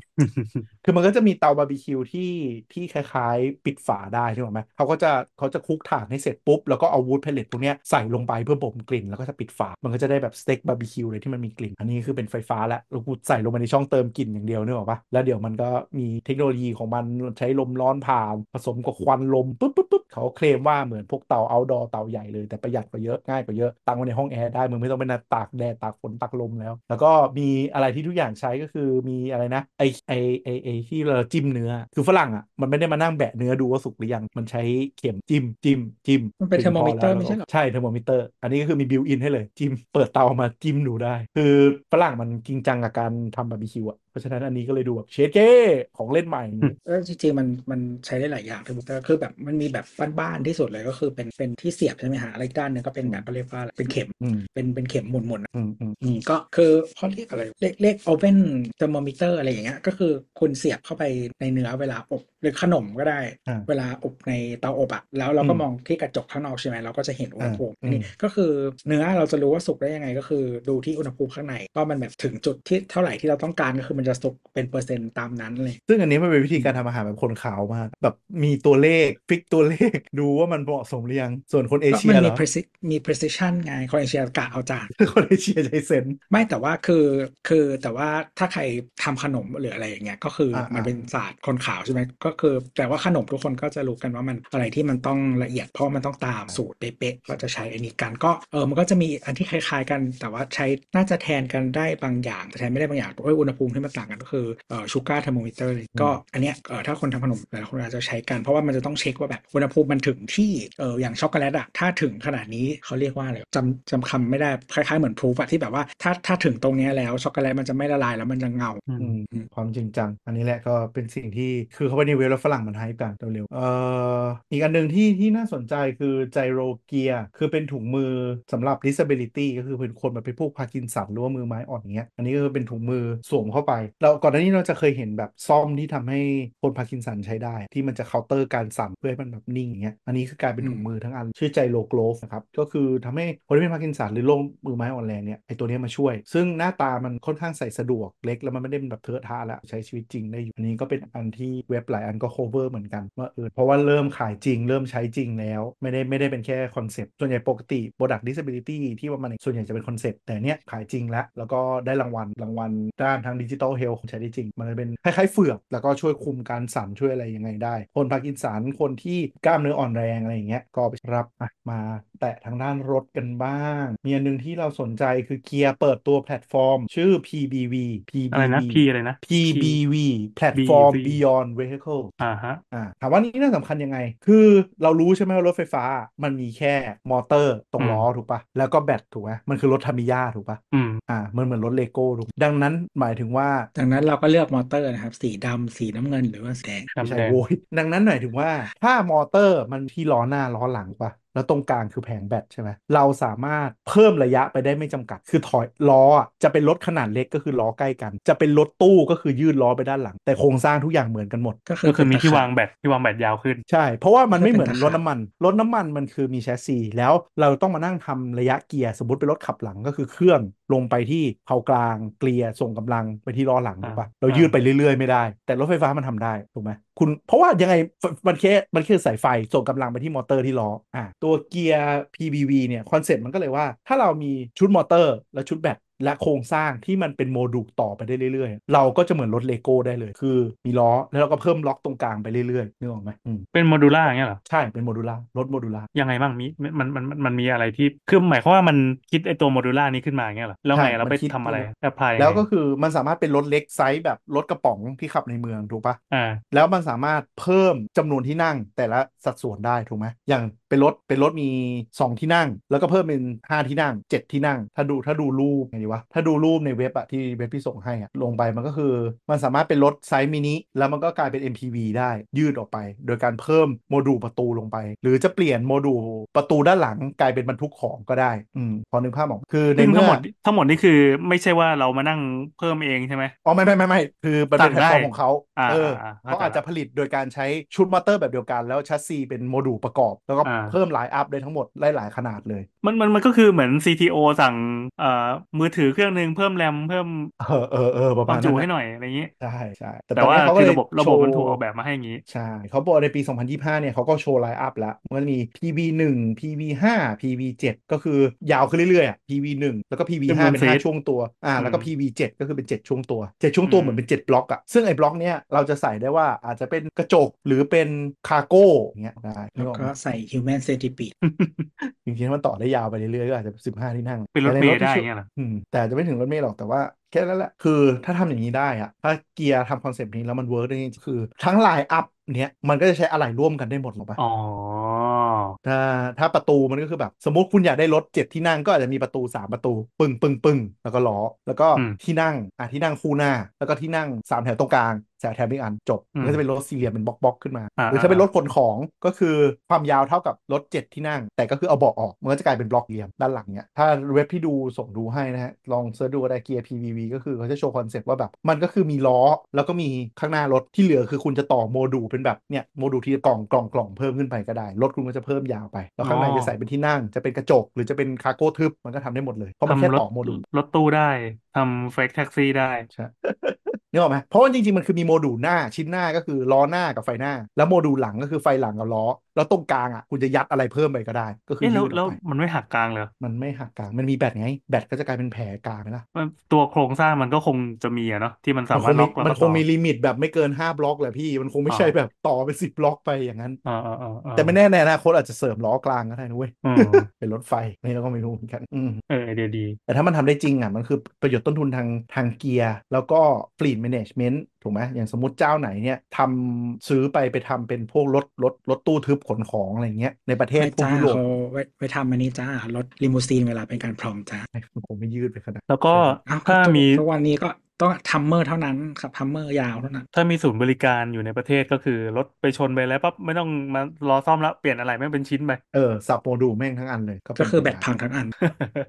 Speaker 2: คือมันก็จะมีเตาบาร์บีคิวที่ที่คล้ายๆ ปิดฝาได้ถูกไหมเขาก็จะเขาจะคลุกถ่านให้เสร็จปุ๊บ แล้วก็เอาวูดเพลเลตพวกเนี้ยใส่ลงไปเพื่อบ่มกลิ่น แล้วก็จะปิดฝา มันก็จะได้แบบสเต็กบาร์บีคิวเลยที่มันมีกลิ่น อันนี้คือเป็นไฟฟ้าแล้วแล้วกูใส่ลงไปในช่องเติมกลิ่นอย่างเดียวนึกออกปะแล้วเดี๋ยวมันก็มีเทคโนโลยีของมันใช้ลมร้อนผ่าน ผสมกับควันลมปุ๊บปุ๊บปุ๊บเขาเคลมว่าเหมือนพวกเตาเอาดอเตาใหญ่เลยแต่ประหยัดกว่าเยอะง่ายกว่าเยอะตั้งไว้ในห้องแอร์ได้มึงไม่ต้องไปนั่งตากแดดตากฝนตากลมแล้ว แล้วก็มีอะไรที่ทุกอย่างใช้ก็คือมีอะไรนะไอไอไอไอที่เราจิ้มเนื้อ คือฝรั่งอ่ะมันไม่ได้มานั่งแบะเนื้อดูว่าสุกหรือยังมันใช้เข็มจิ้มจิ้มจิ้ม
Speaker 3: มันเป็น
Speaker 2: ถึงพแล้ว
Speaker 3: thermometer ไม่ใช่เหรอ
Speaker 2: ใช่เทอร์โมมิเตอร์ อันนี้ก็คือมีบิวอินให้เลย จิ้ม เปิดเตามาจิ้มดูได้ คือฝรั่งมันจริงจังกับการทำบาร์บีคิวอ่ะ เพราะฉะนั้นอันนี้ก็เลยดูแบบเชดเก้ของเล่นใหม่
Speaker 3: เออจริงๆมันมันใช้ได้หลายอย่างเทอร์โมมิเตอร์คือแบบมันมีแบบบ้านๆที่สุดเลยก็คือเป็นเป็นที่เสียบใช่ไหมฮะอะไรด้านหนึงก็เป็นแบบเขาเรียกว่าอะไรเป็นเข็ม
Speaker 2: อืม
Speaker 3: เป็นเป็นเข็มหมุนๆนะ
Speaker 2: อืมอืม
Speaker 3: อืมก็คือเขาเรียกอะไรเรียกเรียกโอเ n นเทอร์โมมิเตอร์อะไรอย่างเงี้ยก็คือคุณเสียบเข้าไปในเนื้อเวลาอบหรือขนมก็ได้
Speaker 2: อ่า
Speaker 3: เวลาอบในเตาอบอะแล้วเราก็
Speaker 2: อืม
Speaker 3: มองที่กระจกข้างนอกใช่ไหมเราก็จะเห็นอุณหภูมิ
Speaker 2: อ่า
Speaker 3: อันนี้
Speaker 2: อืม
Speaker 3: ก็คือเนื้อเราจะรู้ว่าสุกได้ยังไงก็คือดูที่อุณหภูมิข้างในว่ามันแบบถึงจุดที่เท่าไหร่ที่เราต้องการก็คือมันจะสุกเป็นเปอร์เซ็นต์ตามนั้นเลย
Speaker 2: ซึ่งอันนี้มันเป็นวิธีการทำอาหารแบบคนขาวมาก แบบมีตัวเลขฟิกตัวเลข ดูว่ามันเหมาะสมหรือยัง ส่วนคนเอเชีย
Speaker 3: มัน
Speaker 2: เหร
Speaker 3: มี
Speaker 2: อ
Speaker 3: precision มี precision ไงคนเอเชียกะเอาจาก
Speaker 2: คนเอเชียใช้เซนส์
Speaker 3: ไม่แต่ว่าคือคือแต่ว่าถ้าใครทำขนมหรืออะไรอย่างเงี้ยก็คืออา
Speaker 2: ๆ
Speaker 3: มันเป็นศาสตร์คนขาวใช่ไหมก็คือแต่ว่าขนมทุกคนก็จะรู้กันว่ามันอะไรที่มันต้องละเอียดเพราะมันต้องตามสูตรเป๊ะๆก็จะใช้อันนี้กันก็เออมันก็จะมีอันที่คล้ายๆกัน แต่ว่าใช้น่าจะแทนกันได้บางอย่างแต่แทนไม่ได้บางอย่างเพราะว่าอุณหภูมิที่มันต่างกันก็คือเอ่อชูการ์เทอร์โมมิเตอร์ก็อันเนี้ยเอ่อถ้าคนทำขนมหลายคนอาจจะใช้กันเพราะว่ามันจะต้องเช็คว่าแบบอุณหภูมิมันถึงที่เอออย่างช็อกโกแลตอะถ้าถึงขนาดนี้เขาเรียกว่าอะไรจำจำคำไม่ได้คล้ายๆเหมือนพรูฟอะที่แบบว่าถ้าถ้าถึงตรงเนี้ยแล้วช็อกโกแลตมันจะไม่ละลายแล้วมันจะเงา
Speaker 4: อืม
Speaker 2: อืมความจริงจัง อันนี้แหละก็เป็นสิ่งที่คือเขาไปใน เวฟแล้วฝรั่งมันไฮป์กันเร็วๆเอ่ออีกอันหนึ่งที่ที่น่าสนใจคือไจโรเกียคือเป็นถุงมือสำหรับ disability ก็คือเป็นคนแบบเป็นพวกพาร์กินสันหรือว่ามือไม้อ่อนเงี้ยอันนี้ก็คือเป็นถุงมือสวมเข้าไป เราก่อนหน้านี้เราจะเคยเห็นแบบซ่อมที่ทำให้คนพาร์กินสันใช้ได้ ที่มันจะเคาน์เตอร์การสั่นเพื่อให้มันแบบนิ่งอย่างเงี้ยอันนี้คือกลายเป็นถุงมือทั้งอันชื่อไจโรโกลฟนะครับก็คือทำให้คนที่เป็นพาร์กินสันหรือโรคมือไม้อ่อนแรงเนี่ยไอตัวเนี้ยมาช่วย ซึ่งหน้าตามันค่อนข้างใส่สะดวกเล็กแล้วมันไม่ได้เป็นแบบเทอะทะละใช้ชีวิตจริงได้อยู่อันนี้ก็เป็นอันที่เว็บหลายอันก็ cover เหมือนกันว่าเออเพราะว่าเริ่มขายจริง เริ่มใช้จริงแล้ว ไม่ได้ไม่ได้เป็นแค่คอนเซปต์ส่วนใหญ่ปกติ product disability ที่ว่ามันส่วนใหญ่จะเป็นคอนเซปต์แต่เนี้ยขายจริงแล้ว แล้วก็ได้รางวัลรางวัลด้านทางดิจิทัลเฮลท์ใช้ได้จริง มันเลยเป็นคล้ายๆเฟือก แล้วก็ช่วยคุมการสั่นช่วยอะไรยังไงได้ คนพาร์กินสันคนที่กล้ามเนื้ออ่อนแรงอะไรอย่างเงี้ยก็ไปรับอ่ะมาแตะทางด้านรถกันบ้าง มีอันหนึงที่เราสนใจคือเกียร์เปิดตัวแพลตฟอร์ม ชื่อ PBV
Speaker 4: อะไรนะ
Speaker 2: PBV
Speaker 4: พี่อะไรนะ
Speaker 2: PBV Platform
Speaker 4: BV
Speaker 2: Beyond Vehicle
Speaker 4: อ่าฮะ
Speaker 2: อ่าถามว่านี่น่าสำคัญยังไง คือเรารู้ใช่ไหมว่ารถไฟฟ้า มันมีแค่มอเตอร์ตรงล้อถูกปะแล้วก็แบตถูกไหมมันคือรถทามิยาถูกปะ
Speaker 4: อืม
Speaker 2: อ่ามันเหมือนรถเลโก้ถูกดังนั้นหมายถึงว่า
Speaker 3: จากนั้นเราก็เลือกมอเตอร์นะครับ สีดำสีน้ำเงินหรือว่าสีแดง
Speaker 4: ดำ
Speaker 2: ไม่ใช่
Speaker 4: แดง
Speaker 2: โว้ยดังนั้นหน่อยถึงว่าถ้ามอเตอร์มันที่ล้อหน้าล้อหลังปะแล้วตรงกลางคือแผงแบตใช่ไหมเราสามารถเพิ่มระยะไปได้ไม่จำกัด คือถอยล้ออะจะเป็นรถขนาดเล็กก็คือล้อใกล้กัน จะเป็นรถตู้ก็คือยืดล้อไปด้านหลัง แต่โครงสร้างทุกอย่างเหมือนกันหมด
Speaker 3: ก็คือ
Speaker 4: ก็คือมีที่
Speaker 3: เป็นตะขับ
Speaker 4: วางแบตที่วางแบตยาวขึ้น
Speaker 2: ใช่ เพราะว่ามันไม่
Speaker 3: เพื่อ
Speaker 2: เห
Speaker 3: เป็
Speaker 2: มือน นร
Speaker 3: ตะขาบ
Speaker 2: ถน้ำมัน รถน้ำมันมันคือมีแชสซีแล้วเราต้องมานั่งทำระยะเกียร์ สมมติเป็นรถขับหลังก็คือเครื่องลงไปที่เขากลางเกลียร์ส่งกำลังไปที่ล้อหลัง
Speaker 4: อ่า
Speaker 2: ถูกปะเรา
Speaker 4: อ่ายื
Speaker 2: ยืดไปเรื่อยๆ ไม่ได้ แต่รถไฟฟ้ามันทำได้ถูกไหมคุณเพราะว่ายังไงฟมันแค่มันคือสายไฟส่งกำลังไปที่มอเตอร์ที่ล้ออ่าตัวเกียร์ PBV เนี่ยคอนเซ็ปต์มันก็เลยว่า ถ้าเรามีชุดมอเตอร์และชุดแบต และโครงสร้างที่มันเป็นโมดูลต่อไปได้เรื่อยๆ เราก็จะเหมือนรถเลโก้ได้เลย คือมีล้อแล้วเราก็เพิ่มล็อกตรงกลางไปเรื่อยๆนึกออกไหมอืม
Speaker 4: เป็นโมดูล่าอย่างเงี้ยเหรอ
Speaker 2: ใช่เป็นโมดูล่า รถโมดูล่า
Speaker 4: ยังไงบ้างมีมันมันมันมันมีอะไรที่คือหมายความว่ามันคิดไอตัวโมดูล่านี้ขึ้นมาอย่างเงี้ยเหรอแล้วไง
Speaker 2: ใช่
Speaker 4: เราไป
Speaker 2: มันคิด
Speaker 4: ทำอะไร
Speaker 2: ขึ้นมา
Speaker 4: แอพพลาย
Speaker 2: แล้วก็คือมันสามารถเป็นรถเล็กไซส์แบบรถกระป๋องที่ขับในเมืองถูกปะ
Speaker 4: อ่า
Speaker 2: แล้วมันสามารถเพิ่มจำนวนที่นั่งแต่ละสัดส่วนได้ถูกไหมอย่างเป็นรถเป็นรถมี 2 ที่นั่ง แล้วก็เพิ่มเป็น 5 ที่นั่ง 7 ที่นั่ง ถ้าดูถ้าดูรูปไงดีวะถ้าดูรูปในเว็บอะที่เว็บพี่ส่งให้อะลงไปมันก็คือ มันสามารถเป็นรถไซส์มินิแล้วมันก็กลายเป็น MPV ได้ยืดออกไป โดยการเพิ่มโมดูลประตูลงไป หรือจะเปลี่ยนโมดูลประตูด้านหลังกลายเป็นบรรทุกของก็ได้อืมพอนึกภาพออกคือใน
Speaker 4: ซึ่งทั้
Speaker 2: เมื่อ
Speaker 4: งหมดทั้งหมดนี่คือไม่ใช่ว่าเรามานั่งเพิ่มเองใช่ไหม
Speaker 2: อ๋อไม่ไม่ไม่ไม่คือมัน
Speaker 4: สั่
Speaker 2: เป็นแพ
Speaker 4: ง
Speaker 2: ลตฟอร์ม
Speaker 4: ได้
Speaker 2: ของเขา
Speaker 4: อ่า
Speaker 2: เออ
Speaker 4: อ่าอ่า
Speaker 2: เขาอาจจะผลิตโดยการใช้ชุดมอเตอร์แบบเดียวกัน แล้วชัสซีเป็นโมดูลประกอบ แล้วก็
Speaker 4: อ่า
Speaker 2: เพิ่มหลายอัพได้ทั้งหมดได้หลายขนาดเลย
Speaker 4: มันมันมันก็คือเหมือน CTO สั่งเอ่อมือถือเครื่องหนึ่งเพิ่มแรมเพิ่ม
Speaker 2: เออเออเออประมาว
Speaker 4: คา
Speaker 2: ณ
Speaker 4: ม
Speaker 2: นั้
Speaker 4: จุ
Speaker 2: น
Speaker 4: ให้
Speaker 2: นะ
Speaker 4: หน่อยอะไรอย่างนี้
Speaker 2: ใช่ใช่
Speaker 4: แต่ว่า
Speaker 2: เนี้ยเขา
Speaker 4: คื
Speaker 2: ก็
Speaker 4: อ
Speaker 2: เลย
Speaker 4: ระบบระบบมัน
Speaker 2: โช
Speaker 4: ถูก
Speaker 2: ว์
Speaker 4: ออกแบบมาให้อย่างนี้
Speaker 2: ใช่เขาบอกในปี 2025 เนี่ยเขาก็โชว์ไลน์อัพแล้วมันก็มี PV1 PV5 PV7 ก็คือยาวขึ้นเรื่อยๆอ่ะ PV1 แล้วก็ PV5
Speaker 4: จำนวน
Speaker 2: เป็นห้า
Speaker 4: เซต
Speaker 2: ช่วงตัวอ่าแล้วก็
Speaker 4: อืม
Speaker 2: PV7 ก็คือเป็น 7 ช่วงตัว 7 ช่วงตัว
Speaker 4: อืม
Speaker 2: เหมือนเป็น 7 บล็อกอ่ะซึ่งไอ้บล็อกเนี้ยเราจะใส่ได้ว่าอาจจะเป็นกระจกหรือเป็นคาร์โก้อย่างเงี้ยได้นึ
Speaker 3: แล้ว
Speaker 2: กออก
Speaker 3: ก็
Speaker 2: ไหม
Speaker 3: ใส่ human centipede
Speaker 2: จริงๆถ้ามันต่อได้ยาวไปเรื่อยๆก็อาจจะ15ที่นั่ง
Speaker 4: เป็นรถ
Speaker 2: แต่
Speaker 4: เม
Speaker 2: ใน
Speaker 4: ย์
Speaker 2: ที่
Speaker 4: ได้อ
Speaker 2: ชื่อ
Speaker 4: ย่างเงี้ยเหรอ
Speaker 2: อืมแต่อาจจะไม่ถึงรถเมล์หรอกแต่ว่าแค่นั้นแหละ คือถ้าทำอย่างนี้ได้อะถ้าเกียร์ทำคอนเซปต์นี้แล้วมันเวิร์กได้จริงคือ ทั้งไลน์อัพเนี้ยมันก็จะใช้อะไหล่ร่วมกันได้หมดหรอกปะ
Speaker 4: อ๋อ
Speaker 2: ถ้าถ้าประตูมันก็คือแบบ สมมติคุณอยากได้รถเจ็ดที่นั่งก็อาจจะมีประตูสามประตู ปึ้งปึ้งปึ้งแล้วก็ล้อแล้วก็
Speaker 4: อืม
Speaker 2: ที่นั่งอ่ะที่นั่งคู่หน้า แล้วก็ที่นั่งสามแถวตรงกลางแถวแถวอีกอันจบ
Speaker 4: อืม
Speaker 2: มันก็จะเป็นรถสี่เหลี่ยมเป็นบล็อกๆขึ้นมา
Speaker 4: อ่า
Speaker 2: หรือถ้าเป็น
Speaker 4: อ่าร ร
Speaker 2: ถขนของก็คือความยาวเท่ากับรถเจ็ดที่นั่ง แต่ก็คือเอาเบาะออกมันก็จะกลายเป็นบล็อกเหลี่ยมด้านหลังเนี่ยถ้าเว็บที่ดูส่งดูให้นะฮะ ลองเสิร์ชดูก็ได้เกียร์ PVV ก็คือเขาจะโชว์คอนเซ็ปต์ว่าแบบ มันก็คือมีล้อแล้วก็มีข้างหน้ารถที่เหลือคือคุณจะต่อโมดูลเป็นแบบเนี่ยโมดูลที่กล่องกล่องกล่องเพิ่มขึ้นไปก็ได้ รถคุณก็จะเพิ่มยาวไป แล้วข้างในจะใส่เป็นที่นั่งจะเป็นกระจก หรือจะเป็นคาร์โก้ทึบมันก็ทำได้หมดเลยเพราะมันแค่
Speaker 4: ทำรถ
Speaker 2: ต่อโมดูล
Speaker 4: รถตู้ได้ทำเฟกแท็กซี่ได้
Speaker 2: ใช่นึกออกไหมเพราะว่าจริงๆ มันคือมีโมดูลหน้าชิ้นหน้าก็คือล้อหน้ากับไฟหน้า แล้วโมดูลหลังก็คือไฟหลังกับล้อ แล้วตรงกลางอ่ะคุณจะยัดอะไรเพิ่มไปก็ได้ ก็คือ
Speaker 4: เอ๊ะแล้
Speaker 2: ยื
Speaker 4: ว
Speaker 2: ดอ
Speaker 4: แล้ว
Speaker 2: อกไป
Speaker 4: มันไม่หักกลางเลย
Speaker 2: มันไม่หักกลางมันมีแบตไง แบตก็จะกลายเป็นแผลกลางไหมล่ะ
Speaker 4: มันตัวโครงสร้างมันก็คงจะมีอะเนาะที่มันสามารถ
Speaker 2: น
Speaker 4: ล็อก
Speaker 2: คง
Speaker 4: แล้ว
Speaker 2: มัน
Speaker 4: ก็
Speaker 2: ค
Speaker 4: ต่
Speaker 2: ง
Speaker 4: อ
Speaker 2: มีลิมิตแบบไม่เกินห้าบล็อกแหละพี่มันคงไม่
Speaker 4: อ่า
Speaker 2: ใช่แบบต่อเป็นสิบบล็อกไปอย่างนั้น
Speaker 4: อ่าอ่าอ่าอ่า
Speaker 2: แต่ไม่แน่ในอนาคตอาจจะเสริมล้อกลางก็ได้นะเว้ย
Speaker 4: อืม
Speaker 2: เป็นรถไฟนี่เราก็ไม่รู้เหมือนกันอืม
Speaker 4: เออไอเดียดี
Speaker 2: *laughs* แต่ถ้ามันทำได้จริงอ่ะมันคือประโยชน์ต้นทุนทางทางเกียร์ แล้วก็ fleet management ถูกไหมอย่างสมมติเจ้าไหนเนี่ยทำซื้อไปไปทำเป็นพวกรถรถรถตู้ทึบขนของอะไรเงี้ยในประเทศ
Speaker 3: ไม่
Speaker 2: พวก
Speaker 3: จ้า
Speaker 2: ยุโรป
Speaker 3: เขาไว้ไว้ทำอันนี้จ้ารถลิมูซีนเวลาเป็นการพรอมจ้า
Speaker 2: มันคงไม่ยืดไปขนาด
Speaker 4: แล้วก็
Speaker 3: อ้าวก็
Speaker 4: ถ้า
Speaker 3: ทุก
Speaker 4: มี
Speaker 3: ทุกวันนี้ก็ ต้องทัมเมอร์เท่านั้นขับทัมเมอร์ยาวเท่านั้น
Speaker 4: ถ้ามีศูนย์บริการอยู่ในประเทศก็คือรถไปชนไปแล้วปั๊บไม่ต้องมารอซ่อมแล้วเปลี่ยนอะไรไม่งเป็นชิ้นไป *laughs*
Speaker 2: เออสับโมดูลแม่งทั้งอันเลยเป็น
Speaker 3: ก็คือแบต
Speaker 2: ไปได้
Speaker 3: พังทั้งอัน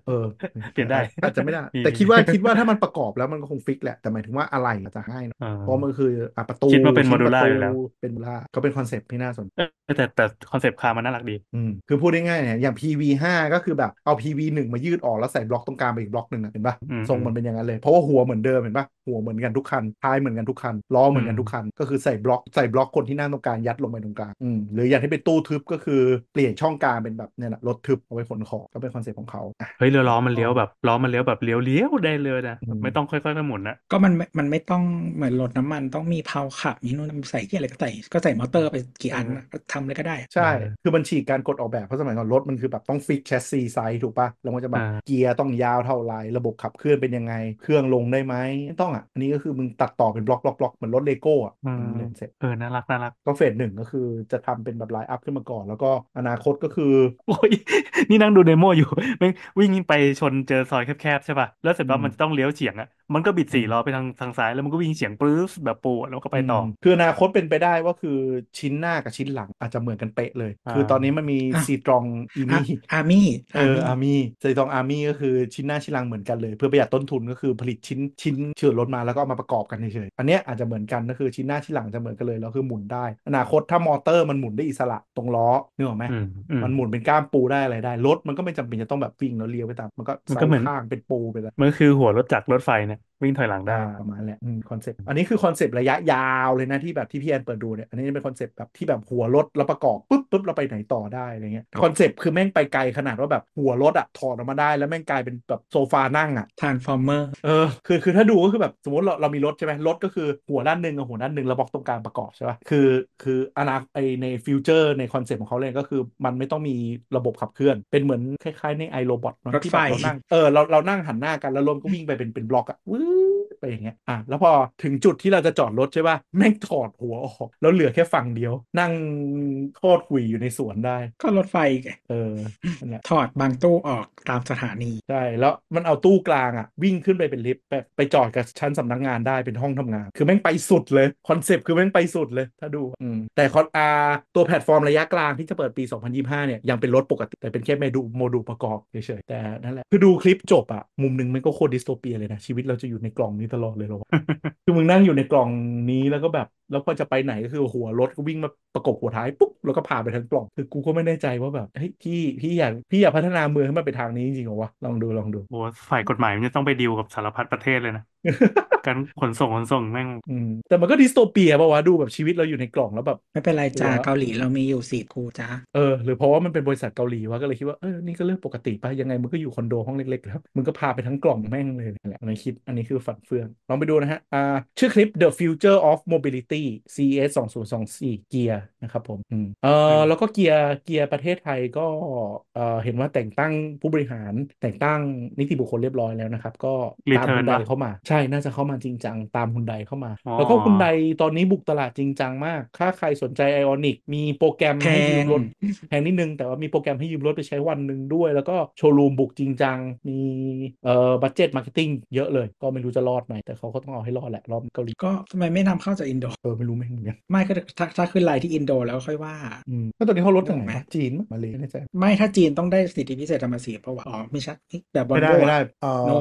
Speaker 2: เออ
Speaker 4: เปลี่ *laughs* ยนได้
Speaker 2: อาจจะไม่ได้
Speaker 4: มี
Speaker 2: แต่คิดว่า
Speaker 4: มี
Speaker 2: คิดว่าถ้ามันประกอบแล้วมันก็คงฟิกแหละแต่หมายถึงว่าอะไรอาจจะให้เนอะ
Speaker 4: อ่า
Speaker 2: เพราะมันคืออ่ะประตู
Speaker 4: คิดว่าเป็น
Speaker 2: ชิ้ปะ
Speaker 4: modular อยู่
Speaker 2: ตู
Speaker 4: แล้ว
Speaker 2: เป็นโมดูล่าก็เป็นคอนเซปต์ที่น่าสน
Speaker 4: เออแต่แต่คอนเซปต์คาร์มันน่ารักดี
Speaker 2: อืมคือพูดง่ายๆเนี่ยอย่าง PV 5ก็คือแบบเอา PV 1มายืดออกแล้วใส่บล็อกตรงกลางไปอีกบล็อกหนึ่งอะเห็นปะ
Speaker 4: อืม
Speaker 2: ทรงมันเป็นอย่างนั้นเลยเพราะว่าหัวเหมือนเดิมเห็นปะหัวเหมือนกันทุกคันท้ายเหมือนกันทุกคันล้อเหมือนกั
Speaker 4: อื
Speaker 2: น
Speaker 4: ม
Speaker 2: ทุกคันก็คือใส่บล็อกใส่บล็อกคนที่นั่งตรงกลางยัดลงไปตรงกลางอืมหรืออย่างที่เป็นตู้ทึบก็คือเปลี่ยนช่องกลางเป็นแบบเนี่ยแหละรถทึบเอาไว้ขนของก็เป็นคอนเซปต์ของเขาอ่ะ
Speaker 4: เฮ้ยเรือล้อมันเลี้ยวแบบล้อมันเลี้ยวแบบเลี้ยวเลี้ยวได้เลยนะ
Speaker 2: อืม
Speaker 4: ไม่ต้องค่อยๆหมุนนะ
Speaker 3: ก็มันไม่มันไม่ต้องเหมือนรถน้ำมันต้องมีเพลาขับมีนู่นนใส่ที่อะไรก็ใส่ก็ใส่มอเตอร์ไปกี่อันน่ะก็ทำเลยก็ได้
Speaker 2: ใช่ คือมันฉีกการกดออกแบบเพราะสมัยก่อนรถมันคือแบบต้องฟิกแชสซีไซส์ถูกปะแล้วมันจะแบบเกียร์ต้องยาวเท่าไหรระบบขับเคลื่อนเป็นยังไง เครื่องลงได้ไหมไม่ต้องอ่ะ อันนี้ก็คือมึงตัดต่อเป็นบล็อกบล็อกบล็อกเหมือนรถเลโก้อ่ะเรียนเสร็จ
Speaker 4: เออน่ารักน่ารัก *laughs*
Speaker 2: ก็เฟสหนึ่งก็คือจะทำเป็นแบบไลน์อัพขึ้นมาก่อน แล้วก็อนาคตก็คือ
Speaker 4: โอ้ย นี่นั่งดูเดโมอยู่ *laughs* แม่งวิ่งไปชนเจอซอยแคบๆใช่ป่ะแล้วเสร็จปั๊บ
Speaker 2: อืม
Speaker 4: มันจะต้องเลี้ยวเฉียงอ่ะมันก็บิดสี่ล้อไปทางทางซ้ายแล้วมันก็วิ่งเฉียงปลื้สแบบปูดแล้วก็ไปต่อ
Speaker 2: มคืออนาคตเป็นไปได้ว่าคือชิ้นหน้ากับชิ้นหลังอาจจะเหมือนกันเป๊ะเลย
Speaker 4: อ่า
Speaker 2: คือตอนนี้มันมี
Speaker 3: อ่ะ
Speaker 2: ซีตรองอี
Speaker 3: อา
Speaker 2: มี่
Speaker 3: อาร์มี่
Speaker 2: เอออาร์มี่ไซตองอาร์มี่ก็คือชิ้นหน้าชิ้นหลังเหมือนกันเลย เพื่อประหยัดต้นทุนก็คือผลิตชิ้นชิ้นเฉือนรถมาแล้วก็เอามาประกอบกันเฉยๆอันเนี้ยอาจจะเหมือนกันก็คือชิ้นหน้าชิ้นหลังจะเหมือนกันเลยแล้วคือหมุนได้ อนาคตถ้ามอเตอร์มันหมุนได้อิสระตรงล้อนึกออกไหม
Speaker 4: อืมอืม
Speaker 2: มันหมุนเป็นก้ามปูได้อะไรได้รถมันก็ไม่จำเป็นจะต้องแบบวิ่งแล้วเลี้ยวไปตามมันก็
Speaker 4: มัน
Speaker 2: ซ้า
Speaker 4: ก็เหมือย น
Speaker 2: ข้างเป็นปูไปแล้ว
Speaker 4: มันก็คือหัวรถจักรรถไฟเนี่ยวิ่งถอยหลังได้
Speaker 2: อ่าประมาณนั้นแหละคอนเซปต์อันนี้คือคอนเซปต์ระยะยาวเลยนะที่แบบที่พี่แอนเปิดดูเนี่ยอันนี้จะเป็นคอนเซปต์แบบที่แบบหัวรถแล้วประกอบปุ๊บปุ๊บเราไปไหนต่อได้อะไรเงี้ยคอนเซปต์คือแม่งไปไกลขนาดว่าแบบหัวรถอะถอดออกมาได้แล้วแม่งกลายเป็นแบบโซฟานั่งอะ
Speaker 3: ทานฟอร์เมอร์
Speaker 2: เออคือคือถ้าดูก็คือแบบสมมติเราเรามีรถใช่ไหมรถก็คือหัวด้านหนึ่งกับหัวด้านหนึ่งแล้วบล็อกตรงกลางประกอบใช่ป่ะคือคืออนาคตไอในฟิวเจอร์ในคอนเซปต์ของเขาเลยก็คือมันไม่ต้องมีระบบขับเคลื่อน เป็นเหมือนคล้ายๆในไอโรบอท
Speaker 3: รถ
Speaker 2: ที่
Speaker 3: ไฟ
Speaker 2: แบบเรานั่งเออเราเรานั่งหันหน้ากันแล้วลมก็วิ่งไปเป็นเป็นบล็อกอะวื้อไปอย่างเงี้ยอ่ะแล้วพอถึงจุดที่เราจะจอดรถใช่ป่ะแม่งถอดหัวออกแล้วเหลือแค่ฝั่งเดียว นั่งโคตรหุยอยู่ในสวนได้
Speaker 3: ก็รถไฟไง
Speaker 2: เออนั่นแหละ
Speaker 3: ถอดบางตู้ออกตามสถานี
Speaker 2: ใช่ แล้วมันเอาตู้กลางอะวิ่งขึ้นไปเป็นลิฟต์ไปไปจอดกับชั้นสำนักงานได้เป็นห้องทำงาน คือแม่งไปสุดเลยคอนเซปต์คือแม่งไปสุดเลยถ้าดูอืมแต่คอนอาตัวแพลตฟอร์มระยะกลางที่จะเปิดปี 2025 เนี่ย ยังเป็นรถปกติ แต่เป็นแค่เมดูโมดูลประกอบเฉยๆแต่นั่นแหละคือดูคลิปจบอะมุมหนึงมันก็โคตรดิสโทเปียเลยนะ ชีวิตเราจะอยู่ในกล่องนี้ตลอดเลยเหรอวะ คือมึงนั่งอยู่ในกล่องนี้แล้วก็แบบ แล้วพอจะไปไหนก็คือหัวรถก็วิ่งมาประกบหัวท้ายปุ๊บแล้วก็พาไปทั้งกล่องคือกูก็ไม่แน่ใจว่าแบบเฮ้ยพี่พี่อยากพี่อยากพัฒนาเมืองให้มันไปทางนี้จริงเหรอวะลองดูลองดู *laughs*
Speaker 4: โอ้ฝ่ายกฎหมายมันจะต้องไปดีลกับสารพัดประเทศเลยนะ การขนส่งขนส่งแม่ง
Speaker 2: อืมแต่มันก็ดิสโทเปียป่าวะดูแบบชีวิตเราอยู่ในกล่องแล้วแบบ
Speaker 3: ไม่เป็นไรจ้า
Speaker 2: เหรอ
Speaker 3: เกาหลีเรามีอยู่สี่คูจ้า
Speaker 2: เออหรือเพราะว่ามันเป็นบริษัทเกาหลีวะก็เลยคิดว่าเออนี่ก็เรื่องปกติไปะยังไงมึงก็อยู่คอนโดห้องเล็กๆแล้วมึงก็พาไปทั้งกล่องแม่งเลยนั่นแหละอันนี้คิดอันนี้คือฝันเฟือง ลองไปดูนะฮะอ่าชื่อคลิป The Future of Mobility CES 2024เกียร์นะครับผมอืมเออแล้วก็เกียร์เกียร์ประเทศไทยก็เออเห็นว่าแต่งตั้งผู้บริหารแต่งตั้งนิติบุคคลเรียบร้อยแล้วนะครับก็ตาม
Speaker 4: Return
Speaker 2: ฮุนได
Speaker 4: ปะ
Speaker 2: เข้ามาใช่น่าจะเข้ามาจริงจังตามฮุนไดเข้ามา
Speaker 4: อ๋อ
Speaker 2: แล้วก็ฮุนไดตอนนี้บุกตลาดจริงจังมากถ้าใครสนใจ Ioniq มีโปรแกรม
Speaker 3: แพ
Speaker 2: ให้ยืม
Speaker 3: ง
Speaker 2: รถ แพงนิดนึง แต่ว่ามีโปรแกรมให้ยืมรถไปใช้วันหนึ่งด้วย แล้วก็โชว์รูมบุกจริงจัง มีเอ่อบัตเจ็ตมาร์เก็ตติ้งเยอะเลย ก็ไม่รู้จะรอดไหม แต่เขาก็ต้องเอาให้รอดแหละ รอบเกาหลี
Speaker 3: ก็ทำไมไม่นำเข้าจากอินโด
Speaker 2: เออไม่รู้ไม่เหมือนกัน
Speaker 3: ไม่ก็ถ้าถ้าขึ้นไลน์ที่อินโดแล้วค่อยว่า
Speaker 2: อืมแล้วตอนนี้เขาลดจากไหน
Speaker 3: ได้ไหม
Speaker 2: วะจีนมั้ยมาเลยไม่แน่ใจ
Speaker 3: ไม่ถ้าจีนต้องได้สิทธิพิเศษทางภาษีเพราะว่าอ๋อไม่ใช่แบบบอล
Speaker 2: ไม่ได้
Speaker 3: โบ
Speaker 2: ไม่ได้เอ่อ
Speaker 3: โน้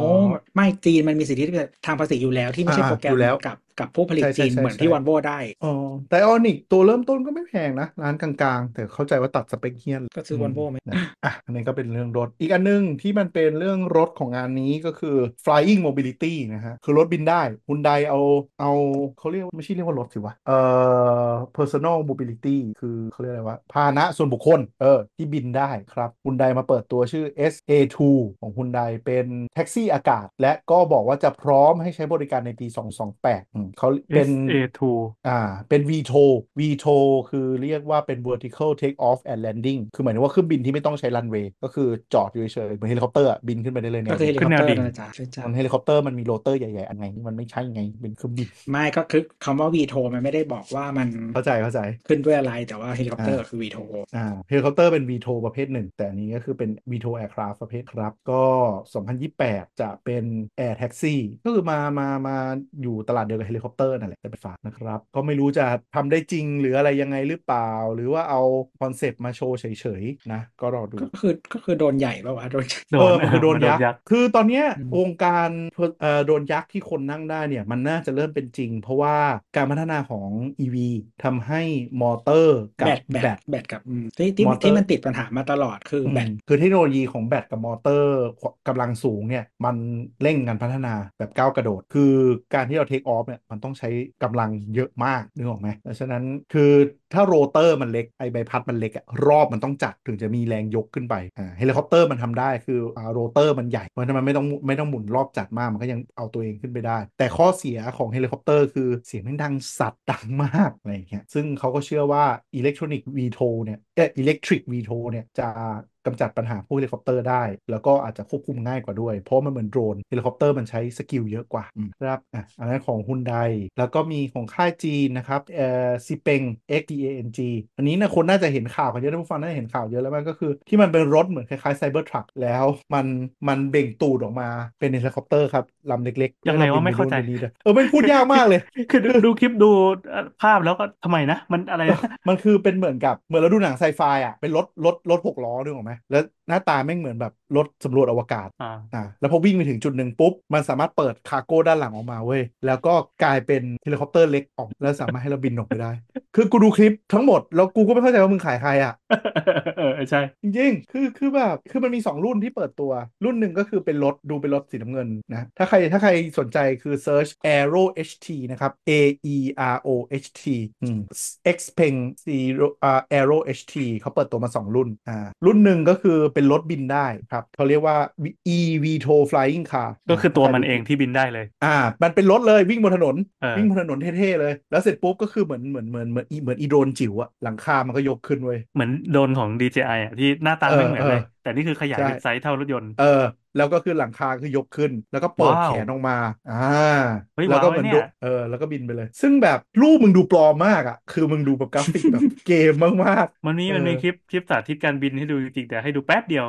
Speaker 3: ไม่จีนมันมีสิทธิพิเศษทางภาษีอยู่แล้วที่ไม่ใช่
Speaker 2: อ่า
Speaker 3: โปรแกร
Speaker 2: อยู่
Speaker 3: ม
Speaker 2: แล้ว
Speaker 3: กับกับผู้ผลิต
Speaker 2: ใช่ใช่
Speaker 3: จีน
Speaker 2: ใช่
Speaker 3: เหมือนที่
Speaker 2: ใช่
Speaker 3: วันโบได้
Speaker 2: อ๋อแต่ออนิกตัวเริ่มต้นก็ไม่แพงนะ ร้านกลางๆ แต่เข้าใจว่าตัดสเปคเฮี้ยน
Speaker 3: ก็ซื้อวันโบไหม
Speaker 2: นะอ่ะอันนี้ก็เป็นเรื่องรถ อีกอันหนึงที่มันเป็นเรื่องรถของงานนี้ก็คือ flying mobility นะฮะ คือรถบินได้คุณไดเอาเอาเขาเรียกว่าไม่ใช่เรียกว่ารถสิวะ เอ่อ personal mobility คือเขาเรียกอะไรวะพาหนะส่วนบุคคล เออ ที่บินได้ครับคุณไดมาเปิดตัวชื่อ SA2 ของคุณไดเป็นแท็กซี่อากาศ และก็บอกว่าจะพร้อมให้ใช้บริการในปี 2028อืม เขาเป็น
Speaker 4: SA2
Speaker 2: อ่าเป็น VTO VTO คือเรียกว่าเป็น vertical take off and landing คือหมายถึงว่าเครื่องบินที่ไม่ต้องใช้รันเวย์ก็คือจอดอยู่เฉยๆเหมือนเฮลิคอปเตอร์อะบินขึ้นไปได้เลยเนี่
Speaker 3: ก็
Speaker 2: ย
Speaker 3: คือเฮลิค
Speaker 4: ขึ้
Speaker 3: อป
Speaker 4: นแนว
Speaker 3: เตอ
Speaker 4: ดิ่
Speaker 3: ร์
Speaker 4: ง
Speaker 3: นะจ๊ะช่วยจ้า
Speaker 2: มันเฮลิคอปเตอร์มันมีโรเตอร์ใหญ่ๆอันไงนี่มันไม่ใช่ไงเป็นเครื่องบิน
Speaker 3: ไม่ก็คือคำว่า VTO มันไม่ได้บอกว่ามัน
Speaker 2: เข้าใจเข้าใจ
Speaker 3: ขึ้นด้วยอะไรแต่ว่าเฮลิคอปเตอร์คือ VTO
Speaker 2: อ่าเฮลิคอปเตอร์เป็น VTOL ประเภทหนึ่ง แต่อันนี้ก็คือเป็น VTOL aircraft ประเภทครับ ก็ 2028 จะเป็น Air Taxi ก็คือมามามาอยู่ตลาดเดียวกับเฮลิคอปเตอร์นั่นแหละแต่เป็นฝากนะครับ ก็ไม่รู้จะทำได้จริงหรืออะไรยังไงหรือเปล่า หรือว่าเอาคอนเซปต์มาโชว์เฉยๆ นะ ก็รอดู
Speaker 3: ก็คือก็คือโดนใหญ่ป่าวะโดนใหญ่
Speaker 4: โด
Speaker 2: เอน อมันคือโดน
Speaker 4: มั
Speaker 2: ยักษ์
Speaker 4: ยักษ์
Speaker 2: คือตอนเนี้ย
Speaker 3: อืม
Speaker 2: วงการเอ่อโดนยักษ์ที่คนนั่งได้เนี่ยมันน่าจะเริ่มเป็นจริง เพราะว่าการพัฒนาของ EV ทำให้มอเตอร์กั
Speaker 3: แบต
Speaker 2: บ
Speaker 3: แบ
Speaker 2: แบ
Speaker 3: ต
Speaker 2: ต
Speaker 3: แบตกับอืมที่ที่
Speaker 2: มอเตอร์
Speaker 3: ที่มันติดปัญหามาตลอดคือแบต
Speaker 2: อืมคือเทคโนโลยีของแบตกับมอเตอร์กำลังสูงเนี่ยมันเร่งการพัฒนาแบบก้าวกระโดด คือการที่เราเทคออฟเนี่ยมันต้องใช้กำลังเยอะมากนึกออกไหมเพราะฉะนั้นคือถ้าโรเตอร์มันเล็กไอใบพัดมันเล็กอะรอบมันต้องจัดถึงจะมีแรงยกขึ้นไปอ่าเฮลิคอปเตอร์มันทำได้คืออ่าโรเตอร์มันใหญ่เพราะฉะนั้นมันไม่ต้องไม่ต้องหมุนรอบจัดมากมันก็ยังเอาตัวเองขึ้นไปได้ แต่ข้อเสียของเฮลิคอปเตอร์คือเสียงแม่งดังสัตว์ดังมากอะไรอย่างเงี้ยซึ่งเขาก็เชื่อว่าอิเล็กทรอนิกส์วีโทเนี่ยเอออิเล็กทริกวีโทเนี่ยจะ กำจัดปัญหาพวกเฮลิคอปเตอร์ได้ แล้วก็อาจจะควบคุมง่ายกว่าด้วย เพราะมันเหมือนโดรนเฮลิคอปเตอร์มันใช้สกิลเยอะกว่าอืมครับอ่ะอันนั้นของฮุนไดแล้วก็มีของค่ายจีนนะครับเอ่อซิเปง X D A N G อันนี้นะคนน่าจะเห็นข่าวกันเยอะท่านผู้ฟังน่าจะเห็นข่าวเยอะแล้วมันก็คือ ที่มันเป็นรถเหมือนคล้ายๆไซเบอร์ทรัคแล้วมันมันเบ่งตูดออกมาเป็นเฮลิคอปเตอร์ครับลำเล็กๆ
Speaker 4: ยังไงวะไม่เข้าใจ
Speaker 2: แล้วก็บินปนู่นไปนี่ด้วยเออไม่พูดยากมากเลย
Speaker 4: คือดูดูคลิปดูภาพแล้วก็ทำไมนะ มันอะไรนะ
Speaker 2: มันคือเป็นเหมือนกับเหมือนเราดูหนังไซไฟอ่ะเป็นรถรถรถหกล้อนึกออกไหมแล้วหน้าตาแม่งเหมือนแบบรถสำรวจอวกาศ
Speaker 4: อ่า
Speaker 2: อ่ะแล้วพอวิ่งไปถึงจุดหนึ่งปุ๊บ มันสามารถเปิดคาร์โก้ด้านหลังออกมาเว้ย แล้วก็กลายเป็นเฮลิคอปเตอร์เล็กออก แล้วสามารถให้เราบินออกไปได้ คือกูดูคลิปทั้งหมด แล้วกูก็ไม่เข้าใจว่ามึงขายใครอ่ะ
Speaker 4: เออใช่
Speaker 2: จริงๆ คือคือแบบ คือมันมี 2 รุ่นที่เปิดตัว รุ่นหนึ่งก็คือเป็นรถ ดูเป็นรถสีน้ำเงินนะ ถ้าใครถ้าใครสนใจคือ search Aero HT นะครับ A E R O H T อืม X Peng Zero อ่า Aero HT เขาเปิดตัวมา 2 รุ่น อ่า รุ่นหนึ่งก็คือเป็นรถบินได้ครับเขาเรียกว่า eVTOL Flying Car
Speaker 4: ก็คือตัวมันเองที่บินได้เลย
Speaker 2: อ่า มันเป็นรถเลยวิ่งบนถนน
Speaker 4: เออ
Speaker 2: วิ่งบนถนนเท่ๆเลย แล้วเสร็จปุ๊บก็คือเหมือนเหมือนเหมือนเหมือนอีเหมือนอีโดรนจิ๋วอะหลังคามันก็ยกขึ้นเว้ย
Speaker 4: เหมือนโดรนของ DJI อ่ะที่หน้าตา
Speaker 2: เออ
Speaker 4: ไม่เหมือนเลย
Speaker 2: เออ
Speaker 4: แต่นี่คือขยาย
Speaker 2: ใช่
Speaker 4: เป็นไซส์เท่ารถยนต์
Speaker 2: เออ แล้วก็คือหลังคาคือยกขึ้น แล้วก็เปิด
Speaker 4: ว้าว
Speaker 2: แขนออกมาอ่า
Speaker 4: เฮ้ย
Speaker 2: แล้วก็
Speaker 4: ว้าว
Speaker 2: เหมือน
Speaker 4: ไอ้
Speaker 2: ดู
Speaker 4: เนี่ย
Speaker 2: เออแล้วก็บินไปเลย ซึ่งแบบรูปมึงดูปลอมมากอ่ะ คือมึงดูแบบกราฟิกแบบ เกมมาก
Speaker 4: มันมี
Speaker 2: เออ
Speaker 4: มันมีคลิปคลิปสาธิตการบินให้ดูจริงๆแต่ให้ดูแป๊บเดียว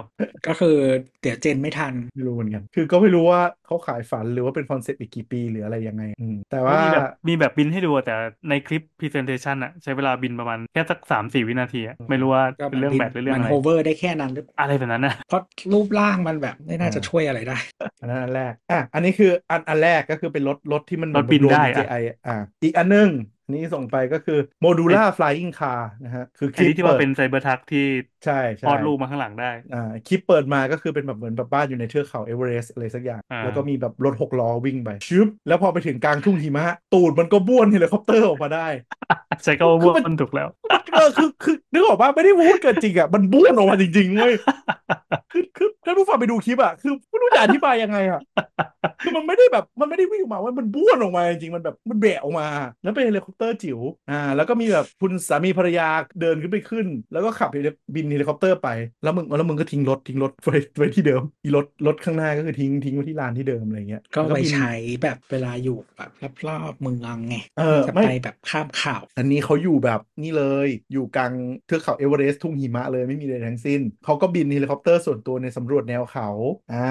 Speaker 3: ก็คือเดี๋ยวเจนไม่ทัน
Speaker 2: ๆไม่รู้เหมือนกัน คือก็ไม่รู้ว่าเขาขายฝันหรือว่าเป็นคอนเซ็ปต์อีกกี่ปีหรืออะไรยังไงอืมแต่ว่า
Speaker 4: มีแบบมีแบบบินให้ดูอะแต่ในคลิป presentation อะใช้เวลาบินประมาณแค่สักสามสี่วินาทีอะไม่รู้ว่า
Speaker 3: ก็
Speaker 4: เป็นเรื่อง
Speaker 3: บิ
Speaker 4: แบตหรือเรื่อง
Speaker 3: มั
Speaker 4: อะไร
Speaker 3: โฮเวอร์ได้แค่นั้นหรือเปล่า
Speaker 4: อะไรแบบนั้นนะ
Speaker 3: เพราะรูปร่างมันแบบไม่น่าจะ
Speaker 2: อ่า
Speaker 3: ช่วยอะไรได้
Speaker 2: อันนั้นอันแรก อ่ะ อันนี้คืออันอันแรกก็คือเป็นรถรถที่มันเหมือน
Speaker 4: รถบิน
Speaker 2: โดรน
Speaker 4: ได้อะ
Speaker 2: DJI อ่ะอ่ะอีกอันหนึงอันนี้ส่งไปก็คือ Modular Flying Car นะฮะ คือค
Speaker 4: ไอ้
Speaker 2: ลิป
Speaker 4: นี่ที่ว่า
Speaker 2: เปิ
Speaker 4: เป็
Speaker 2: ด
Speaker 4: นไซเบอร์ทักที่
Speaker 2: ใช่ใช่
Speaker 4: ออดลูกมาข้างหลังได้
Speaker 2: อ่าคลิปเปิดมาก็คือเป็นแบบเหมือนแบบบ้านอยู่ในเทือกเขาเอเวอเรสต์อะไรสักอย่าง
Speaker 4: อ่า
Speaker 2: แล้วก็มีแบบรถหกล้อวิ่งไปชึบแล้วพอไปถึงกลางทุ่งหิมะ ตูดมันก็บ้วนเฮลิคอปเตอร์ออกมาได้
Speaker 4: ใช้คำว่า
Speaker 2: คื
Speaker 4: บ้
Speaker 2: อมัน
Speaker 4: วนถูกแล้ว
Speaker 2: *laughs* เออคือคือนึกออกป่ะไม่ได้วูดเกินจริงอ่ะมันบ้วนออกมาจริงๆเว้ย *laughs* คือคือถ้าผู้ฟังไปดูคลิปอ่ะคือไม่รู้จะอธิบายยังไงอ่ะคือมันไม่ได้แบบมันไม่ได้วิ่งออกมาเว่ามันบ้วนออกมาจริงๆมันแบบมันแบะออกมาแล้วเป็นเฮลิคอปเตอร์จิ๋วอ่าแล้วก็มีแบบคุณสามีภรรยาเดินขึ้นไปขึ้น แล้วก็ขับเฮลิบินเฮลิคอปเตอร์ไปแล้วมึงแล้วมึงก็ทิ้งรถทิ้งรถไว้ไว้ที่เดิมอีรถรถข้างหน้าก็คือทิ้งทิ้งไว้ที่ลานที่เดิมอะไรเงี้ย
Speaker 3: ก็
Speaker 2: แล้ว
Speaker 3: ไป
Speaker 2: บิน
Speaker 3: ใช้แบบเวลาอยู่แบบรอบๆเมืองไง
Speaker 2: เออ
Speaker 3: จะ
Speaker 2: ไม่
Speaker 3: ไปแบบข้ามข่าว
Speaker 2: อันนี้เขาอยู่แบบนี่เลยอยู่กลางเทือกเขาเอเวอเรสต์ทุ่งหิมะเลยไม่มีใดทั้งสิ้น เขาก็บินเฮลิคอปเตอร์ส่วนตัวในยสำรวจแนวเขาอ่า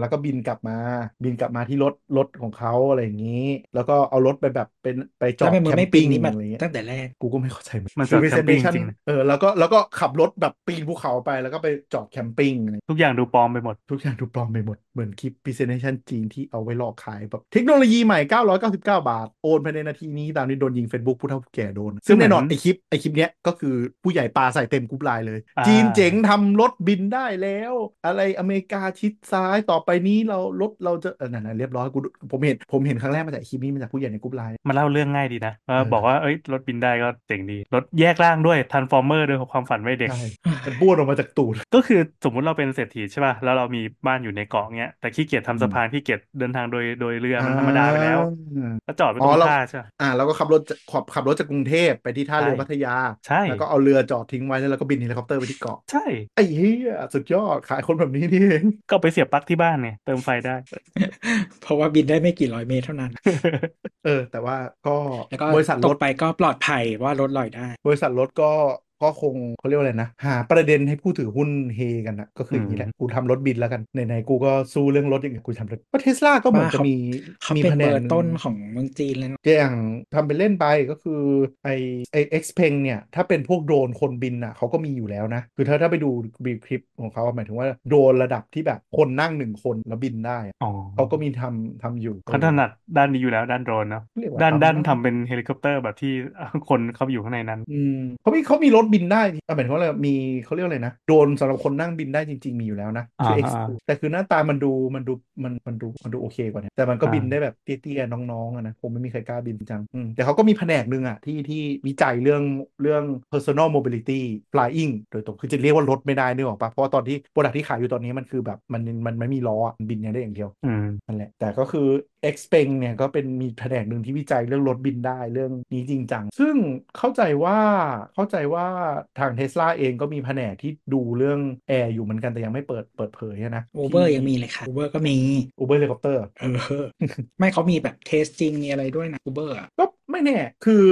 Speaker 2: แล้วก็บินกลับมา บินกลับมาที่รถรถของเขาอะไรอย่างนี้ แล้วก็เอารถไปแบบเป็นไปจ
Speaker 3: แล้
Speaker 2: อด
Speaker 3: วทำไมมึง
Speaker 2: แคม
Speaker 3: ไม่ปี
Speaker 2: ปิ้
Speaker 3: น
Speaker 2: ง
Speaker 3: นี่มา
Speaker 2: อะไรเงี้ย
Speaker 3: ตั้งแต่แรก *laughs*
Speaker 2: กูก็ไม่เข้าใจเหมือน
Speaker 4: มัน
Speaker 2: คือ
Speaker 4: จอดแคมปิ้ง
Speaker 2: presentation
Speaker 4: จริงนะ
Speaker 2: เออแล้วก็แล้วก็ขับรถแบบปีนภูเขาไปแล้วก็ไปจอดแคมปิ้งอะไร
Speaker 4: ทุกอย่างดูปลอมไปหมด
Speaker 2: ทุกอย่างดูปลอมไปหมด เหมือนคลิป Presentation จีนที่เอาไว้หลอกขายแบบเทคโนโลยีใหม่ 999 บาท โอนภายในนาทีนี้ ตามที่โดนยิง Facebook ผู้เฒ่าผู้แก่โดน ซึ่งแน่นอน
Speaker 4: เหมือน
Speaker 2: ไอคลิปไอคลิปเนี้ยก็คือผู้ใหญ่ปาใส่เต็มกรุ๊ปไลน์เลย
Speaker 4: อ่า
Speaker 2: จีนเจ๋งทำรถบินได้แล้ว อะไรอเมริกาชิดซ้ายต่อไปนี้เรารถเราจะเออนั่นนะเรียบร้อยกูผมเห็นผมเห็นครั้งแรกมาจากไอ้คลิปนี้มาจากผู้ใหญ่ในกรุ๊ปไลน์
Speaker 4: มันเล่าเรื่องง่ายดีนะเออ
Speaker 2: เออ
Speaker 4: บอกว่าเอ้ยรถบินได้ก็เจ๋งดี รถแยกร่างด้วยทันฟอร์เมอร์ด้วยความฝันวัยเด็ก
Speaker 2: ใช่ มันบ้วนออกมาจากตูด
Speaker 4: ก็คือสมมุติเราเป็นเศรษฐีใช่ป่ะแล้วเรามีบ้านอยู่ในเกาะเงี้ยแต่ขี้เกียจทำสะพานขี้เกียจเดินทางโดยโดยเรือ *laughs* มันธรรมดาไปแล้ว
Speaker 2: อ่า
Speaker 4: ก็จอดไว้
Speaker 2: อ๋อ
Speaker 4: ตรง
Speaker 2: เรา
Speaker 4: ท่าใช่ปะ
Speaker 2: อ่าเราก็ขับรถจะขับขับรถจากกรุงเทพไปที่ท่าเรือ
Speaker 4: ใช่
Speaker 2: พัทยา
Speaker 4: ใช่
Speaker 2: แล้วก็เอาเรือจอดทิ้งไว้แล้วเราก็บินเฮลิคอปเตอร์ไปที่เกาะ
Speaker 4: ใช่
Speaker 2: ไอ้เหี้ยสุดยอดขายคนแบบนี้นี่เอง
Speaker 4: ก็ไปเสียบปลั๊กที่บ้านเนี่ยเติมไฟได้
Speaker 3: เพราะว่าบินได้ไม่กี่ร้อยเมตรเท่านั้น
Speaker 2: เออ แต่ว่าก็
Speaker 3: แล้วก็
Speaker 2: บริษัท
Speaker 3: ต
Speaker 2: ร
Speaker 3: ก
Speaker 2: ถ
Speaker 3: ไปก็ปลอดภัยว่ารถลอยได้
Speaker 2: บริษัทรถก็ก็คงเขาเรียกว่าอะไรนะ หาประเด็นให้ผู้ถือหุ้นเฮกันนะก็คืออย่างนี้แหละกูทำรถบินแล้วกันไหนๆกูก็สู้เรื่องรถอย่างเงี้ยกูทำรถเพราะเทสลาก็เหมือนจะ
Speaker 3: ว่าเขามี
Speaker 2: มี
Speaker 3: เขา
Speaker 2: มี
Speaker 3: เป็น
Speaker 2: แผน
Speaker 3: เบ
Speaker 2: กห
Speaker 3: อร์
Speaker 2: นึ่
Speaker 3: ต้นของเมืองจีนเลยนะ
Speaker 2: อย่างทำเป็นเล่นไปก็คือไอไอเอ็กซ์เพงเนี่ย ถ้าเป็นพวกโดรนคนบินอ่ะเขาก็มีอยู่แล้วนะ คือถ้าถ้าไปดูบีคลิปของเขาอะหมายถึงว่าโดรนระดับที่แบบคนนั่งหนึ่งคนแล้วบินได้ *laughs* อะ
Speaker 4: อ๋อ
Speaker 2: เขาก็มีทำทำอยู่
Speaker 4: เขาถนัดด้านนี้อยู่แล้วด้านโดรนเนาะ
Speaker 2: เรียกว่
Speaker 4: ด้านด้าน
Speaker 2: มั้ง
Speaker 4: ทำเป็นเฮลิคอปเตอร์แบบที่เอาคนเข้าไปอยู่ข้างในนั้น
Speaker 2: อืมเขามีเขามีรถบินได้อ่ะหมายถึงว่าอะไรมีเขาเรียกอะไรนะโดรนสำหรับคนนั่งบินได้จริง ๆมีอยู่แล้วนะคื
Speaker 4: อ่า
Speaker 2: X
Speaker 4: อ่า
Speaker 2: แต่คือหน้าตามันดูมันดูมันมันดูมันดูโอเคกว่าเนี่ยแต่มันก็
Speaker 4: อ่า
Speaker 2: บินได้แบบเตี้ยๆน้องๆอะนะผมไม่มีใครกล้าบินจังอืมแต่เขาก็มีแผนกหนึ่งอะที่ที่วิจัยเรื่องเรื่อง personal mobility flying โดยตรงคือจะเรียกว่ารถไม่ได้นึกออกปะเพราะว่าตอนที่โปรดักที่ขายอยู่ตอนนี้มันคือแบบมันมันไม่มีล้ออะมันบินอย่างได้อย่างเดียว
Speaker 4: อืม
Speaker 2: นั่นแหละแต่ก็คือ e x p e n เนี่ยก็เป็นมีแผนกหนึ่งที่วิจัยเรื่องรถบินได้เรื่องนี้จริงจัง ซึ่งเข้าใจว่าเข้าใจว่าทางเทสลาเองก็มีแผนกที่ดูเรื่องแอร์อยู่เหมือนกันแต่ยังไม่เปิดเปิดเผยอะนะ
Speaker 3: โอเบอร์ยังมีเลยค่ะโอเบอร์ก็มี
Speaker 2: อูเบอร์เฮลิคอปเตอร์
Speaker 3: เออ *laughs* ไม่เขามีแบบเทสจริงมีอะไรด้วยนะอูเบอร์
Speaker 2: ก็ไม่แน่ คือ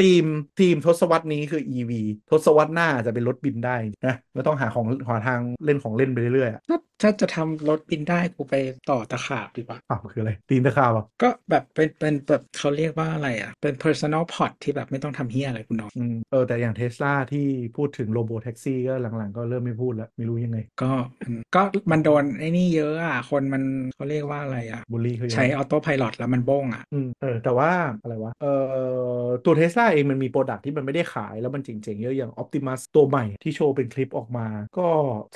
Speaker 2: ทีมทีมทศวรรษนี้คือ EV ทศวรรษหน้าอาจจะเป็นรถบินได้นะไม่ต้องหาของหาทางเล่นของเล่นไปเรื่อยๆอะ
Speaker 3: ถ้าถ้าจะทำรถบินได้กูไปต่อตะขาบดีปะ
Speaker 2: อ้าวคืออะไรตีนตะขาบเหรอ่ะ
Speaker 3: ก็แบบเป็นเป็นแบบเขาเรียกว่าอะไรอ่ะ เป็น personal pod ที่แบบไม่ต้องทำเฮียอะไรกูนอน
Speaker 2: อืมเออแต่อย่างเทสลาที่พูดถึงโรโบแท็กซี่ก็หลังๆ ก็เริ่มไม่พูดแล้วไม่รู้ยังไง
Speaker 3: ก็มันก็มันโดนไอ้นี่เยอะอ่ะ คนมันเขาเรียกว่าอะไรอ่ะ
Speaker 2: บูลลี่เขาเยอะ
Speaker 3: ใช้ออโต้พาย t แล้วมันบ้งอ่ะ
Speaker 2: อืมเออแต่ว่าอะไรวะเออตัวเทสลาเองมันมีโปรดักที่มันไม่ได้ขายแล้วมันเจ๋งๆเยอะอย่าง Optimus ตัวใหม่ที่โชว์เป็นคลิปออกมา ก็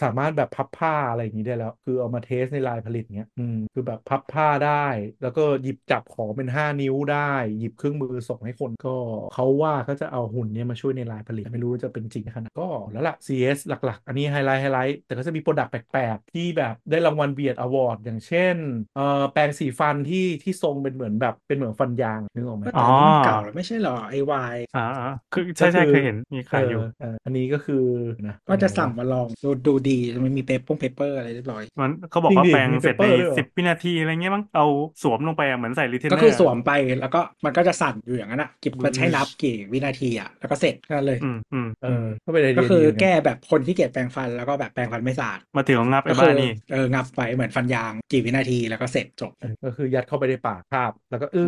Speaker 2: สามารถแบบพับผ้าอะไรอย่างนี้ได้แล้ว คือเอามาเทสในลายผลิตเนี้ยอืมคือแบบพับผ้าได้ แล้วก็หยิบจับของเป็น 5 นิ้วได้ หยิบเครื่องมือส่งให้คนก็เขาว่าก็จะเอาหุ่นเนี้ยมาช่วยในลายผลิต ไม่รู้ว่าจะเป็นจริงขนาดก็แล้วล่ะ CS หลักๆ อันนี้ไฮไลท์ไฮไลท์แต่ก็จะมีโปรดักต์แปลกๆ ที่แบบได้รางวัลเบียดอวอร์ดอย่างเช่นเอ่อแปรงสีฟันที่ที่ทรงเป็นเหมือนแบบเป็นเหมือนฟันยางนึกออกไหม
Speaker 3: แต่อันนี้มัน
Speaker 4: อ๋อ
Speaker 3: เก่าแล้วไม่ใช่เหรอไอวาย
Speaker 4: อ่าอ่าคือใช่ใช่
Speaker 2: ก็คือ
Speaker 4: เคยเห็นมีขายอยู่
Speaker 2: เออเอออันนี้ก็คือนะ
Speaker 3: ก็จะสั่งมาลองดูดูดีมันมีเปเปอร์เปเปอร์อะไรเรียบร้อย
Speaker 4: มันเขาบอกว่าแปรงเสร็จใน
Speaker 2: ด้วยหอ
Speaker 4: สิบวินาทีอะไรเงี้ยมั้งเอาสวมลงไปอะเหมือนใส่รีเทนเนอ
Speaker 3: ก็
Speaker 4: ร์
Speaker 3: คือสวมไปแล้วก็มันก็จะสั่นอยู่อย่างนั้นอ่ะกิบ
Speaker 4: อืม
Speaker 3: มันใช้นับกี่วินาทีอ่ะแล้วก็เสร็จก็เลย
Speaker 4: อืมอืม
Speaker 2: เออก็เป็นไอเดีย
Speaker 3: ก็คือ
Speaker 2: ดีเหมืนน
Speaker 3: แก้แบบคนที่เกลียดแปรงฟันแล้วก็แบบแปรงฟันไม่สะอาด
Speaker 4: มาถึงของงับ
Speaker 3: ก็
Speaker 4: ไอ้
Speaker 3: คื
Speaker 4: บ้า
Speaker 3: อน
Speaker 4: นี่
Speaker 3: เอองับไปเหมือนฟันยางกี่วินาทีแล้วก็เสร็จจบ
Speaker 2: เออก็คือยัดเข้าไปในปากคาบ แล้วก็อื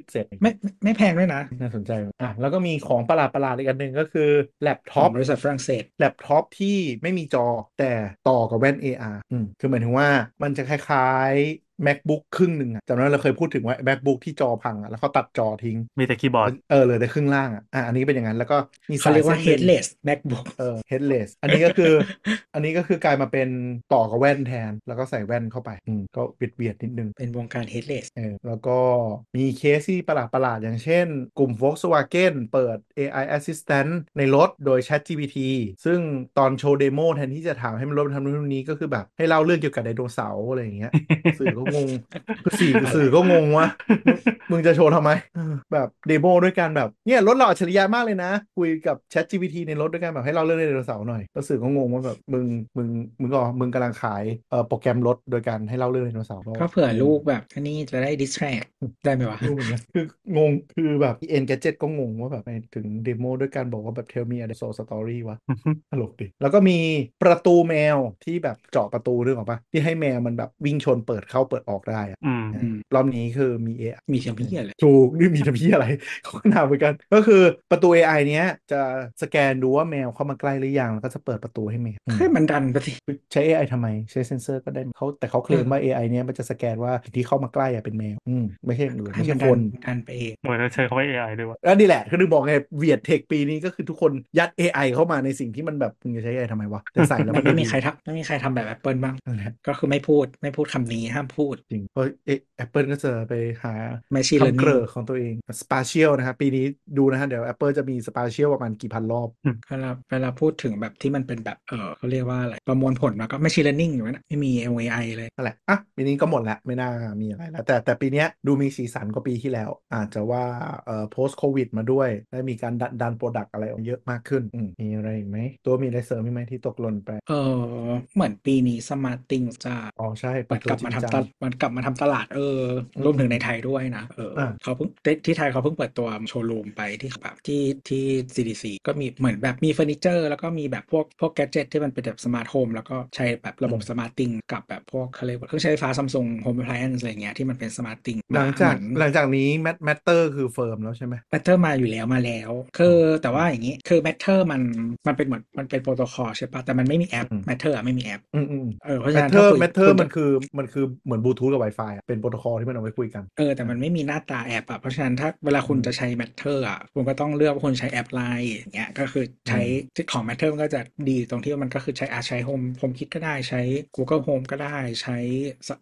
Speaker 2: ดเสร็จ
Speaker 3: ไม่ไม่ไม่แพงด้วยนะ
Speaker 2: น่าสนใจว่ะอ่ะแล้วก็มีของประหลาดประหลาดอีกอันหนึ่งก็คือแล็ป
Speaker 3: ข
Speaker 2: ท็อ
Speaker 3: อง
Speaker 2: ป
Speaker 3: บริษัทฝรั่งเศส
Speaker 2: แล็ปท็อปที่ไม่มีจอแต่ต่อกับแว่น AR อืมคือหมายถึงว่ามันจะคล้ายๆ MacBook ครึ่งหนึ่งอะจำได้เราเคยพูดถึงว่า MacBook ที่จอพังอะแล้วเขาตัดจอทิ้ง
Speaker 4: มีแต่คีย์บอร์ด
Speaker 2: เออเหลยแต่ครึ่งล่างอะอ่ะอันนี้เป็นอย่างนั้นแล้วก็มี
Speaker 3: เขาเรียกว่า
Speaker 2: ส้นหนึ่ง
Speaker 3: headless macbook
Speaker 2: เออ headless อันนี้ก็คือ *laughs* อันนี้ก็คือกลายมาเป็นต่อกับแว่นแทน แล้วก็ใส่แว่นเข้าไปอืมก็เบียดๆนิดนึง
Speaker 3: เป็นวงการ headless
Speaker 2: เออแล้วก็มีเคสที่ประหลาดประหลาดอย่างเช่น กลุ่ม Volkswagen เปิด AI Assistant ในรถโดย ChatGPT ซึ่งตอนโชว์เดโมแทนที่จะถามให้มันรถมันทำนู่นทำนี้ก็คือแบบให้เล่าเรื่องเกี่ยวกับไดโนเสาร์อะไรอย่างเงี้ย สื่อก็งง คือสื่อสื่อก็งงวะ มึงจะโชว์ทำไม *laughs* เออแบบเดโมด้วยกันแบบเนี่ยรถเราอัจฉริยะมากเลยนะ คุยกับ Chat GPT ในรถด้วยกันแบบให้เราเรื่องไดโนเสาร์หน่อยแล้วสื่อก็งงว่าแบบมึงมึงมึงก็มึงกำลังขายเอ่อโปรแกรมรถโดยการให้เล่าเรื่องไดโนเสาร์
Speaker 3: ก็เผื่อลูกแบบอันนี้จะได้ distract ได้ไหมวะ
Speaker 2: รู้เหมือนกัน *laughs* คืองงคือแบบเอ็นแกเจ็ตก็งงว่าแบบไปถึงเดโมด้วยการบอกว่าแบบ tell me a dinosaur story วะ ตลกดิแล้วก็มีประตูแมวที่แบบเจาะประตูนึกออกปะที่ให้แมวมันแบบวิ่งชนเปิดเข้าเปิดออกได้อะ
Speaker 4: อืม
Speaker 3: อืม
Speaker 2: รอบนี้คือมี AI
Speaker 3: มีเชียงพี่อะไร
Speaker 2: ถูกนี่มีทำพี่อะไร *laughs* เขาก็ถามเหมือนกัน ก็คือประตู AI เนี้ยจะสแกนดูว่าแมวเข้ามาใกล้หรือยัง แล้วก็จะเปิดประตูให้แมวอืม
Speaker 3: เฮ้ยมันดันไปสิ
Speaker 2: คือใช้ AI ทำไม ใช้เซ็นเซอร์ก็ได้เขาแต่เขาเคลม
Speaker 3: เออ
Speaker 2: ว่า AI เนี้ยมันจะสแกนว่าที่เข้ามาใกล้อะเป็นแมวอืมไม่ใช่อย่างอื่น
Speaker 3: ให้
Speaker 2: ไม่ใช่
Speaker 3: มัน
Speaker 2: ค
Speaker 3: ดัน
Speaker 2: น
Speaker 3: ดันไปเอง
Speaker 4: เหมือนจะใช้คำว่า AI ด้วยว่ะ
Speaker 2: แล้วนี่แหละคือถึงบอกไงเวียดเทคปีนี้ก็คือทุกคนยัด AI เข้ามาในสิ่งที่มันแบบมึงจะใช้ AI ทำไมวะจะใส่แล้ว
Speaker 3: มั
Speaker 2: มัน น
Speaker 3: ไม่
Speaker 2: ไม่
Speaker 3: มี
Speaker 2: มี
Speaker 3: ใครทักไม่มีใครทำแบบ Apple บ้าง
Speaker 2: นั่นแหละ
Speaker 3: ก็คือไม่พูดไม่พูดคำนี้ห้ามพู พูด
Speaker 2: จริงเพราะเอแอปเปิลก็จะไปหา
Speaker 3: Machine
Speaker 2: คำเกล
Speaker 3: Learning
Speaker 2: อของตัวเองสปาเชียลนะครับปีนี้ดูนะฮะเดี๋ยว Apple จะมีสปาเชียลประมาณกี่พันรอบ
Speaker 3: เวลาเวลาพูดถึงแบบที่มันเป็นแบบเออเขาเรียกว่าอะไร ประมวลผลมาก็ Machine Learning อยู่นะไม่มี MAI เลย
Speaker 2: นั่นแหละ อ่ะ ปีนี้ก็หมดละ ไม่น่ามีอะไรแล้ว แต่แต่ปีเนี้ยดูมีสีสันกว่าปีที่แล้ว อาจจะว่าเอ่อ post covid มาด้วย ได้มีการดันดันโปรดักอะไรออกเยอะมากขึ้นอืมมีอะไรอีกไหม ตัวมีอะไรเสริมอีกไหมที่ตกหล่นไป
Speaker 3: เออเหมือนปีนี้ Smart t h i n g จะ
Speaker 2: อ๋อ ใช่เปิ
Speaker 3: มั
Speaker 2: ด
Speaker 3: น
Speaker 2: ตัว
Speaker 3: กลับ
Speaker 2: จริ
Speaker 3: มาง ทำ
Speaker 2: จั
Speaker 3: ต
Speaker 2: ง
Speaker 3: ลาดมันกลับมาทำตลาดเออ
Speaker 2: อืม
Speaker 3: รวมถึงในไทยด้วยนะเอออา เขาเพิ่งที่ไทยเขาเพิ่งเปิดตัวโชว์รูมไปที่แบบที่ที่ CDC ก็มีเหมือนแบบมีเฟอร์นิเจอร์ แล้วก็มีแบบพวกพวกแกดเจิตที่มันเป็นแบบสมาร์ทโฮมแล้วก็ใช้แบบระบบสมาร์ตติงกับแบบพวกเขาเรียกว่าเครื่องใช้ไฟฟ้าซัมซุงโฮม a พล i อน c e อะไรเงี้ยที่มันเป็นสมาร์ตติง
Speaker 2: หลังจาก
Speaker 3: เหมือน
Speaker 2: หลังจากนี้แมทแมทเตอร์คือเฟิร์มแล้วใช่ไหม
Speaker 3: แมทเทอร์มาอยู่แล้วมาแล้ว คือแต่ว่าอย่างนี้คือแมทเทอร์มันมันเป็นเหมือนมันเป็นโปรโตคอลใช่ปะแต่มันไม่มีแอป
Speaker 2: อืม
Speaker 3: แมทเทอร์ไม่มีแอป
Speaker 2: อืมอืม
Speaker 3: เออเพราะ
Speaker 2: แม
Speaker 3: ฉะ
Speaker 2: ท
Speaker 3: นั้น
Speaker 2: เตอ
Speaker 3: ถ้า
Speaker 2: ร์
Speaker 3: คุย
Speaker 2: แมทเตอร์
Speaker 3: คุย
Speaker 2: มันคือมันคือเหมือนบลูทูธกับ Wi-Fi อะเป็นโปรโตคอลที่มันเอาไว้คุยกัน
Speaker 3: เออแต่มันไม่มีหน้าตาแอปอะเพราะฉะนั้นถ้าเวลาคุณ
Speaker 2: อืม
Speaker 3: จะใช้แมทเทอร์อะคุณก็ต้องเลือกว่าคุณใช้แอปอะไรอย่างเงี้ยก็คือใช้ของแมทเทอร์มันก็จะดีตรงที่ว่ามันก็คือใช้อาใช้โฮมโฮมคิดก็ได้ใช้ Google Home ก็ได้ใช้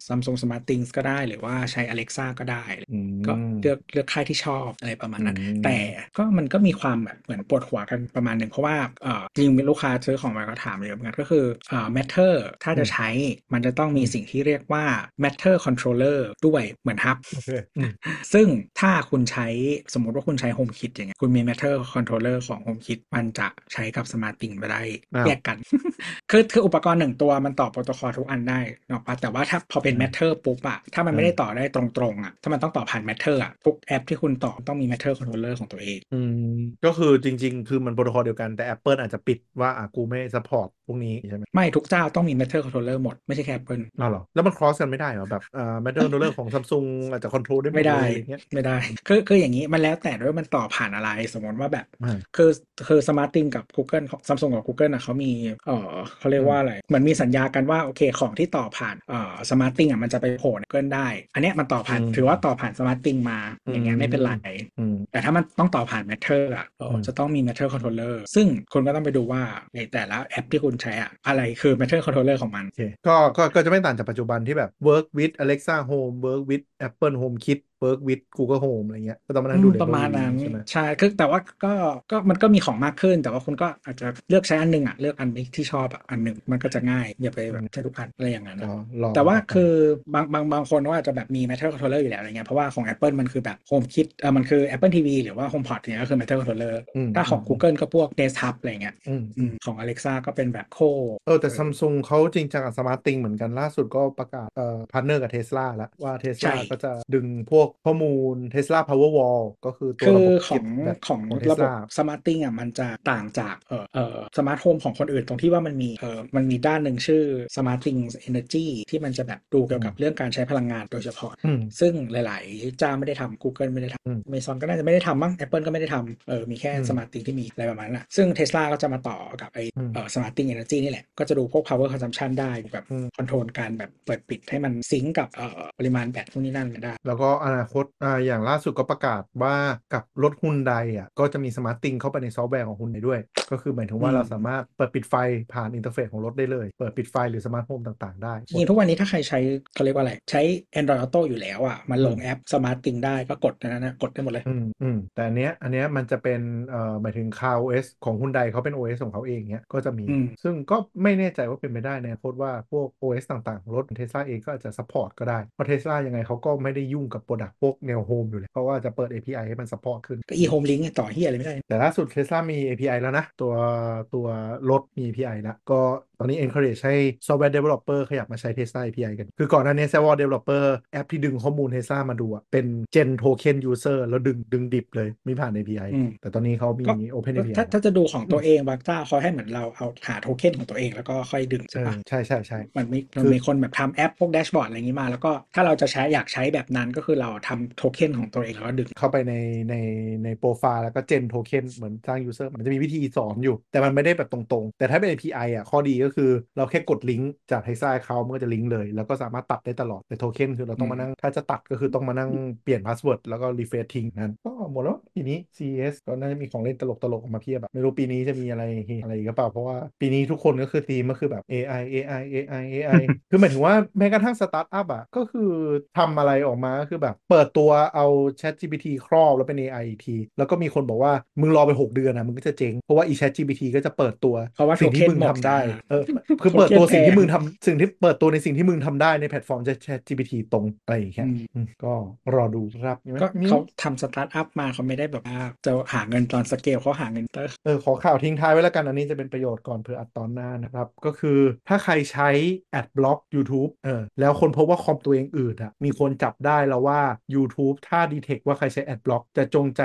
Speaker 3: Samsung Smart Things ก็ได้หรือว่าใช้ Alexa ก็ได้
Speaker 2: อืม
Speaker 3: ก็เลือกเลือกค่ายที่ชอบอะไรประมาณนั้น
Speaker 2: อืม
Speaker 3: แต่ก็มันก็มีความแบบเหมือนปวดหัวกันประมาณหนึ่งเพราะว่าเอ่อจริงๆลูกค้าซื้อของมาก็ถามเยอะเหมือนกันก็คือเอ่อ matter ถ้าจะใช้มันจะต้องมีสิ่งที่เรียกว่า matter controller ด้วยเหมือนฮับ
Speaker 2: โอเคอืม
Speaker 3: ซึ่งถ้าคุณใช้สมมติว่าคุณใช้ HomeKit อย่างเงี้ยคุณมี Matter Controller ของ HomeKit มันจะใช้กับ Smart Thing ไปได้
Speaker 2: อ้าว
Speaker 3: แยกกัน *laughs* คือคืออุปกรณ์หนึ่งตัวมันต่อโปรโตคอลทุกอันได้เนาะปะแต่ว่าถ้าพอเป็น Matter ปุ๊บอะถ้ามันไม่ได้ต่อได้ตรงๆอะถ้ามันต้องต่อผ่าน Matter อะทุกแอปที่คุณต่อต้องมี Matter Controller ของตัวเอง
Speaker 2: อืมก็คือจริง ๆ คือมันโปรโตคอลเดียวกันแต่ Apple อาจจะปิดว่าอ่ะกูไม่ซัพพอร์ตพวกนี้ใช่ไหม
Speaker 3: ไม่ทุกเจ้าต้องมี Matter Controller หมดไม่ใช่แค่ Apple
Speaker 2: อ้าวเหรอ แล้วมัน cross กันไม่ได้เหรอ แบบเอ่อ Matter Controller ของ Samsung อาจจะ control ได้หมดเล
Speaker 3: ไม่ได้
Speaker 2: ยอย่างเงี้ย
Speaker 3: ไม่ได้ *laughs* คือคืออย่างนี้มันแล้วแต่ด้วยมันต่อผ่านอะไรสมมติว่าแบบ
Speaker 2: อ่า
Speaker 3: คือคือสมาร์ตติงกับ Google ของ Samsung กับ Google นะเขามีเออเขาเรียกว่าอะไรเหมือนมีสัญญากันว่า โอเคของที่ต่อผ่านเออสมาร์ตติงอ่ะมันจะไปโผล่ใน Google ได้ อันเนี้ยมันต่อผ่าน
Speaker 2: อืม
Speaker 3: ถือว่าต่อผ่านสมาร์ตติงมา
Speaker 2: อืม
Speaker 3: อย่างเงี้ยไม่เป็นไร
Speaker 2: อืม
Speaker 3: แต่ถ้ามันต้องต่อผ่าน Matter อ่ะเอออ
Speaker 2: ม
Speaker 3: จะต้องมี Matter Controller ซึ่งคุณก็ต้องไปดูว่าในแต่ละแอปที่คุณใช้อ่ะอะไรคือ Matter Controller ของมัน
Speaker 2: โอเคก็ก็ก็จะไม่ต่างจากปัจจุบันที่แบบ work with Alexa Home work with Apple HomeKit work with Google Home อะไรเงี้ยก็ต้องมานั่งดู
Speaker 3: อืม
Speaker 2: level
Speaker 3: ประมาณนั้น
Speaker 2: ใช่ไหม
Speaker 3: ใช่คือแต่ว่าก็ก็มันก็มีของมากขึ้น แต่ว่าคุณก็อาจจะเลือกใช้อันหนึงอ่ะเลือกอันที่ชอบอะอันหนึ่งมันก็จะง่ายอย่าไปแบบใช้ทุกอันอะไรอย่างนั้น
Speaker 2: ก็
Speaker 3: อะ
Speaker 2: ลอง
Speaker 3: แต่ว่า
Speaker 2: เไป
Speaker 3: คือบางบางบางคนก็อาจจะแบบมี Matter Controller อยู่แล้วอะไรเงี้ยเพราะว่าของ Apple มันคือแบบ Home Kit เออมันคือ Apple TV หรือว่า HomePod เนี่ยก็คือ Matter Controller
Speaker 2: อืม
Speaker 3: ถ้าของ
Speaker 2: อืม
Speaker 3: Google ก็พวก Desktop อะไรเงี้ย
Speaker 2: อืม
Speaker 3: อืมของ Alexa ก็เป็นแบบโค
Speaker 2: เออแต่ Samsung เขาจริงจังกับ Smart Things เหมือนกันล่าสุดก็ประกาศเอ่อพาร์เนอร์กับ Tesla แล้วว่า
Speaker 3: ใช่
Speaker 2: Tesla ก็จะดึงพวกข้อมูล Tesla Powerwall ก็คือตัว
Speaker 3: คือ
Speaker 2: ระบบ
Speaker 3: ขอ
Speaker 2: เก็บ
Speaker 3: ง
Speaker 2: แบต
Speaker 3: ของ
Speaker 2: ของ
Speaker 3: ระบบ
Speaker 2: Tesla
Speaker 3: สมาร์ตติ้งอ่ะมันจะต่างจากเอ่อเอ่อสมาร์ทโฮมของคนอื่นตรงที่ว่ามันมีเอ่อมันมีด้านหนึ่งชื่อสมาร์ตติ้งเอเนอร์จีที่มันจะแบบดูเกี่ยวกับเรื่องการใช้พลังงานโดยเฉพาะ
Speaker 2: อืม
Speaker 3: ซึ่งหลาย ๆ เจ้าไม่ได้ทำ Google ไม่ได้ท
Speaker 2: อืม
Speaker 3: ำ Amazon ก็น่าจะไม่ได้ทำมั้ง Apple ก็ไม่ได้ทำเออมีแค่
Speaker 2: อืม
Speaker 3: สมาร์ตติ้งที่มีอะไรประมาณนั้นอะซึ่ง Tesla ก็จะมาต่อกับไอ
Speaker 2: อืม
Speaker 3: เออสมาร์ตติ้งเอเนอร์จีนี่แหละ ก็จะดูพวก power consumption ได้แบบ
Speaker 2: อืม
Speaker 3: คอนโทรลการแบบเปิดปิดให้มันซิงก์กับเอ่อปริมาณแบตพวกนี้นั่นได้
Speaker 2: แล้วก็อนาคตอ่าอย่างล่าสุดก็ประกาศว่ากับรถฮุนไดอ่ะก็จะมีสมาร์ตติงเข้าไปในซอฟต์แวร์ของฮุนไดด้วย ก็คือหมายถึงว่า
Speaker 3: อืม
Speaker 2: เราสามารถเปิดปิดไฟผ่านอินเทอร์เฟซของรถได้เลย เปิดปิดไฟหรือสมาร์ทโฮมต่างๆ ได้
Speaker 3: จริงๆทุกวันนี้ถ้าใครใช้เขาเรียกว่าอะไร ใช้ Android Auto อยู่แล้วอ่ะ มันลงแอป Smart Thing ได้ก็กดอันนั้นนะกดได้หมดเลย
Speaker 2: อืมอืมแต่อันเนี้ยอันเนี้ยมันจะเป็นเอ่อหมายถึงคา OS ของฮุนไดเขาเป็น OS ของเขาเองเนี้ยก็จะมี
Speaker 3: อืม
Speaker 2: ซึ่งก็ไม่แน่ใจว่าเป็นไปได้ในอนาคตว่าพวก OS ต่างๆของรถเทสลาเองก็อาจจะซัพพอร์ตก็ได้เพราะเทสลายังไงเขาก็ไม่ได้ยุ่งกับโปรดักพวกแนวโฮมอยู่แล้วเขาก็อาจจะเปิด API ให้มันซัพพอร์ตขึ้น
Speaker 3: ก็ e-home link ต่อเฮียอะไรไม่ได้
Speaker 2: แต่ล่าสุด Tesla มี API แล้วนะ ตัวตัวรถมี API แล้ว ก็ตอนนี้ encourage ให้ software developer ขยับมาใช้ Tesla API กัน คือก่อนหน้านี้ software developer แอปที่ดึงข้อมูล Tesla มาดูอะเป็น gen token user แล้วดึงดึงดิบเลยไม่ผ่าน API
Speaker 3: อืม
Speaker 2: แต่ตอนนี้เขามี
Speaker 3: ก็
Speaker 2: open
Speaker 3: ก็
Speaker 2: API
Speaker 3: ถ้าถ้าจะดูของตัวเองบางเจ้าเขาให้เหมือนเราเอาหาโทเค็นของตัวเองแล้วก็ค่อยดึง
Speaker 2: เอ
Speaker 3: ใช่
Speaker 2: อ
Speaker 3: ปะ
Speaker 2: ใช่ใช่ใช่
Speaker 3: มันมี
Speaker 2: คือ
Speaker 3: มันมีคนแบบทำแอปพวกแดชบอร์ดอะไรอย่างนี้มา แล้วก็ถ้าเราจะใช้อยากใช้แบบนั้นก็คือเรา ทำโทเค็นของตัวเองแล้วก็ดึง
Speaker 2: เข้าไปในในในโปรไฟล์แล้วก็เจนโทเค็นเหมือนสร้างยูเซอร์มันจะมีวิธีสอนอยู่ แต่มันไม่ได้แบบตรงๆ แต่ถ้าเป็น API อ่ะข้อดีก็คือเราแค่กดลิงก์จากไฮซ่าเขามันก็จะลิงก์เลย แล้วก็สามารถตัดได้ตลอดแต่โทเค็นคือเราต้องมานั่ง ถ้าจะตัดก็คือต้องมานั่งเปลี่ยนพาสเวิร์ดแล้วก็รีเฟรชทิ้งนั้นก็หมดแล้วทีนี้ CES ก็น่าจะมีของเล่นตลกๆออกมาเพียบแบบไม่รู้ปีนี้จะมีอะไรอะไรอีกหรือเปล่าเพราะว่าปีนี้ทุกคนก็คือธีมก็คือแบบ AI AI AI *laughs* AI คือหมายถึงว่าแม้กระทั่งสตาร์ทอัพอ่ะก็คือทำอะไรออกมาก็คือแบบเปิดตัวเอา ChatGPT ครอบแล้วเป็น AI อีกที แล้วก็มีคนบอกว่ามึงรอไป 6 เดือนนะมึงก็จะเจ๊งเพราะว่าอี ChatGPT ก็จะเปิดตัว
Speaker 3: เพราะว่า
Speaker 2: สิ่งที่
Speaker 3: token
Speaker 2: มึงทำได้
Speaker 3: หมดนะ
Speaker 2: เออคือเปิดตัว
Speaker 3: token
Speaker 2: สิ่งที่
Speaker 3: แพง
Speaker 2: มึงทำสิ่งที่เปิดตัวในสิ่งที่มึงทำได้ในแพลตฟอร์ม ChatGPT ตรงอะไรอย่างเงี้ย
Speaker 3: อืม
Speaker 2: อืมก็รอดูครับมีไหม
Speaker 3: ก็
Speaker 2: มี
Speaker 3: เขาทำสตาร์ทอัพมาเขาไม่ได้แบบว่าจะหาเงินตอนสเกลเขาหาเงินตอน
Speaker 2: เออขอข่าวทิ้งท้ายไว้แล้วกัน อันนี้จะเป็นประโยชน์ก่อนเผื่ออัดตอนหน้านะครับ ก็คือถ้าใครใช้ Adblock YouTube เออแล้วคนพบว่าคอมตัวเองอืดอ่ะ มีคนจับได้แล้วว่า YouTube ถ้า detect ว่าใครใช้ Adblock จะจงใจ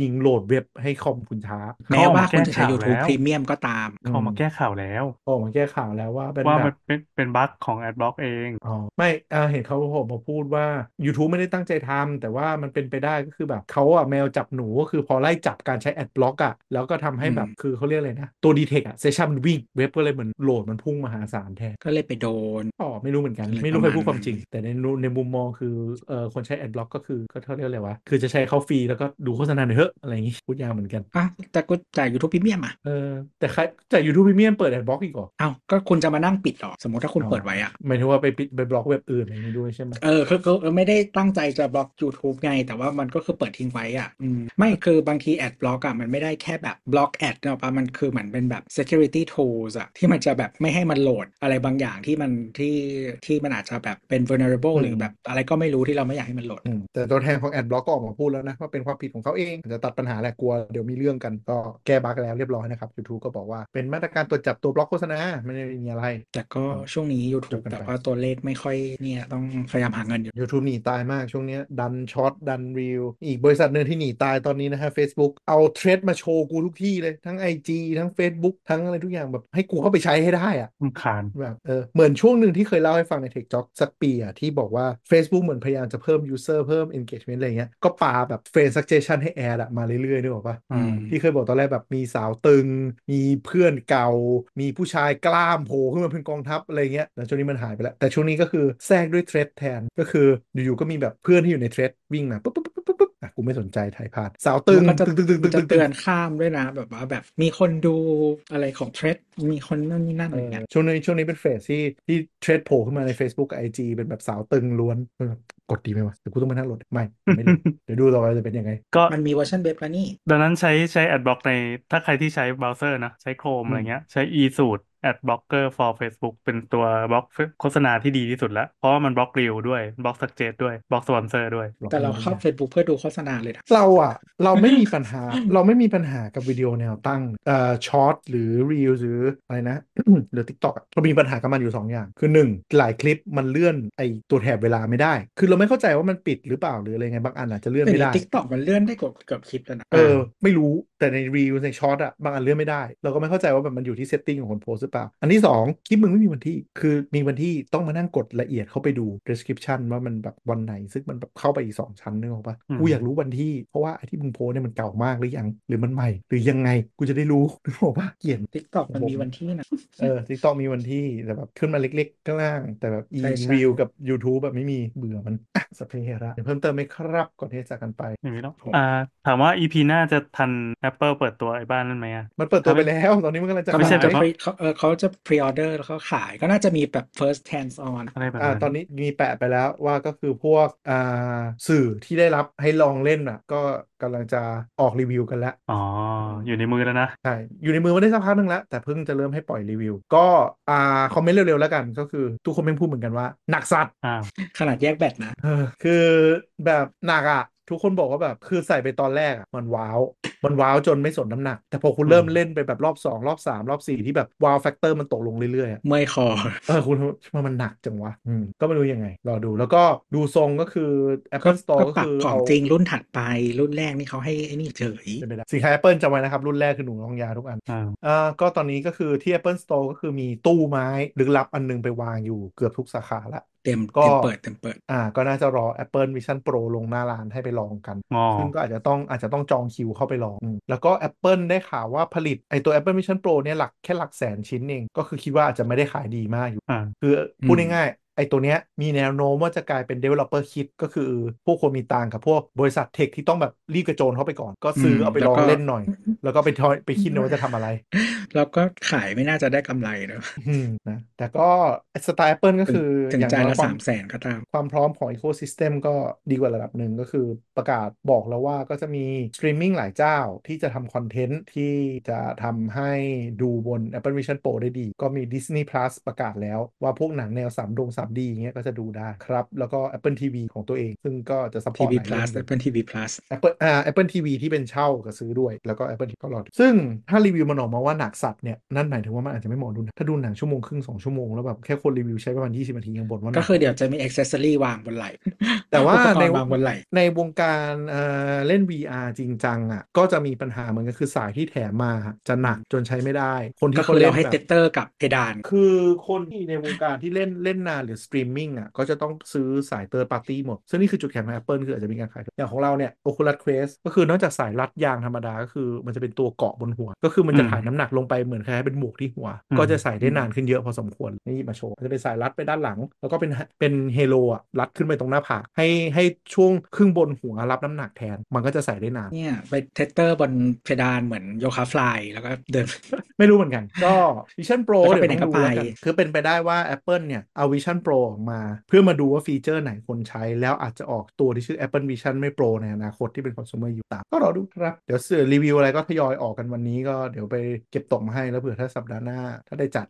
Speaker 2: ยิงโหลดเว็บให้คอมคุณช้า
Speaker 3: แม้ว่าคุณจะใช้
Speaker 4: เขาออกมาแก้
Speaker 3: YouTube
Speaker 4: ข่าวแล้ว
Speaker 3: Premium ก็ตาม
Speaker 4: เขาออกมาแก้ข่าวแล้ว
Speaker 2: โอ้มันแก้ข่าวแล้วว่าเป็น
Speaker 4: ว่า
Speaker 2: แบ
Speaker 4: มัน
Speaker 2: บ
Speaker 4: เป็นเป็นบั๊กของ Adblock เอง
Speaker 2: อ๋อไม่เออเห็นเขาผมมาพูดว่า YouTube ไม่ได้ตั้งใจทำแต่ว่ามันเป็นไปได้ก็คือแบบเขาอะแมวจับหนูก็คือพอไล่จับการใช้แอดบล็อกอะแล้วก็ทำให้แบบ
Speaker 3: อืม
Speaker 2: คือเขาเรียกอะไรนะ ตัวดีเทคอะเซชั่นวิ่งเว็บก็เลยเหมือนโหลดมันพุ่งมหาศาลแทน
Speaker 3: ก็เลยไปโดน
Speaker 2: อ๋อไม่รู้เหมือนกัน
Speaker 3: อะไร
Speaker 2: ไม่รู้ใครพูด
Speaker 3: ป
Speaker 2: ค
Speaker 3: ระ
Speaker 2: วา
Speaker 3: มาณ
Speaker 2: มจริง
Speaker 3: นั้น
Speaker 2: แต่ในรู้ในมุมมองคือเออคนใช้แอดบล็อกก็คือก็เขาเรียกอะไรวะคือจะใช้เขาฟรีแล้วก็ดูโฆษณาหน่อยเถอะอะไรอย่างงี้พูดยาวเหมือนกัน
Speaker 3: อ่ะแต่กูจ่าย YouTube Premium อ่ะ
Speaker 2: เออแต่ใครแต่ YouTube Premium เปิดแอดบล็อกอีกเหรอ
Speaker 3: เอ้าก็คุณจะมานั่งปิดเหรอ สมมติถ้าคุณ
Speaker 2: อ๋อ
Speaker 3: เปิดไว้อ่ะ
Speaker 2: หมายถึงว่าไปปิดไปบล็อกเว็บอื่นอะไรอย่างงี้ด้วยใช่ไหม
Speaker 3: เออคือคือไม่ได้ตั้งใจจะบล็อก YouTube ไง แต่ว่ามันก็คือเปิดทิ้งไว้อ่ะอืมไม่คือบางทีแอดบล็อกอ่ะมันไม่ได้แค่แบบบล็อกแอดเนาะปะมันคือเหมือนเป็นแบบ security tools อ่ะที่มันจะแบบไม่ให้มันโหลดอะไรบางอย่างที่มันที่ที่มันอาจจะแบบเป็น vulnerable หรือแบบอะไรก็ไม่รู้ที่เราไม่อยากให้มันโหลด
Speaker 2: อืมแต่ตัวแทนของแอดบล็อกก็ออกมาพูดแล้วนะ ว่าเป็นความผิดของเขาเองจะตัดปัญหาแหละกลัวเดี๋ยวมีเรื่องกันก็แก้บั๊กแล้วเรียบร้อยนะครับ YouTube ก็บอกว่าเป็นมาตรการตรวจจับตัวบล็อกโฆษณาไม่ได้มีอะไร
Speaker 3: แต่ก็ช่วงนี้ YouTube
Speaker 2: จบกันไป
Speaker 3: แต่ว่าตัวเลขไม่ค่อยเนี่ยต้องพยายามหาเงินอยู่
Speaker 2: YouTube หนีตายมากช่วงเนี้ยดันช็อตดันรีวอีกบริษัทหนึ่งที่หนีตายตอนนี้นะฮะ Facebook เอาเทรดมาโชว์กูทุกที่เลยทั้ง IG ทั้ง Facebook ทั้งอะไรทุกอย่างแบบให้กูเข้าไปใช้ให้ได้อะ
Speaker 4: รำคาญ
Speaker 2: แบบเออเหมือนช่วงหนึ่งที่เคยเล่าให้ฟังใน Tech Talk สักปีอ่ะที่บอกว่า Facebook เหมือนพยายามจะเพิ่ม user เพิ่ม engagement อะไรเงี้ยก็ปาแบบ friend suggestion ให้แอดอะมาเรื่อยๆนึกออกปะ
Speaker 3: อืม
Speaker 2: ที่เคยบอกตอนแรกแบบมีสาวตึง มีเพื่อนเก่า มีผู้ชายกล้ามโผล่ขึ้นมาเป็นกองทัพอะไรเงี้ยแต่ช่วงนี้มันหายไปแล้ว แต่ช่วงนี้ก็คือแทรกด้วยเทรดแทนก็คืออยู่ๆก็มีแบบเพื่อนที่อยู่ในเทรดวิ่งมาปุ๊บปุ๊บปุ๊บปุ๊บปุ๊บอ่ะกูไม่สนใจถ่ายผ่านสาวตึง
Speaker 3: มันก็จะ
Speaker 2: ตึงตึงตึงตึง
Speaker 3: จะ
Speaker 2: ตึง
Speaker 3: เตือนข้ามด้วยนะ แบบว่าแบบมีคนดูอะไรของเทรดมีคนนั่นนี่นั่น
Speaker 2: เอ
Speaker 3: อะไร
Speaker 2: อ
Speaker 3: เงี้ย
Speaker 2: ช่วงนี้ช่วงนี้เป็นเฟสที่ที่เทรดโผล่ขึ้นมาใน Facebook กับ IG เป็นแบบสาวตึงล้วน กดดีไหมวะเดี๋ยวกูต้องมานั่งโหลดไม่ไม่โหลด เดี๋ยวดูต่อไปจะเป็นยังไง
Speaker 4: ก็
Speaker 3: มันมีเวอร์ชันเว็บแล้วนี่
Speaker 4: ดังนั้นใช้ใช้ Adblock ในถ้าใครที่ใช้เบราว์เซอร์นะ ใช้ Chrome
Speaker 2: อืม
Speaker 4: อะไรเงี้ย ใช้ e s u i t e Ad Blocker for Facebook เป็นตัวบล็อกโฆษณาที่ดีที่สุดแล้ว เพราะว่ามันบล็อกรีวด้วยบล็อกสักเจตด้วยบล็อกสปอนเซอร์ด้วย
Speaker 3: แต่เราเข้า Facebook เพื่อดูโฆษณาเลยนะ
Speaker 2: เราอะเราไม่มีปัญห *laughs* า เราไม่มีปัญหากับวิดีโอแนวตั้งเอ่อช็อตหรือรีวหรืออะไรนะ *coughs* หรือ TikTok อะเรามีปัญหากับมันอยู่ 2 อย่าง คือ 1 หลายคลิปมันเลื่อนไอตัวแถบเวลาไม่ได้ คือเราไม่เข้าใจว่ามันปิดหรือเปล่าหรืออะไรไงบางอันอาจจะเลื่อน
Speaker 3: แต่
Speaker 2: ไม่
Speaker 3: ใน
Speaker 2: ได้
Speaker 3: ทิกตอกมันเลื่อนได้กว่าเกือบคลิปแล้วนะ
Speaker 2: เออไม่รู้แต่ในรีวิวในช็อตอะบางอันเลื่อนไม่ได้ เราก็ไม่เข้าใจว่าแบบมันอยู่ที่เซตติ้งของคนโพสต์หรือเปล่า อันที่สองคลิปมึงไม่มีวันที่คือมีวันที่ต้องมานั่งกดละเอียดเข้าไปดู description ว่ามันแบบวันไหน ซึ่งมันแบบเข้าไปอีก 2 ชั้นนึกออกปะ
Speaker 4: อืม
Speaker 2: กูอยากรู้วันที่เพราะว่าไอ้ที่มึงโพสต์เนี่ยมันเก่ามากหรือยัง หรือมันใหม่ หรือยังไงกูจะได้รู้นึกออกปะเกลียน
Speaker 3: ทิกตอกมัน
Speaker 2: ผม
Speaker 3: มีวันที่นะ
Speaker 2: เออทิกตอกมีวันที่แต่แบบขึ้นมาเล็กๆข้างล่าง แต่แบบอี
Speaker 3: ใช่ใช่
Speaker 2: รีวกับ YouTube แบบไม่มีเบื่อมันอ่ะสเปรย์ระเดี๋ยวเพิ่มเติมไหมครับก่อนที่จะจากกันไป
Speaker 4: อย่างนี้เนาะ
Speaker 2: ผม
Speaker 4: อ่าถามว่า EP หน้าจะทัน Apple เปิดตัวไอ้บ้านนั่นไหมอ่ะ
Speaker 2: มันเปิดตัวไปแล้วตอนนี้มันกำลังจะ
Speaker 3: กำ
Speaker 4: ไม่
Speaker 3: ลั
Speaker 4: ใช่
Speaker 3: ง
Speaker 2: ขาย
Speaker 3: จะ
Speaker 4: แบบ
Speaker 3: pre- เขาเออเขาจะ pre order แล้วเขาขายก็น่าจะมีแบบ first hands on
Speaker 4: อะไรแบบ
Speaker 2: อ่า
Speaker 4: นั้น
Speaker 2: ตอนนี้มีแปะไปแล้วว่าก็คือพวกอ่าสื่อที่ได้รับให้ลองเล่นน่ะ ก็กำลังจะออกรีวิวกันแล้ว
Speaker 4: อ๋อ อยู่ในมือแล้วนะ
Speaker 2: ใช่อยู่ในมือมาได้สักพักหนึงแล้ว แต่เพิ่งจะเริ่มให้ปล่อยรีวิว ก็อ่าคอมเมนต์เร็วๆแล้วกันก็คือทุกคนไม่งพูดเหมือนกันว่า หนักสัตว์
Speaker 4: อ้าว
Speaker 3: ขนาดแยกแบตนะ
Speaker 2: เออคือแบบหนักอ่ะ ทุกคนบอกว่าแบบคือใส่ไปตอนแรกอ่ะมันว้าวมันว้าวจนไม่สนน้ำหนัก แต่พอคุณเริ่มเล่นไปแบบรอบสองรอบสามรอบสี่ที่แบบว้าวแฟกเตอร์มันตกลงเรื่อยๆอะ
Speaker 3: เมื่อยคอ
Speaker 2: เออคุณว่ามันหนักจังวะอืมก็ไม่รู้ยังไง รอดูแล้วก็ดูทรงก็คือ Apple Store ก็
Speaker 3: ก็ปรั
Speaker 2: คื
Speaker 3: บ
Speaker 2: อ
Speaker 3: ของ
Speaker 2: เอา
Speaker 3: จริงรุ่นถัดไปรุ่นแรกนี่เขาให้ไอ้นี่เฉย
Speaker 2: เป็นไปได้สินค้า Apple จำไว้นะครับ รุ่นแรกคือหนูน้องยาทุกอัน
Speaker 4: อ้าว
Speaker 2: อ่าก็ตอนนี้ก็คือที่ Apple Store ก็คือมีตู้ไม้ลึกลับอันหนึงไปวางอยู่เกือบทุกสาขาละ
Speaker 3: เต็ม
Speaker 2: ก็
Speaker 3: เต็มเปิดเต็มเปิด
Speaker 2: อ่า ก็น่าจะรอ Apple Vision Pro ลงหน้าร้านให้ไปลองกัน
Speaker 4: งอ
Speaker 2: ซึ่งก็อาจจะต้องอาจจะต้องจองคิวเข้าไปลองอืมแล้วก็ Apple ได้ข่าวว่าผลิตไอตัว Apple Vision Pro เนี่ยหลักแค่หลักแสนชิ้นเอง ก็คือคิดว่าอาจจะไม่ได้ขายดีมากอยู่
Speaker 4: อ่า
Speaker 2: คือ
Speaker 3: อืม
Speaker 2: พูดง่ายๆไอตัวเนี้ยมีแนวโน้มว่าจะกลายเป็น developer kit ก็คือพวกคนมีตังค์กับพวกบริษัทเทคที่ต้องแบบรีบกระโจนเข้าไปก่อน ก็ซื้ออ
Speaker 3: ม
Speaker 2: เอาไป
Speaker 3: แล้
Speaker 2: ล
Speaker 3: ว
Speaker 2: อง
Speaker 3: ก็
Speaker 2: เล่นหน่อย แล้วก็ไปทอยไปคิดนะว่าจะทำอะไร
Speaker 3: แล้วก็ขายไม่น่าจะได้กำไรเนอะ
Speaker 2: อืมนะแต่ก็สไตล์ Apple ก็คือ
Speaker 3: ถึง
Speaker 2: อย่าง
Speaker 3: ใจาย
Speaker 2: น้อย
Speaker 3: ละ
Speaker 2: ควา
Speaker 3: สาม มแสนก็ตาม
Speaker 2: ความพร้อมของ Ecosystem ก็ดีกว่าระดับหนึ่งก็คือประกาศบอกแล้วว่าก็จะมีสตรีมมิ่งหลายเจ้าที่จะทำคอนเทนต์ที่จะทำให้ดูบน Apple Vision Pro ได้ดี ก็มี Disney Plus ประกาศแล้วว่าพวกหนังแนว3ดง 3D อย่างเงี้ยก็จะดูได้ครับ แล้วก็ Apple TV ของตัวเอง ซึ่งก็จะ support
Speaker 3: TV
Speaker 2: หลายเรื่องอยู่
Speaker 3: Plus Apple TV Plus
Speaker 2: Apple อ่า Apple TV ที่เป็นเช่าก็ซื้อด้วยแล้วก็ Apple TV ก็รอดซึ่งถ้ารีวิวมันออกมาว่าหนักสัตว์เนี่ยนั่นหมายถึงว่ามันอาจจะไม่เหมาะดูหนังถ้าดูหนังชั่วโมงครึ่งสองชั่วโมงแล้วแบบแค่คนรีวิวใช้ประมาณ20นาทียังบ่นว่าหนัก
Speaker 3: ก็คือเดี๋ยวจะมีอ็อกเซสซอรี่วางบนไหล่
Speaker 2: *laughs* แต่ว่า
Speaker 3: อุปกร
Speaker 2: ใน
Speaker 3: ณ์วางบนไหล่
Speaker 2: ในวงการเอ่อเล่น VR จริงจังอ่ะก็จะมีปัญหาเหมือนกันคือสายที่แถมมาจะหนักจนใช้ไม่ได้ คน
Speaker 3: ก็
Speaker 2: ที่
Speaker 3: คื
Speaker 2: เขา
Speaker 3: อ
Speaker 2: เล่
Speaker 3: เรา
Speaker 2: น
Speaker 3: ให้
Speaker 2: แบ
Speaker 3: เต
Speaker 2: บ
Speaker 3: เตอร์กับเพดาน
Speaker 2: คือคนที่ในวงการที่เล่นเล่นนานหรือสตรีมมิ่งอ่ะก็จะต้องซื้อสายเต r ร์ p าร์ตี้หมด ซึ่งนี่คือจุดแข็งของ Apple คืออาจจะมีการขาย อย่างของเราเนี่ย Oculus Quest ก็คือนอกจากสายรัดยางธรรมดาก็คือมันจะเป็นตัวเกาะบนหัว ก็คือมันจะ
Speaker 4: อืม
Speaker 2: ถ่ายน้ำหนักลงไปเหมือนคล้ายๆเป็นหมวกที่หัว
Speaker 4: อืม
Speaker 2: ก็จะใส่ได้นานขึ้นเยอะพอสมควรนี่มาโชว์จะเป็นสายรัดไปด้านหลัง แล้วก็เป็นเป็นเฮโลอ่ะรัดขึ้นไปตรงหน้าผากให้ให้ช่วงครึ่งบนหัวรับน้ำหนักแทน มันก็จะใส่ได้นาน
Speaker 3: เนี่ยไปเทสเตอร์บนเพดานเหมือนโยคะฟลายแล้วก็เดิน *laughs*
Speaker 2: ไม่รู้เหมือนกัน ก็ Vision Pro
Speaker 3: แล้วก็
Speaker 2: เดี๋ยว
Speaker 3: ไปไหน
Speaker 2: ต้
Speaker 3: ก็
Speaker 2: อง
Speaker 3: ไป
Speaker 2: ดูแล้วกันคือเป็นไปได้ว่า Apple เนี่ย เอา Vision Pro ออกมา เพื่อมาดูว่าฟีเจอร์ไหนคนใช้ แล้วอาจจะออกตัวที่ชื่อ Apple Vision ไม่ Pro ในอนาคตที่เป็น consumer อยู่ตามก็รอดูครับ เดี๋ยวเสือรีวิวอะไรก็ทยอยออกกันวันนี้ก็เดี๋ยวไปเก็บตกมาให้แล้วเผื่อถ้าสัปดาห์หน้า ถ้าได้ *laughs* จัด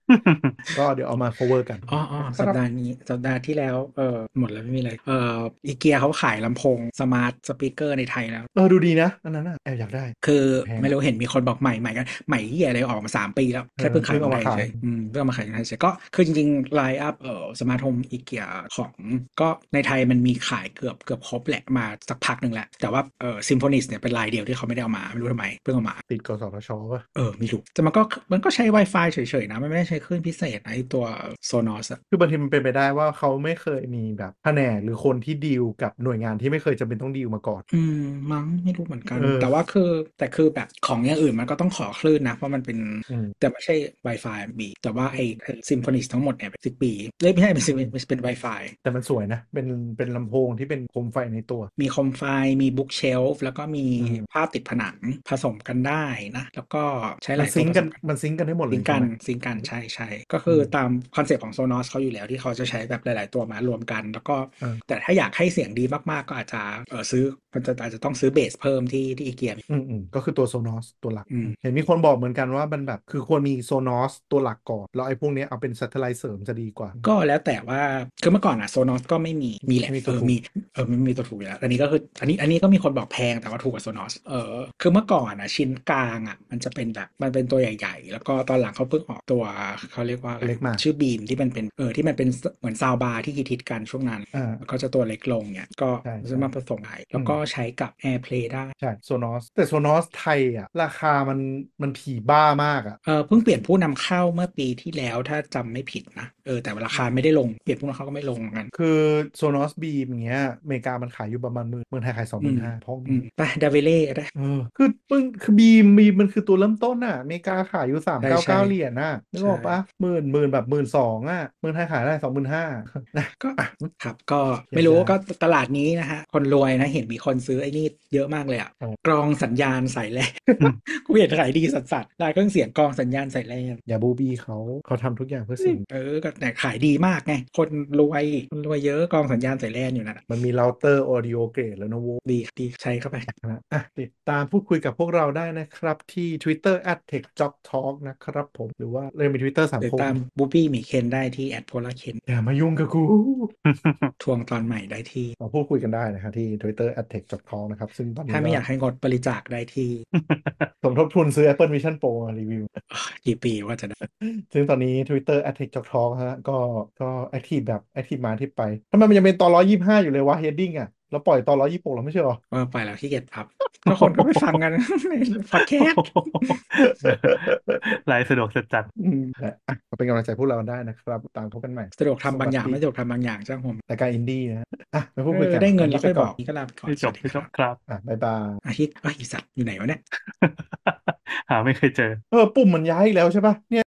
Speaker 2: ก็เดี๋ยวเอามา cover กัน
Speaker 3: อ๋ออ๋อสัปดาห์นี้สัปดาห์ที่แล้วเออหมดแล้วไม่มีอะไรเอออีเกียเขาขายลำโพงสมาร์ทสปีกเกอร์ในไทยแล้ว
Speaker 2: เออดูดีนะอันนั้นน่ะแอบอยากได้
Speaker 3: คือ
Speaker 2: แพง
Speaker 3: ไม่รู้เห็นมีคนบอกใหม่ใหม่กันใหม่เหียอะไรออกมา 3 ปีแล้ว แค่เพิ่งขาย
Speaker 2: เพิ่
Speaker 3: เมืองง
Speaker 2: เอามาย
Speaker 3: ไท
Speaker 2: ขาย
Speaker 3: เฉยอืมเพิ่งเอามาขายเมืองไทยเฉยก็คือจริงๆไลน์อัพเอ่อสมาร์ทโฮมอีเกียของก็ในไทยมันมีขายเกือบเกือบครบแหละมาสักพักหนึ่งแหละ แต่ว่าเอ่อซิมโฟนิสเนี่ยเป็นรายเดียวที่เขาไม่ได้เอามา ไม่รู้ทำไมเพิ่งเอามา
Speaker 2: ติดกสทชป่ะ
Speaker 3: เออไม่รู้แต่มันก็มันก็ใช้ Wi-Fi เฉยๆนะ มันไม่ได้ใช้คลื่นพิเศษนะไอตัวโซนอส
Speaker 2: คือบางทีมันเป็นไปได้ว่าเขาไม่เคยมีแบบแผนกหรือคนที่ดีลกับหน่วยงานที่ไม่เคยจำเป็นต้องดีลมาก่อน
Speaker 3: อืมมั้งไม่รู้เหมือนกัน
Speaker 2: เออ
Speaker 3: แต่ว่าคือแต่คือแบบของอย่างอื่นมันก็ต้องขอคลื่นนะเพราะมันเป็น
Speaker 2: อืม
Speaker 3: แต่ไม่ใช่ Wi-Fi บีแต่ว่าไอ้ซิมโฟนิสทั้งหมดเนี่ยเป็นสิบปีเลยไม่ใช่เป็น Symphony เป็น Wi-Fi
Speaker 2: แต่มันสวยนะ เป็น เป็นลำโพงที่เป็นโคมไฟในตัว
Speaker 3: มีโคมไฟมีบุ๊กเชลฟ์แล้วก็มี
Speaker 2: อืม
Speaker 3: ภาพติดผนังผสมกันได้นะ แล้วก็ใช้ห
Speaker 2: มั
Speaker 3: ลาน ยตัว
Speaker 2: ซิงก์กัน
Speaker 3: ผสม
Speaker 2: มันซิงก์กันได้หมดเล
Speaker 3: ซิ
Speaker 2: ย
Speaker 3: งค์กัน
Speaker 2: ใช่ไหม
Speaker 3: ซิงค์กันใช่ใช่ก็คืออ
Speaker 2: ม
Speaker 3: ตามคอนเซปต์ของโซนอสเขาอยู่แล้วที่เขาจะใช้แบบหลาย ๆ ตัวมารวมกัน แล้วก็
Speaker 2: เออ
Speaker 3: แต่ถ้าอยากให้เสียงดีมาก ๆ ก็อาจจะเออซื้อมันจะอาจจะต้องซื้อเบสเพิ่มที่ที่อีเกียมี
Speaker 2: อืมอืมก็คือตัวโซนอสตัวหลัก
Speaker 3: อืม
Speaker 2: เห็นมีคนบอกเหมือนกันว่ามันแบบ คือควรมีโซนอสตัวหลักก่อน แล้วไอ้พวกเนี้ยเอาเป็นซัตเทอร์ไลท์เสริมจะดีกว่า
Speaker 3: ก็แล้วแต่ว่าคือเมื่อก่อนอะโซนอสก็ไม่มีมีแหละ
Speaker 2: ไม่มีตั
Speaker 3: เอ
Speaker 2: ว
Speaker 3: อ
Speaker 2: ถูก
Speaker 3: มีเออไม่มีตัวถูกอยู่แล้วอันนี้ก็คืออันนี้อันนี้ก็มีคนบอกแพงแต่ว่าถูกกว่าโซนอสเออคือเมื่อก่อนอะชิ้นกลางอะมันจะเป็นแบบมันเป็นตัวใหญ่ ๆ แล้วก็ตอนหลังเขาเพิ่งออกตัวเขาเรียกว่าอะไร
Speaker 2: เล็กมาก
Speaker 3: ชื่อบีมที่มันเป็นเออที่มันเป็นเหมือนซาวบาร์ที่ฮิตๆกันช่วงนั้น
Speaker 2: อ่า
Speaker 3: แล้วก็จะตัวเล็กลงเนี่ยก็
Speaker 2: ใช่ใช่
Speaker 3: สามารถผสมได้แล้วก็ใช้กับ AirPlay ได้
Speaker 2: ใช่ โซนอส แต่โซนอสไทยอ่ะ ราคามัน มันผีบ้ามากอ่ะ
Speaker 3: เออเพิ่งเปลี่ยนผู้นำเข้าเมื่อปีที่แล้วถ้าจำไม่ผิดนะเออแต่ราคาไม่ได้ลงเปลี่ยนผู้นำเข้าก็ไม่ลงเหมือนกัน
Speaker 2: คือโซนอสบีมเงี้ยอเมริกามันขายอยู่ประมาณหมื่นเมืองไทยขายสองหมื่นห้าพ้อง
Speaker 3: อืมไปดาเวเล่ได้
Speaker 2: เออ คือมึงคือบีมบีมมันคือตัวเริ่มต้นอ่ะอเมริกาขายอยู่สาม
Speaker 3: ใช่
Speaker 2: เก้า
Speaker 3: ใช่
Speaker 2: เก้าเหรียญน่ะนึกออกปะหมื่นหมื่นแบบหมื่นสองอ่ะเมืองไทยขายได้สองหมื่นห้า *laughs*
Speaker 3: ก็
Speaker 2: อ่ะ
Speaker 3: ครับก็
Speaker 2: เขียน
Speaker 3: ไม่รู้
Speaker 2: ได้
Speaker 3: ก็ตลาดนี้นะฮะ คนรวยนะเห็นมีคนซื้อไอ้นี่เยอะมากเลยอ่ะ
Speaker 2: อ๋อ
Speaker 3: กรองสัญญาณใส่แลน *laughs* กูเห็นขายดีสัสสัสๆร้านเครื่องเสียงกรองสัญญาณใส่แลน
Speaker 2: อย่าบูบีเขาเขาทำทุกอย่างเพื่อสิ่ง
Speaker 3: เออก็แต่ขายดีมากไง คนรวยคนรวยเยอะกรองสัญญาณใส่แลนอยู่นั่นอะ
Speaker 2: มันมีเราเตอร์ออดิโอเกรดแล้วนะโว้ย
Speaker 3: ดีดีใช้เข้าไป
Speaker 2: นะ *laughs* อ่ะติดตามพูดคุยกับพวกเราได้นะครับ ที่ Twitter at techjobtalk นะครับผมหรือว่าเริ่มมี Twitter สาม
Speaker 3: หรือ
Speaker 2: คม
Speaker 3: ตามบูปี้หมีเคนได้ที่แอดโพลาเคน
Speaker 2: อย่ามายุ่งกับกู
Speaker 3: ทวงตอนใหม่ได้ที่
Speaker 2: มาพูดคุยกันได้นะครับที่ Twitter at techjobtalk นะครับ ซึ่งตอนนี้
Speaker 3: ถ้าไม่อยากให้งดบริจาคได้ที่
Speaker 2: สมทบทุนซื้อ Apple Vision Pro มารีวิว
Speaker 3: เอ่อกี่ปีว่าจะได้
Speaker 2: ซึ่งตอนนี้ Twitter at techjobtalk ฮะก็ก็แอคทีฟแบบแอคทีฟมาที่ไปทำไมมันยังเป็นตอน125 อยู่เลยวะ heading อ่ะ เราปล่อยตอนร้อยยี่สิบเราไม่ใช่หรอ
Speaker 3: เออปล่อยแล้วที่เก็ตพับ *laughs* ก็คนก็ไปฟังกัน *laughs* ในพอดแคสต์
Speaker 4: *laughs* ลายสะดวกจัดจัด
Speaker 2: อืมแต่อ่ะก็เป็นกำลังใจพวกเรากันได้นะครับ ตามเขากันใหม่
Speaker 3: สะดวกทำบางอย่าง
Speaker 2: สวัสดี
Speaker 3: ไม่สะดวกทำบางอย่างจ้างผม
Speaker 2: รายการอินดี้นะฮะอ่ะไปพูด
Speaker 3: เอ
Speaker 2: คุย
Speaker 3: อ
Speaker 2: กัน
Speaker 3: ได้เงินแล้ว
Speaker 2: วั
Speaker 3: ค่อยบ
Speaker 2: ก่
Speaker 3: อกนี่ก็ลาไปก่อน
Speaker 4: ไม่จบ
Speaker 3: สวัสดี
Speaker 4: ไม่จ
Speaker 3: ครับ
Speaker 4: ครับ *laughs*
Speaker 2: อ่ะบ๊ายบาย
Speaker 3: อาทิตย์เอ้ยอีสัตว์อยู่ไหนวะเนี่ย
Speaker 4: หาไม่เคยเจอ
Speaker 2: เออปุ่มมันย้ายอีกแล้วใช่ปะเนี่ย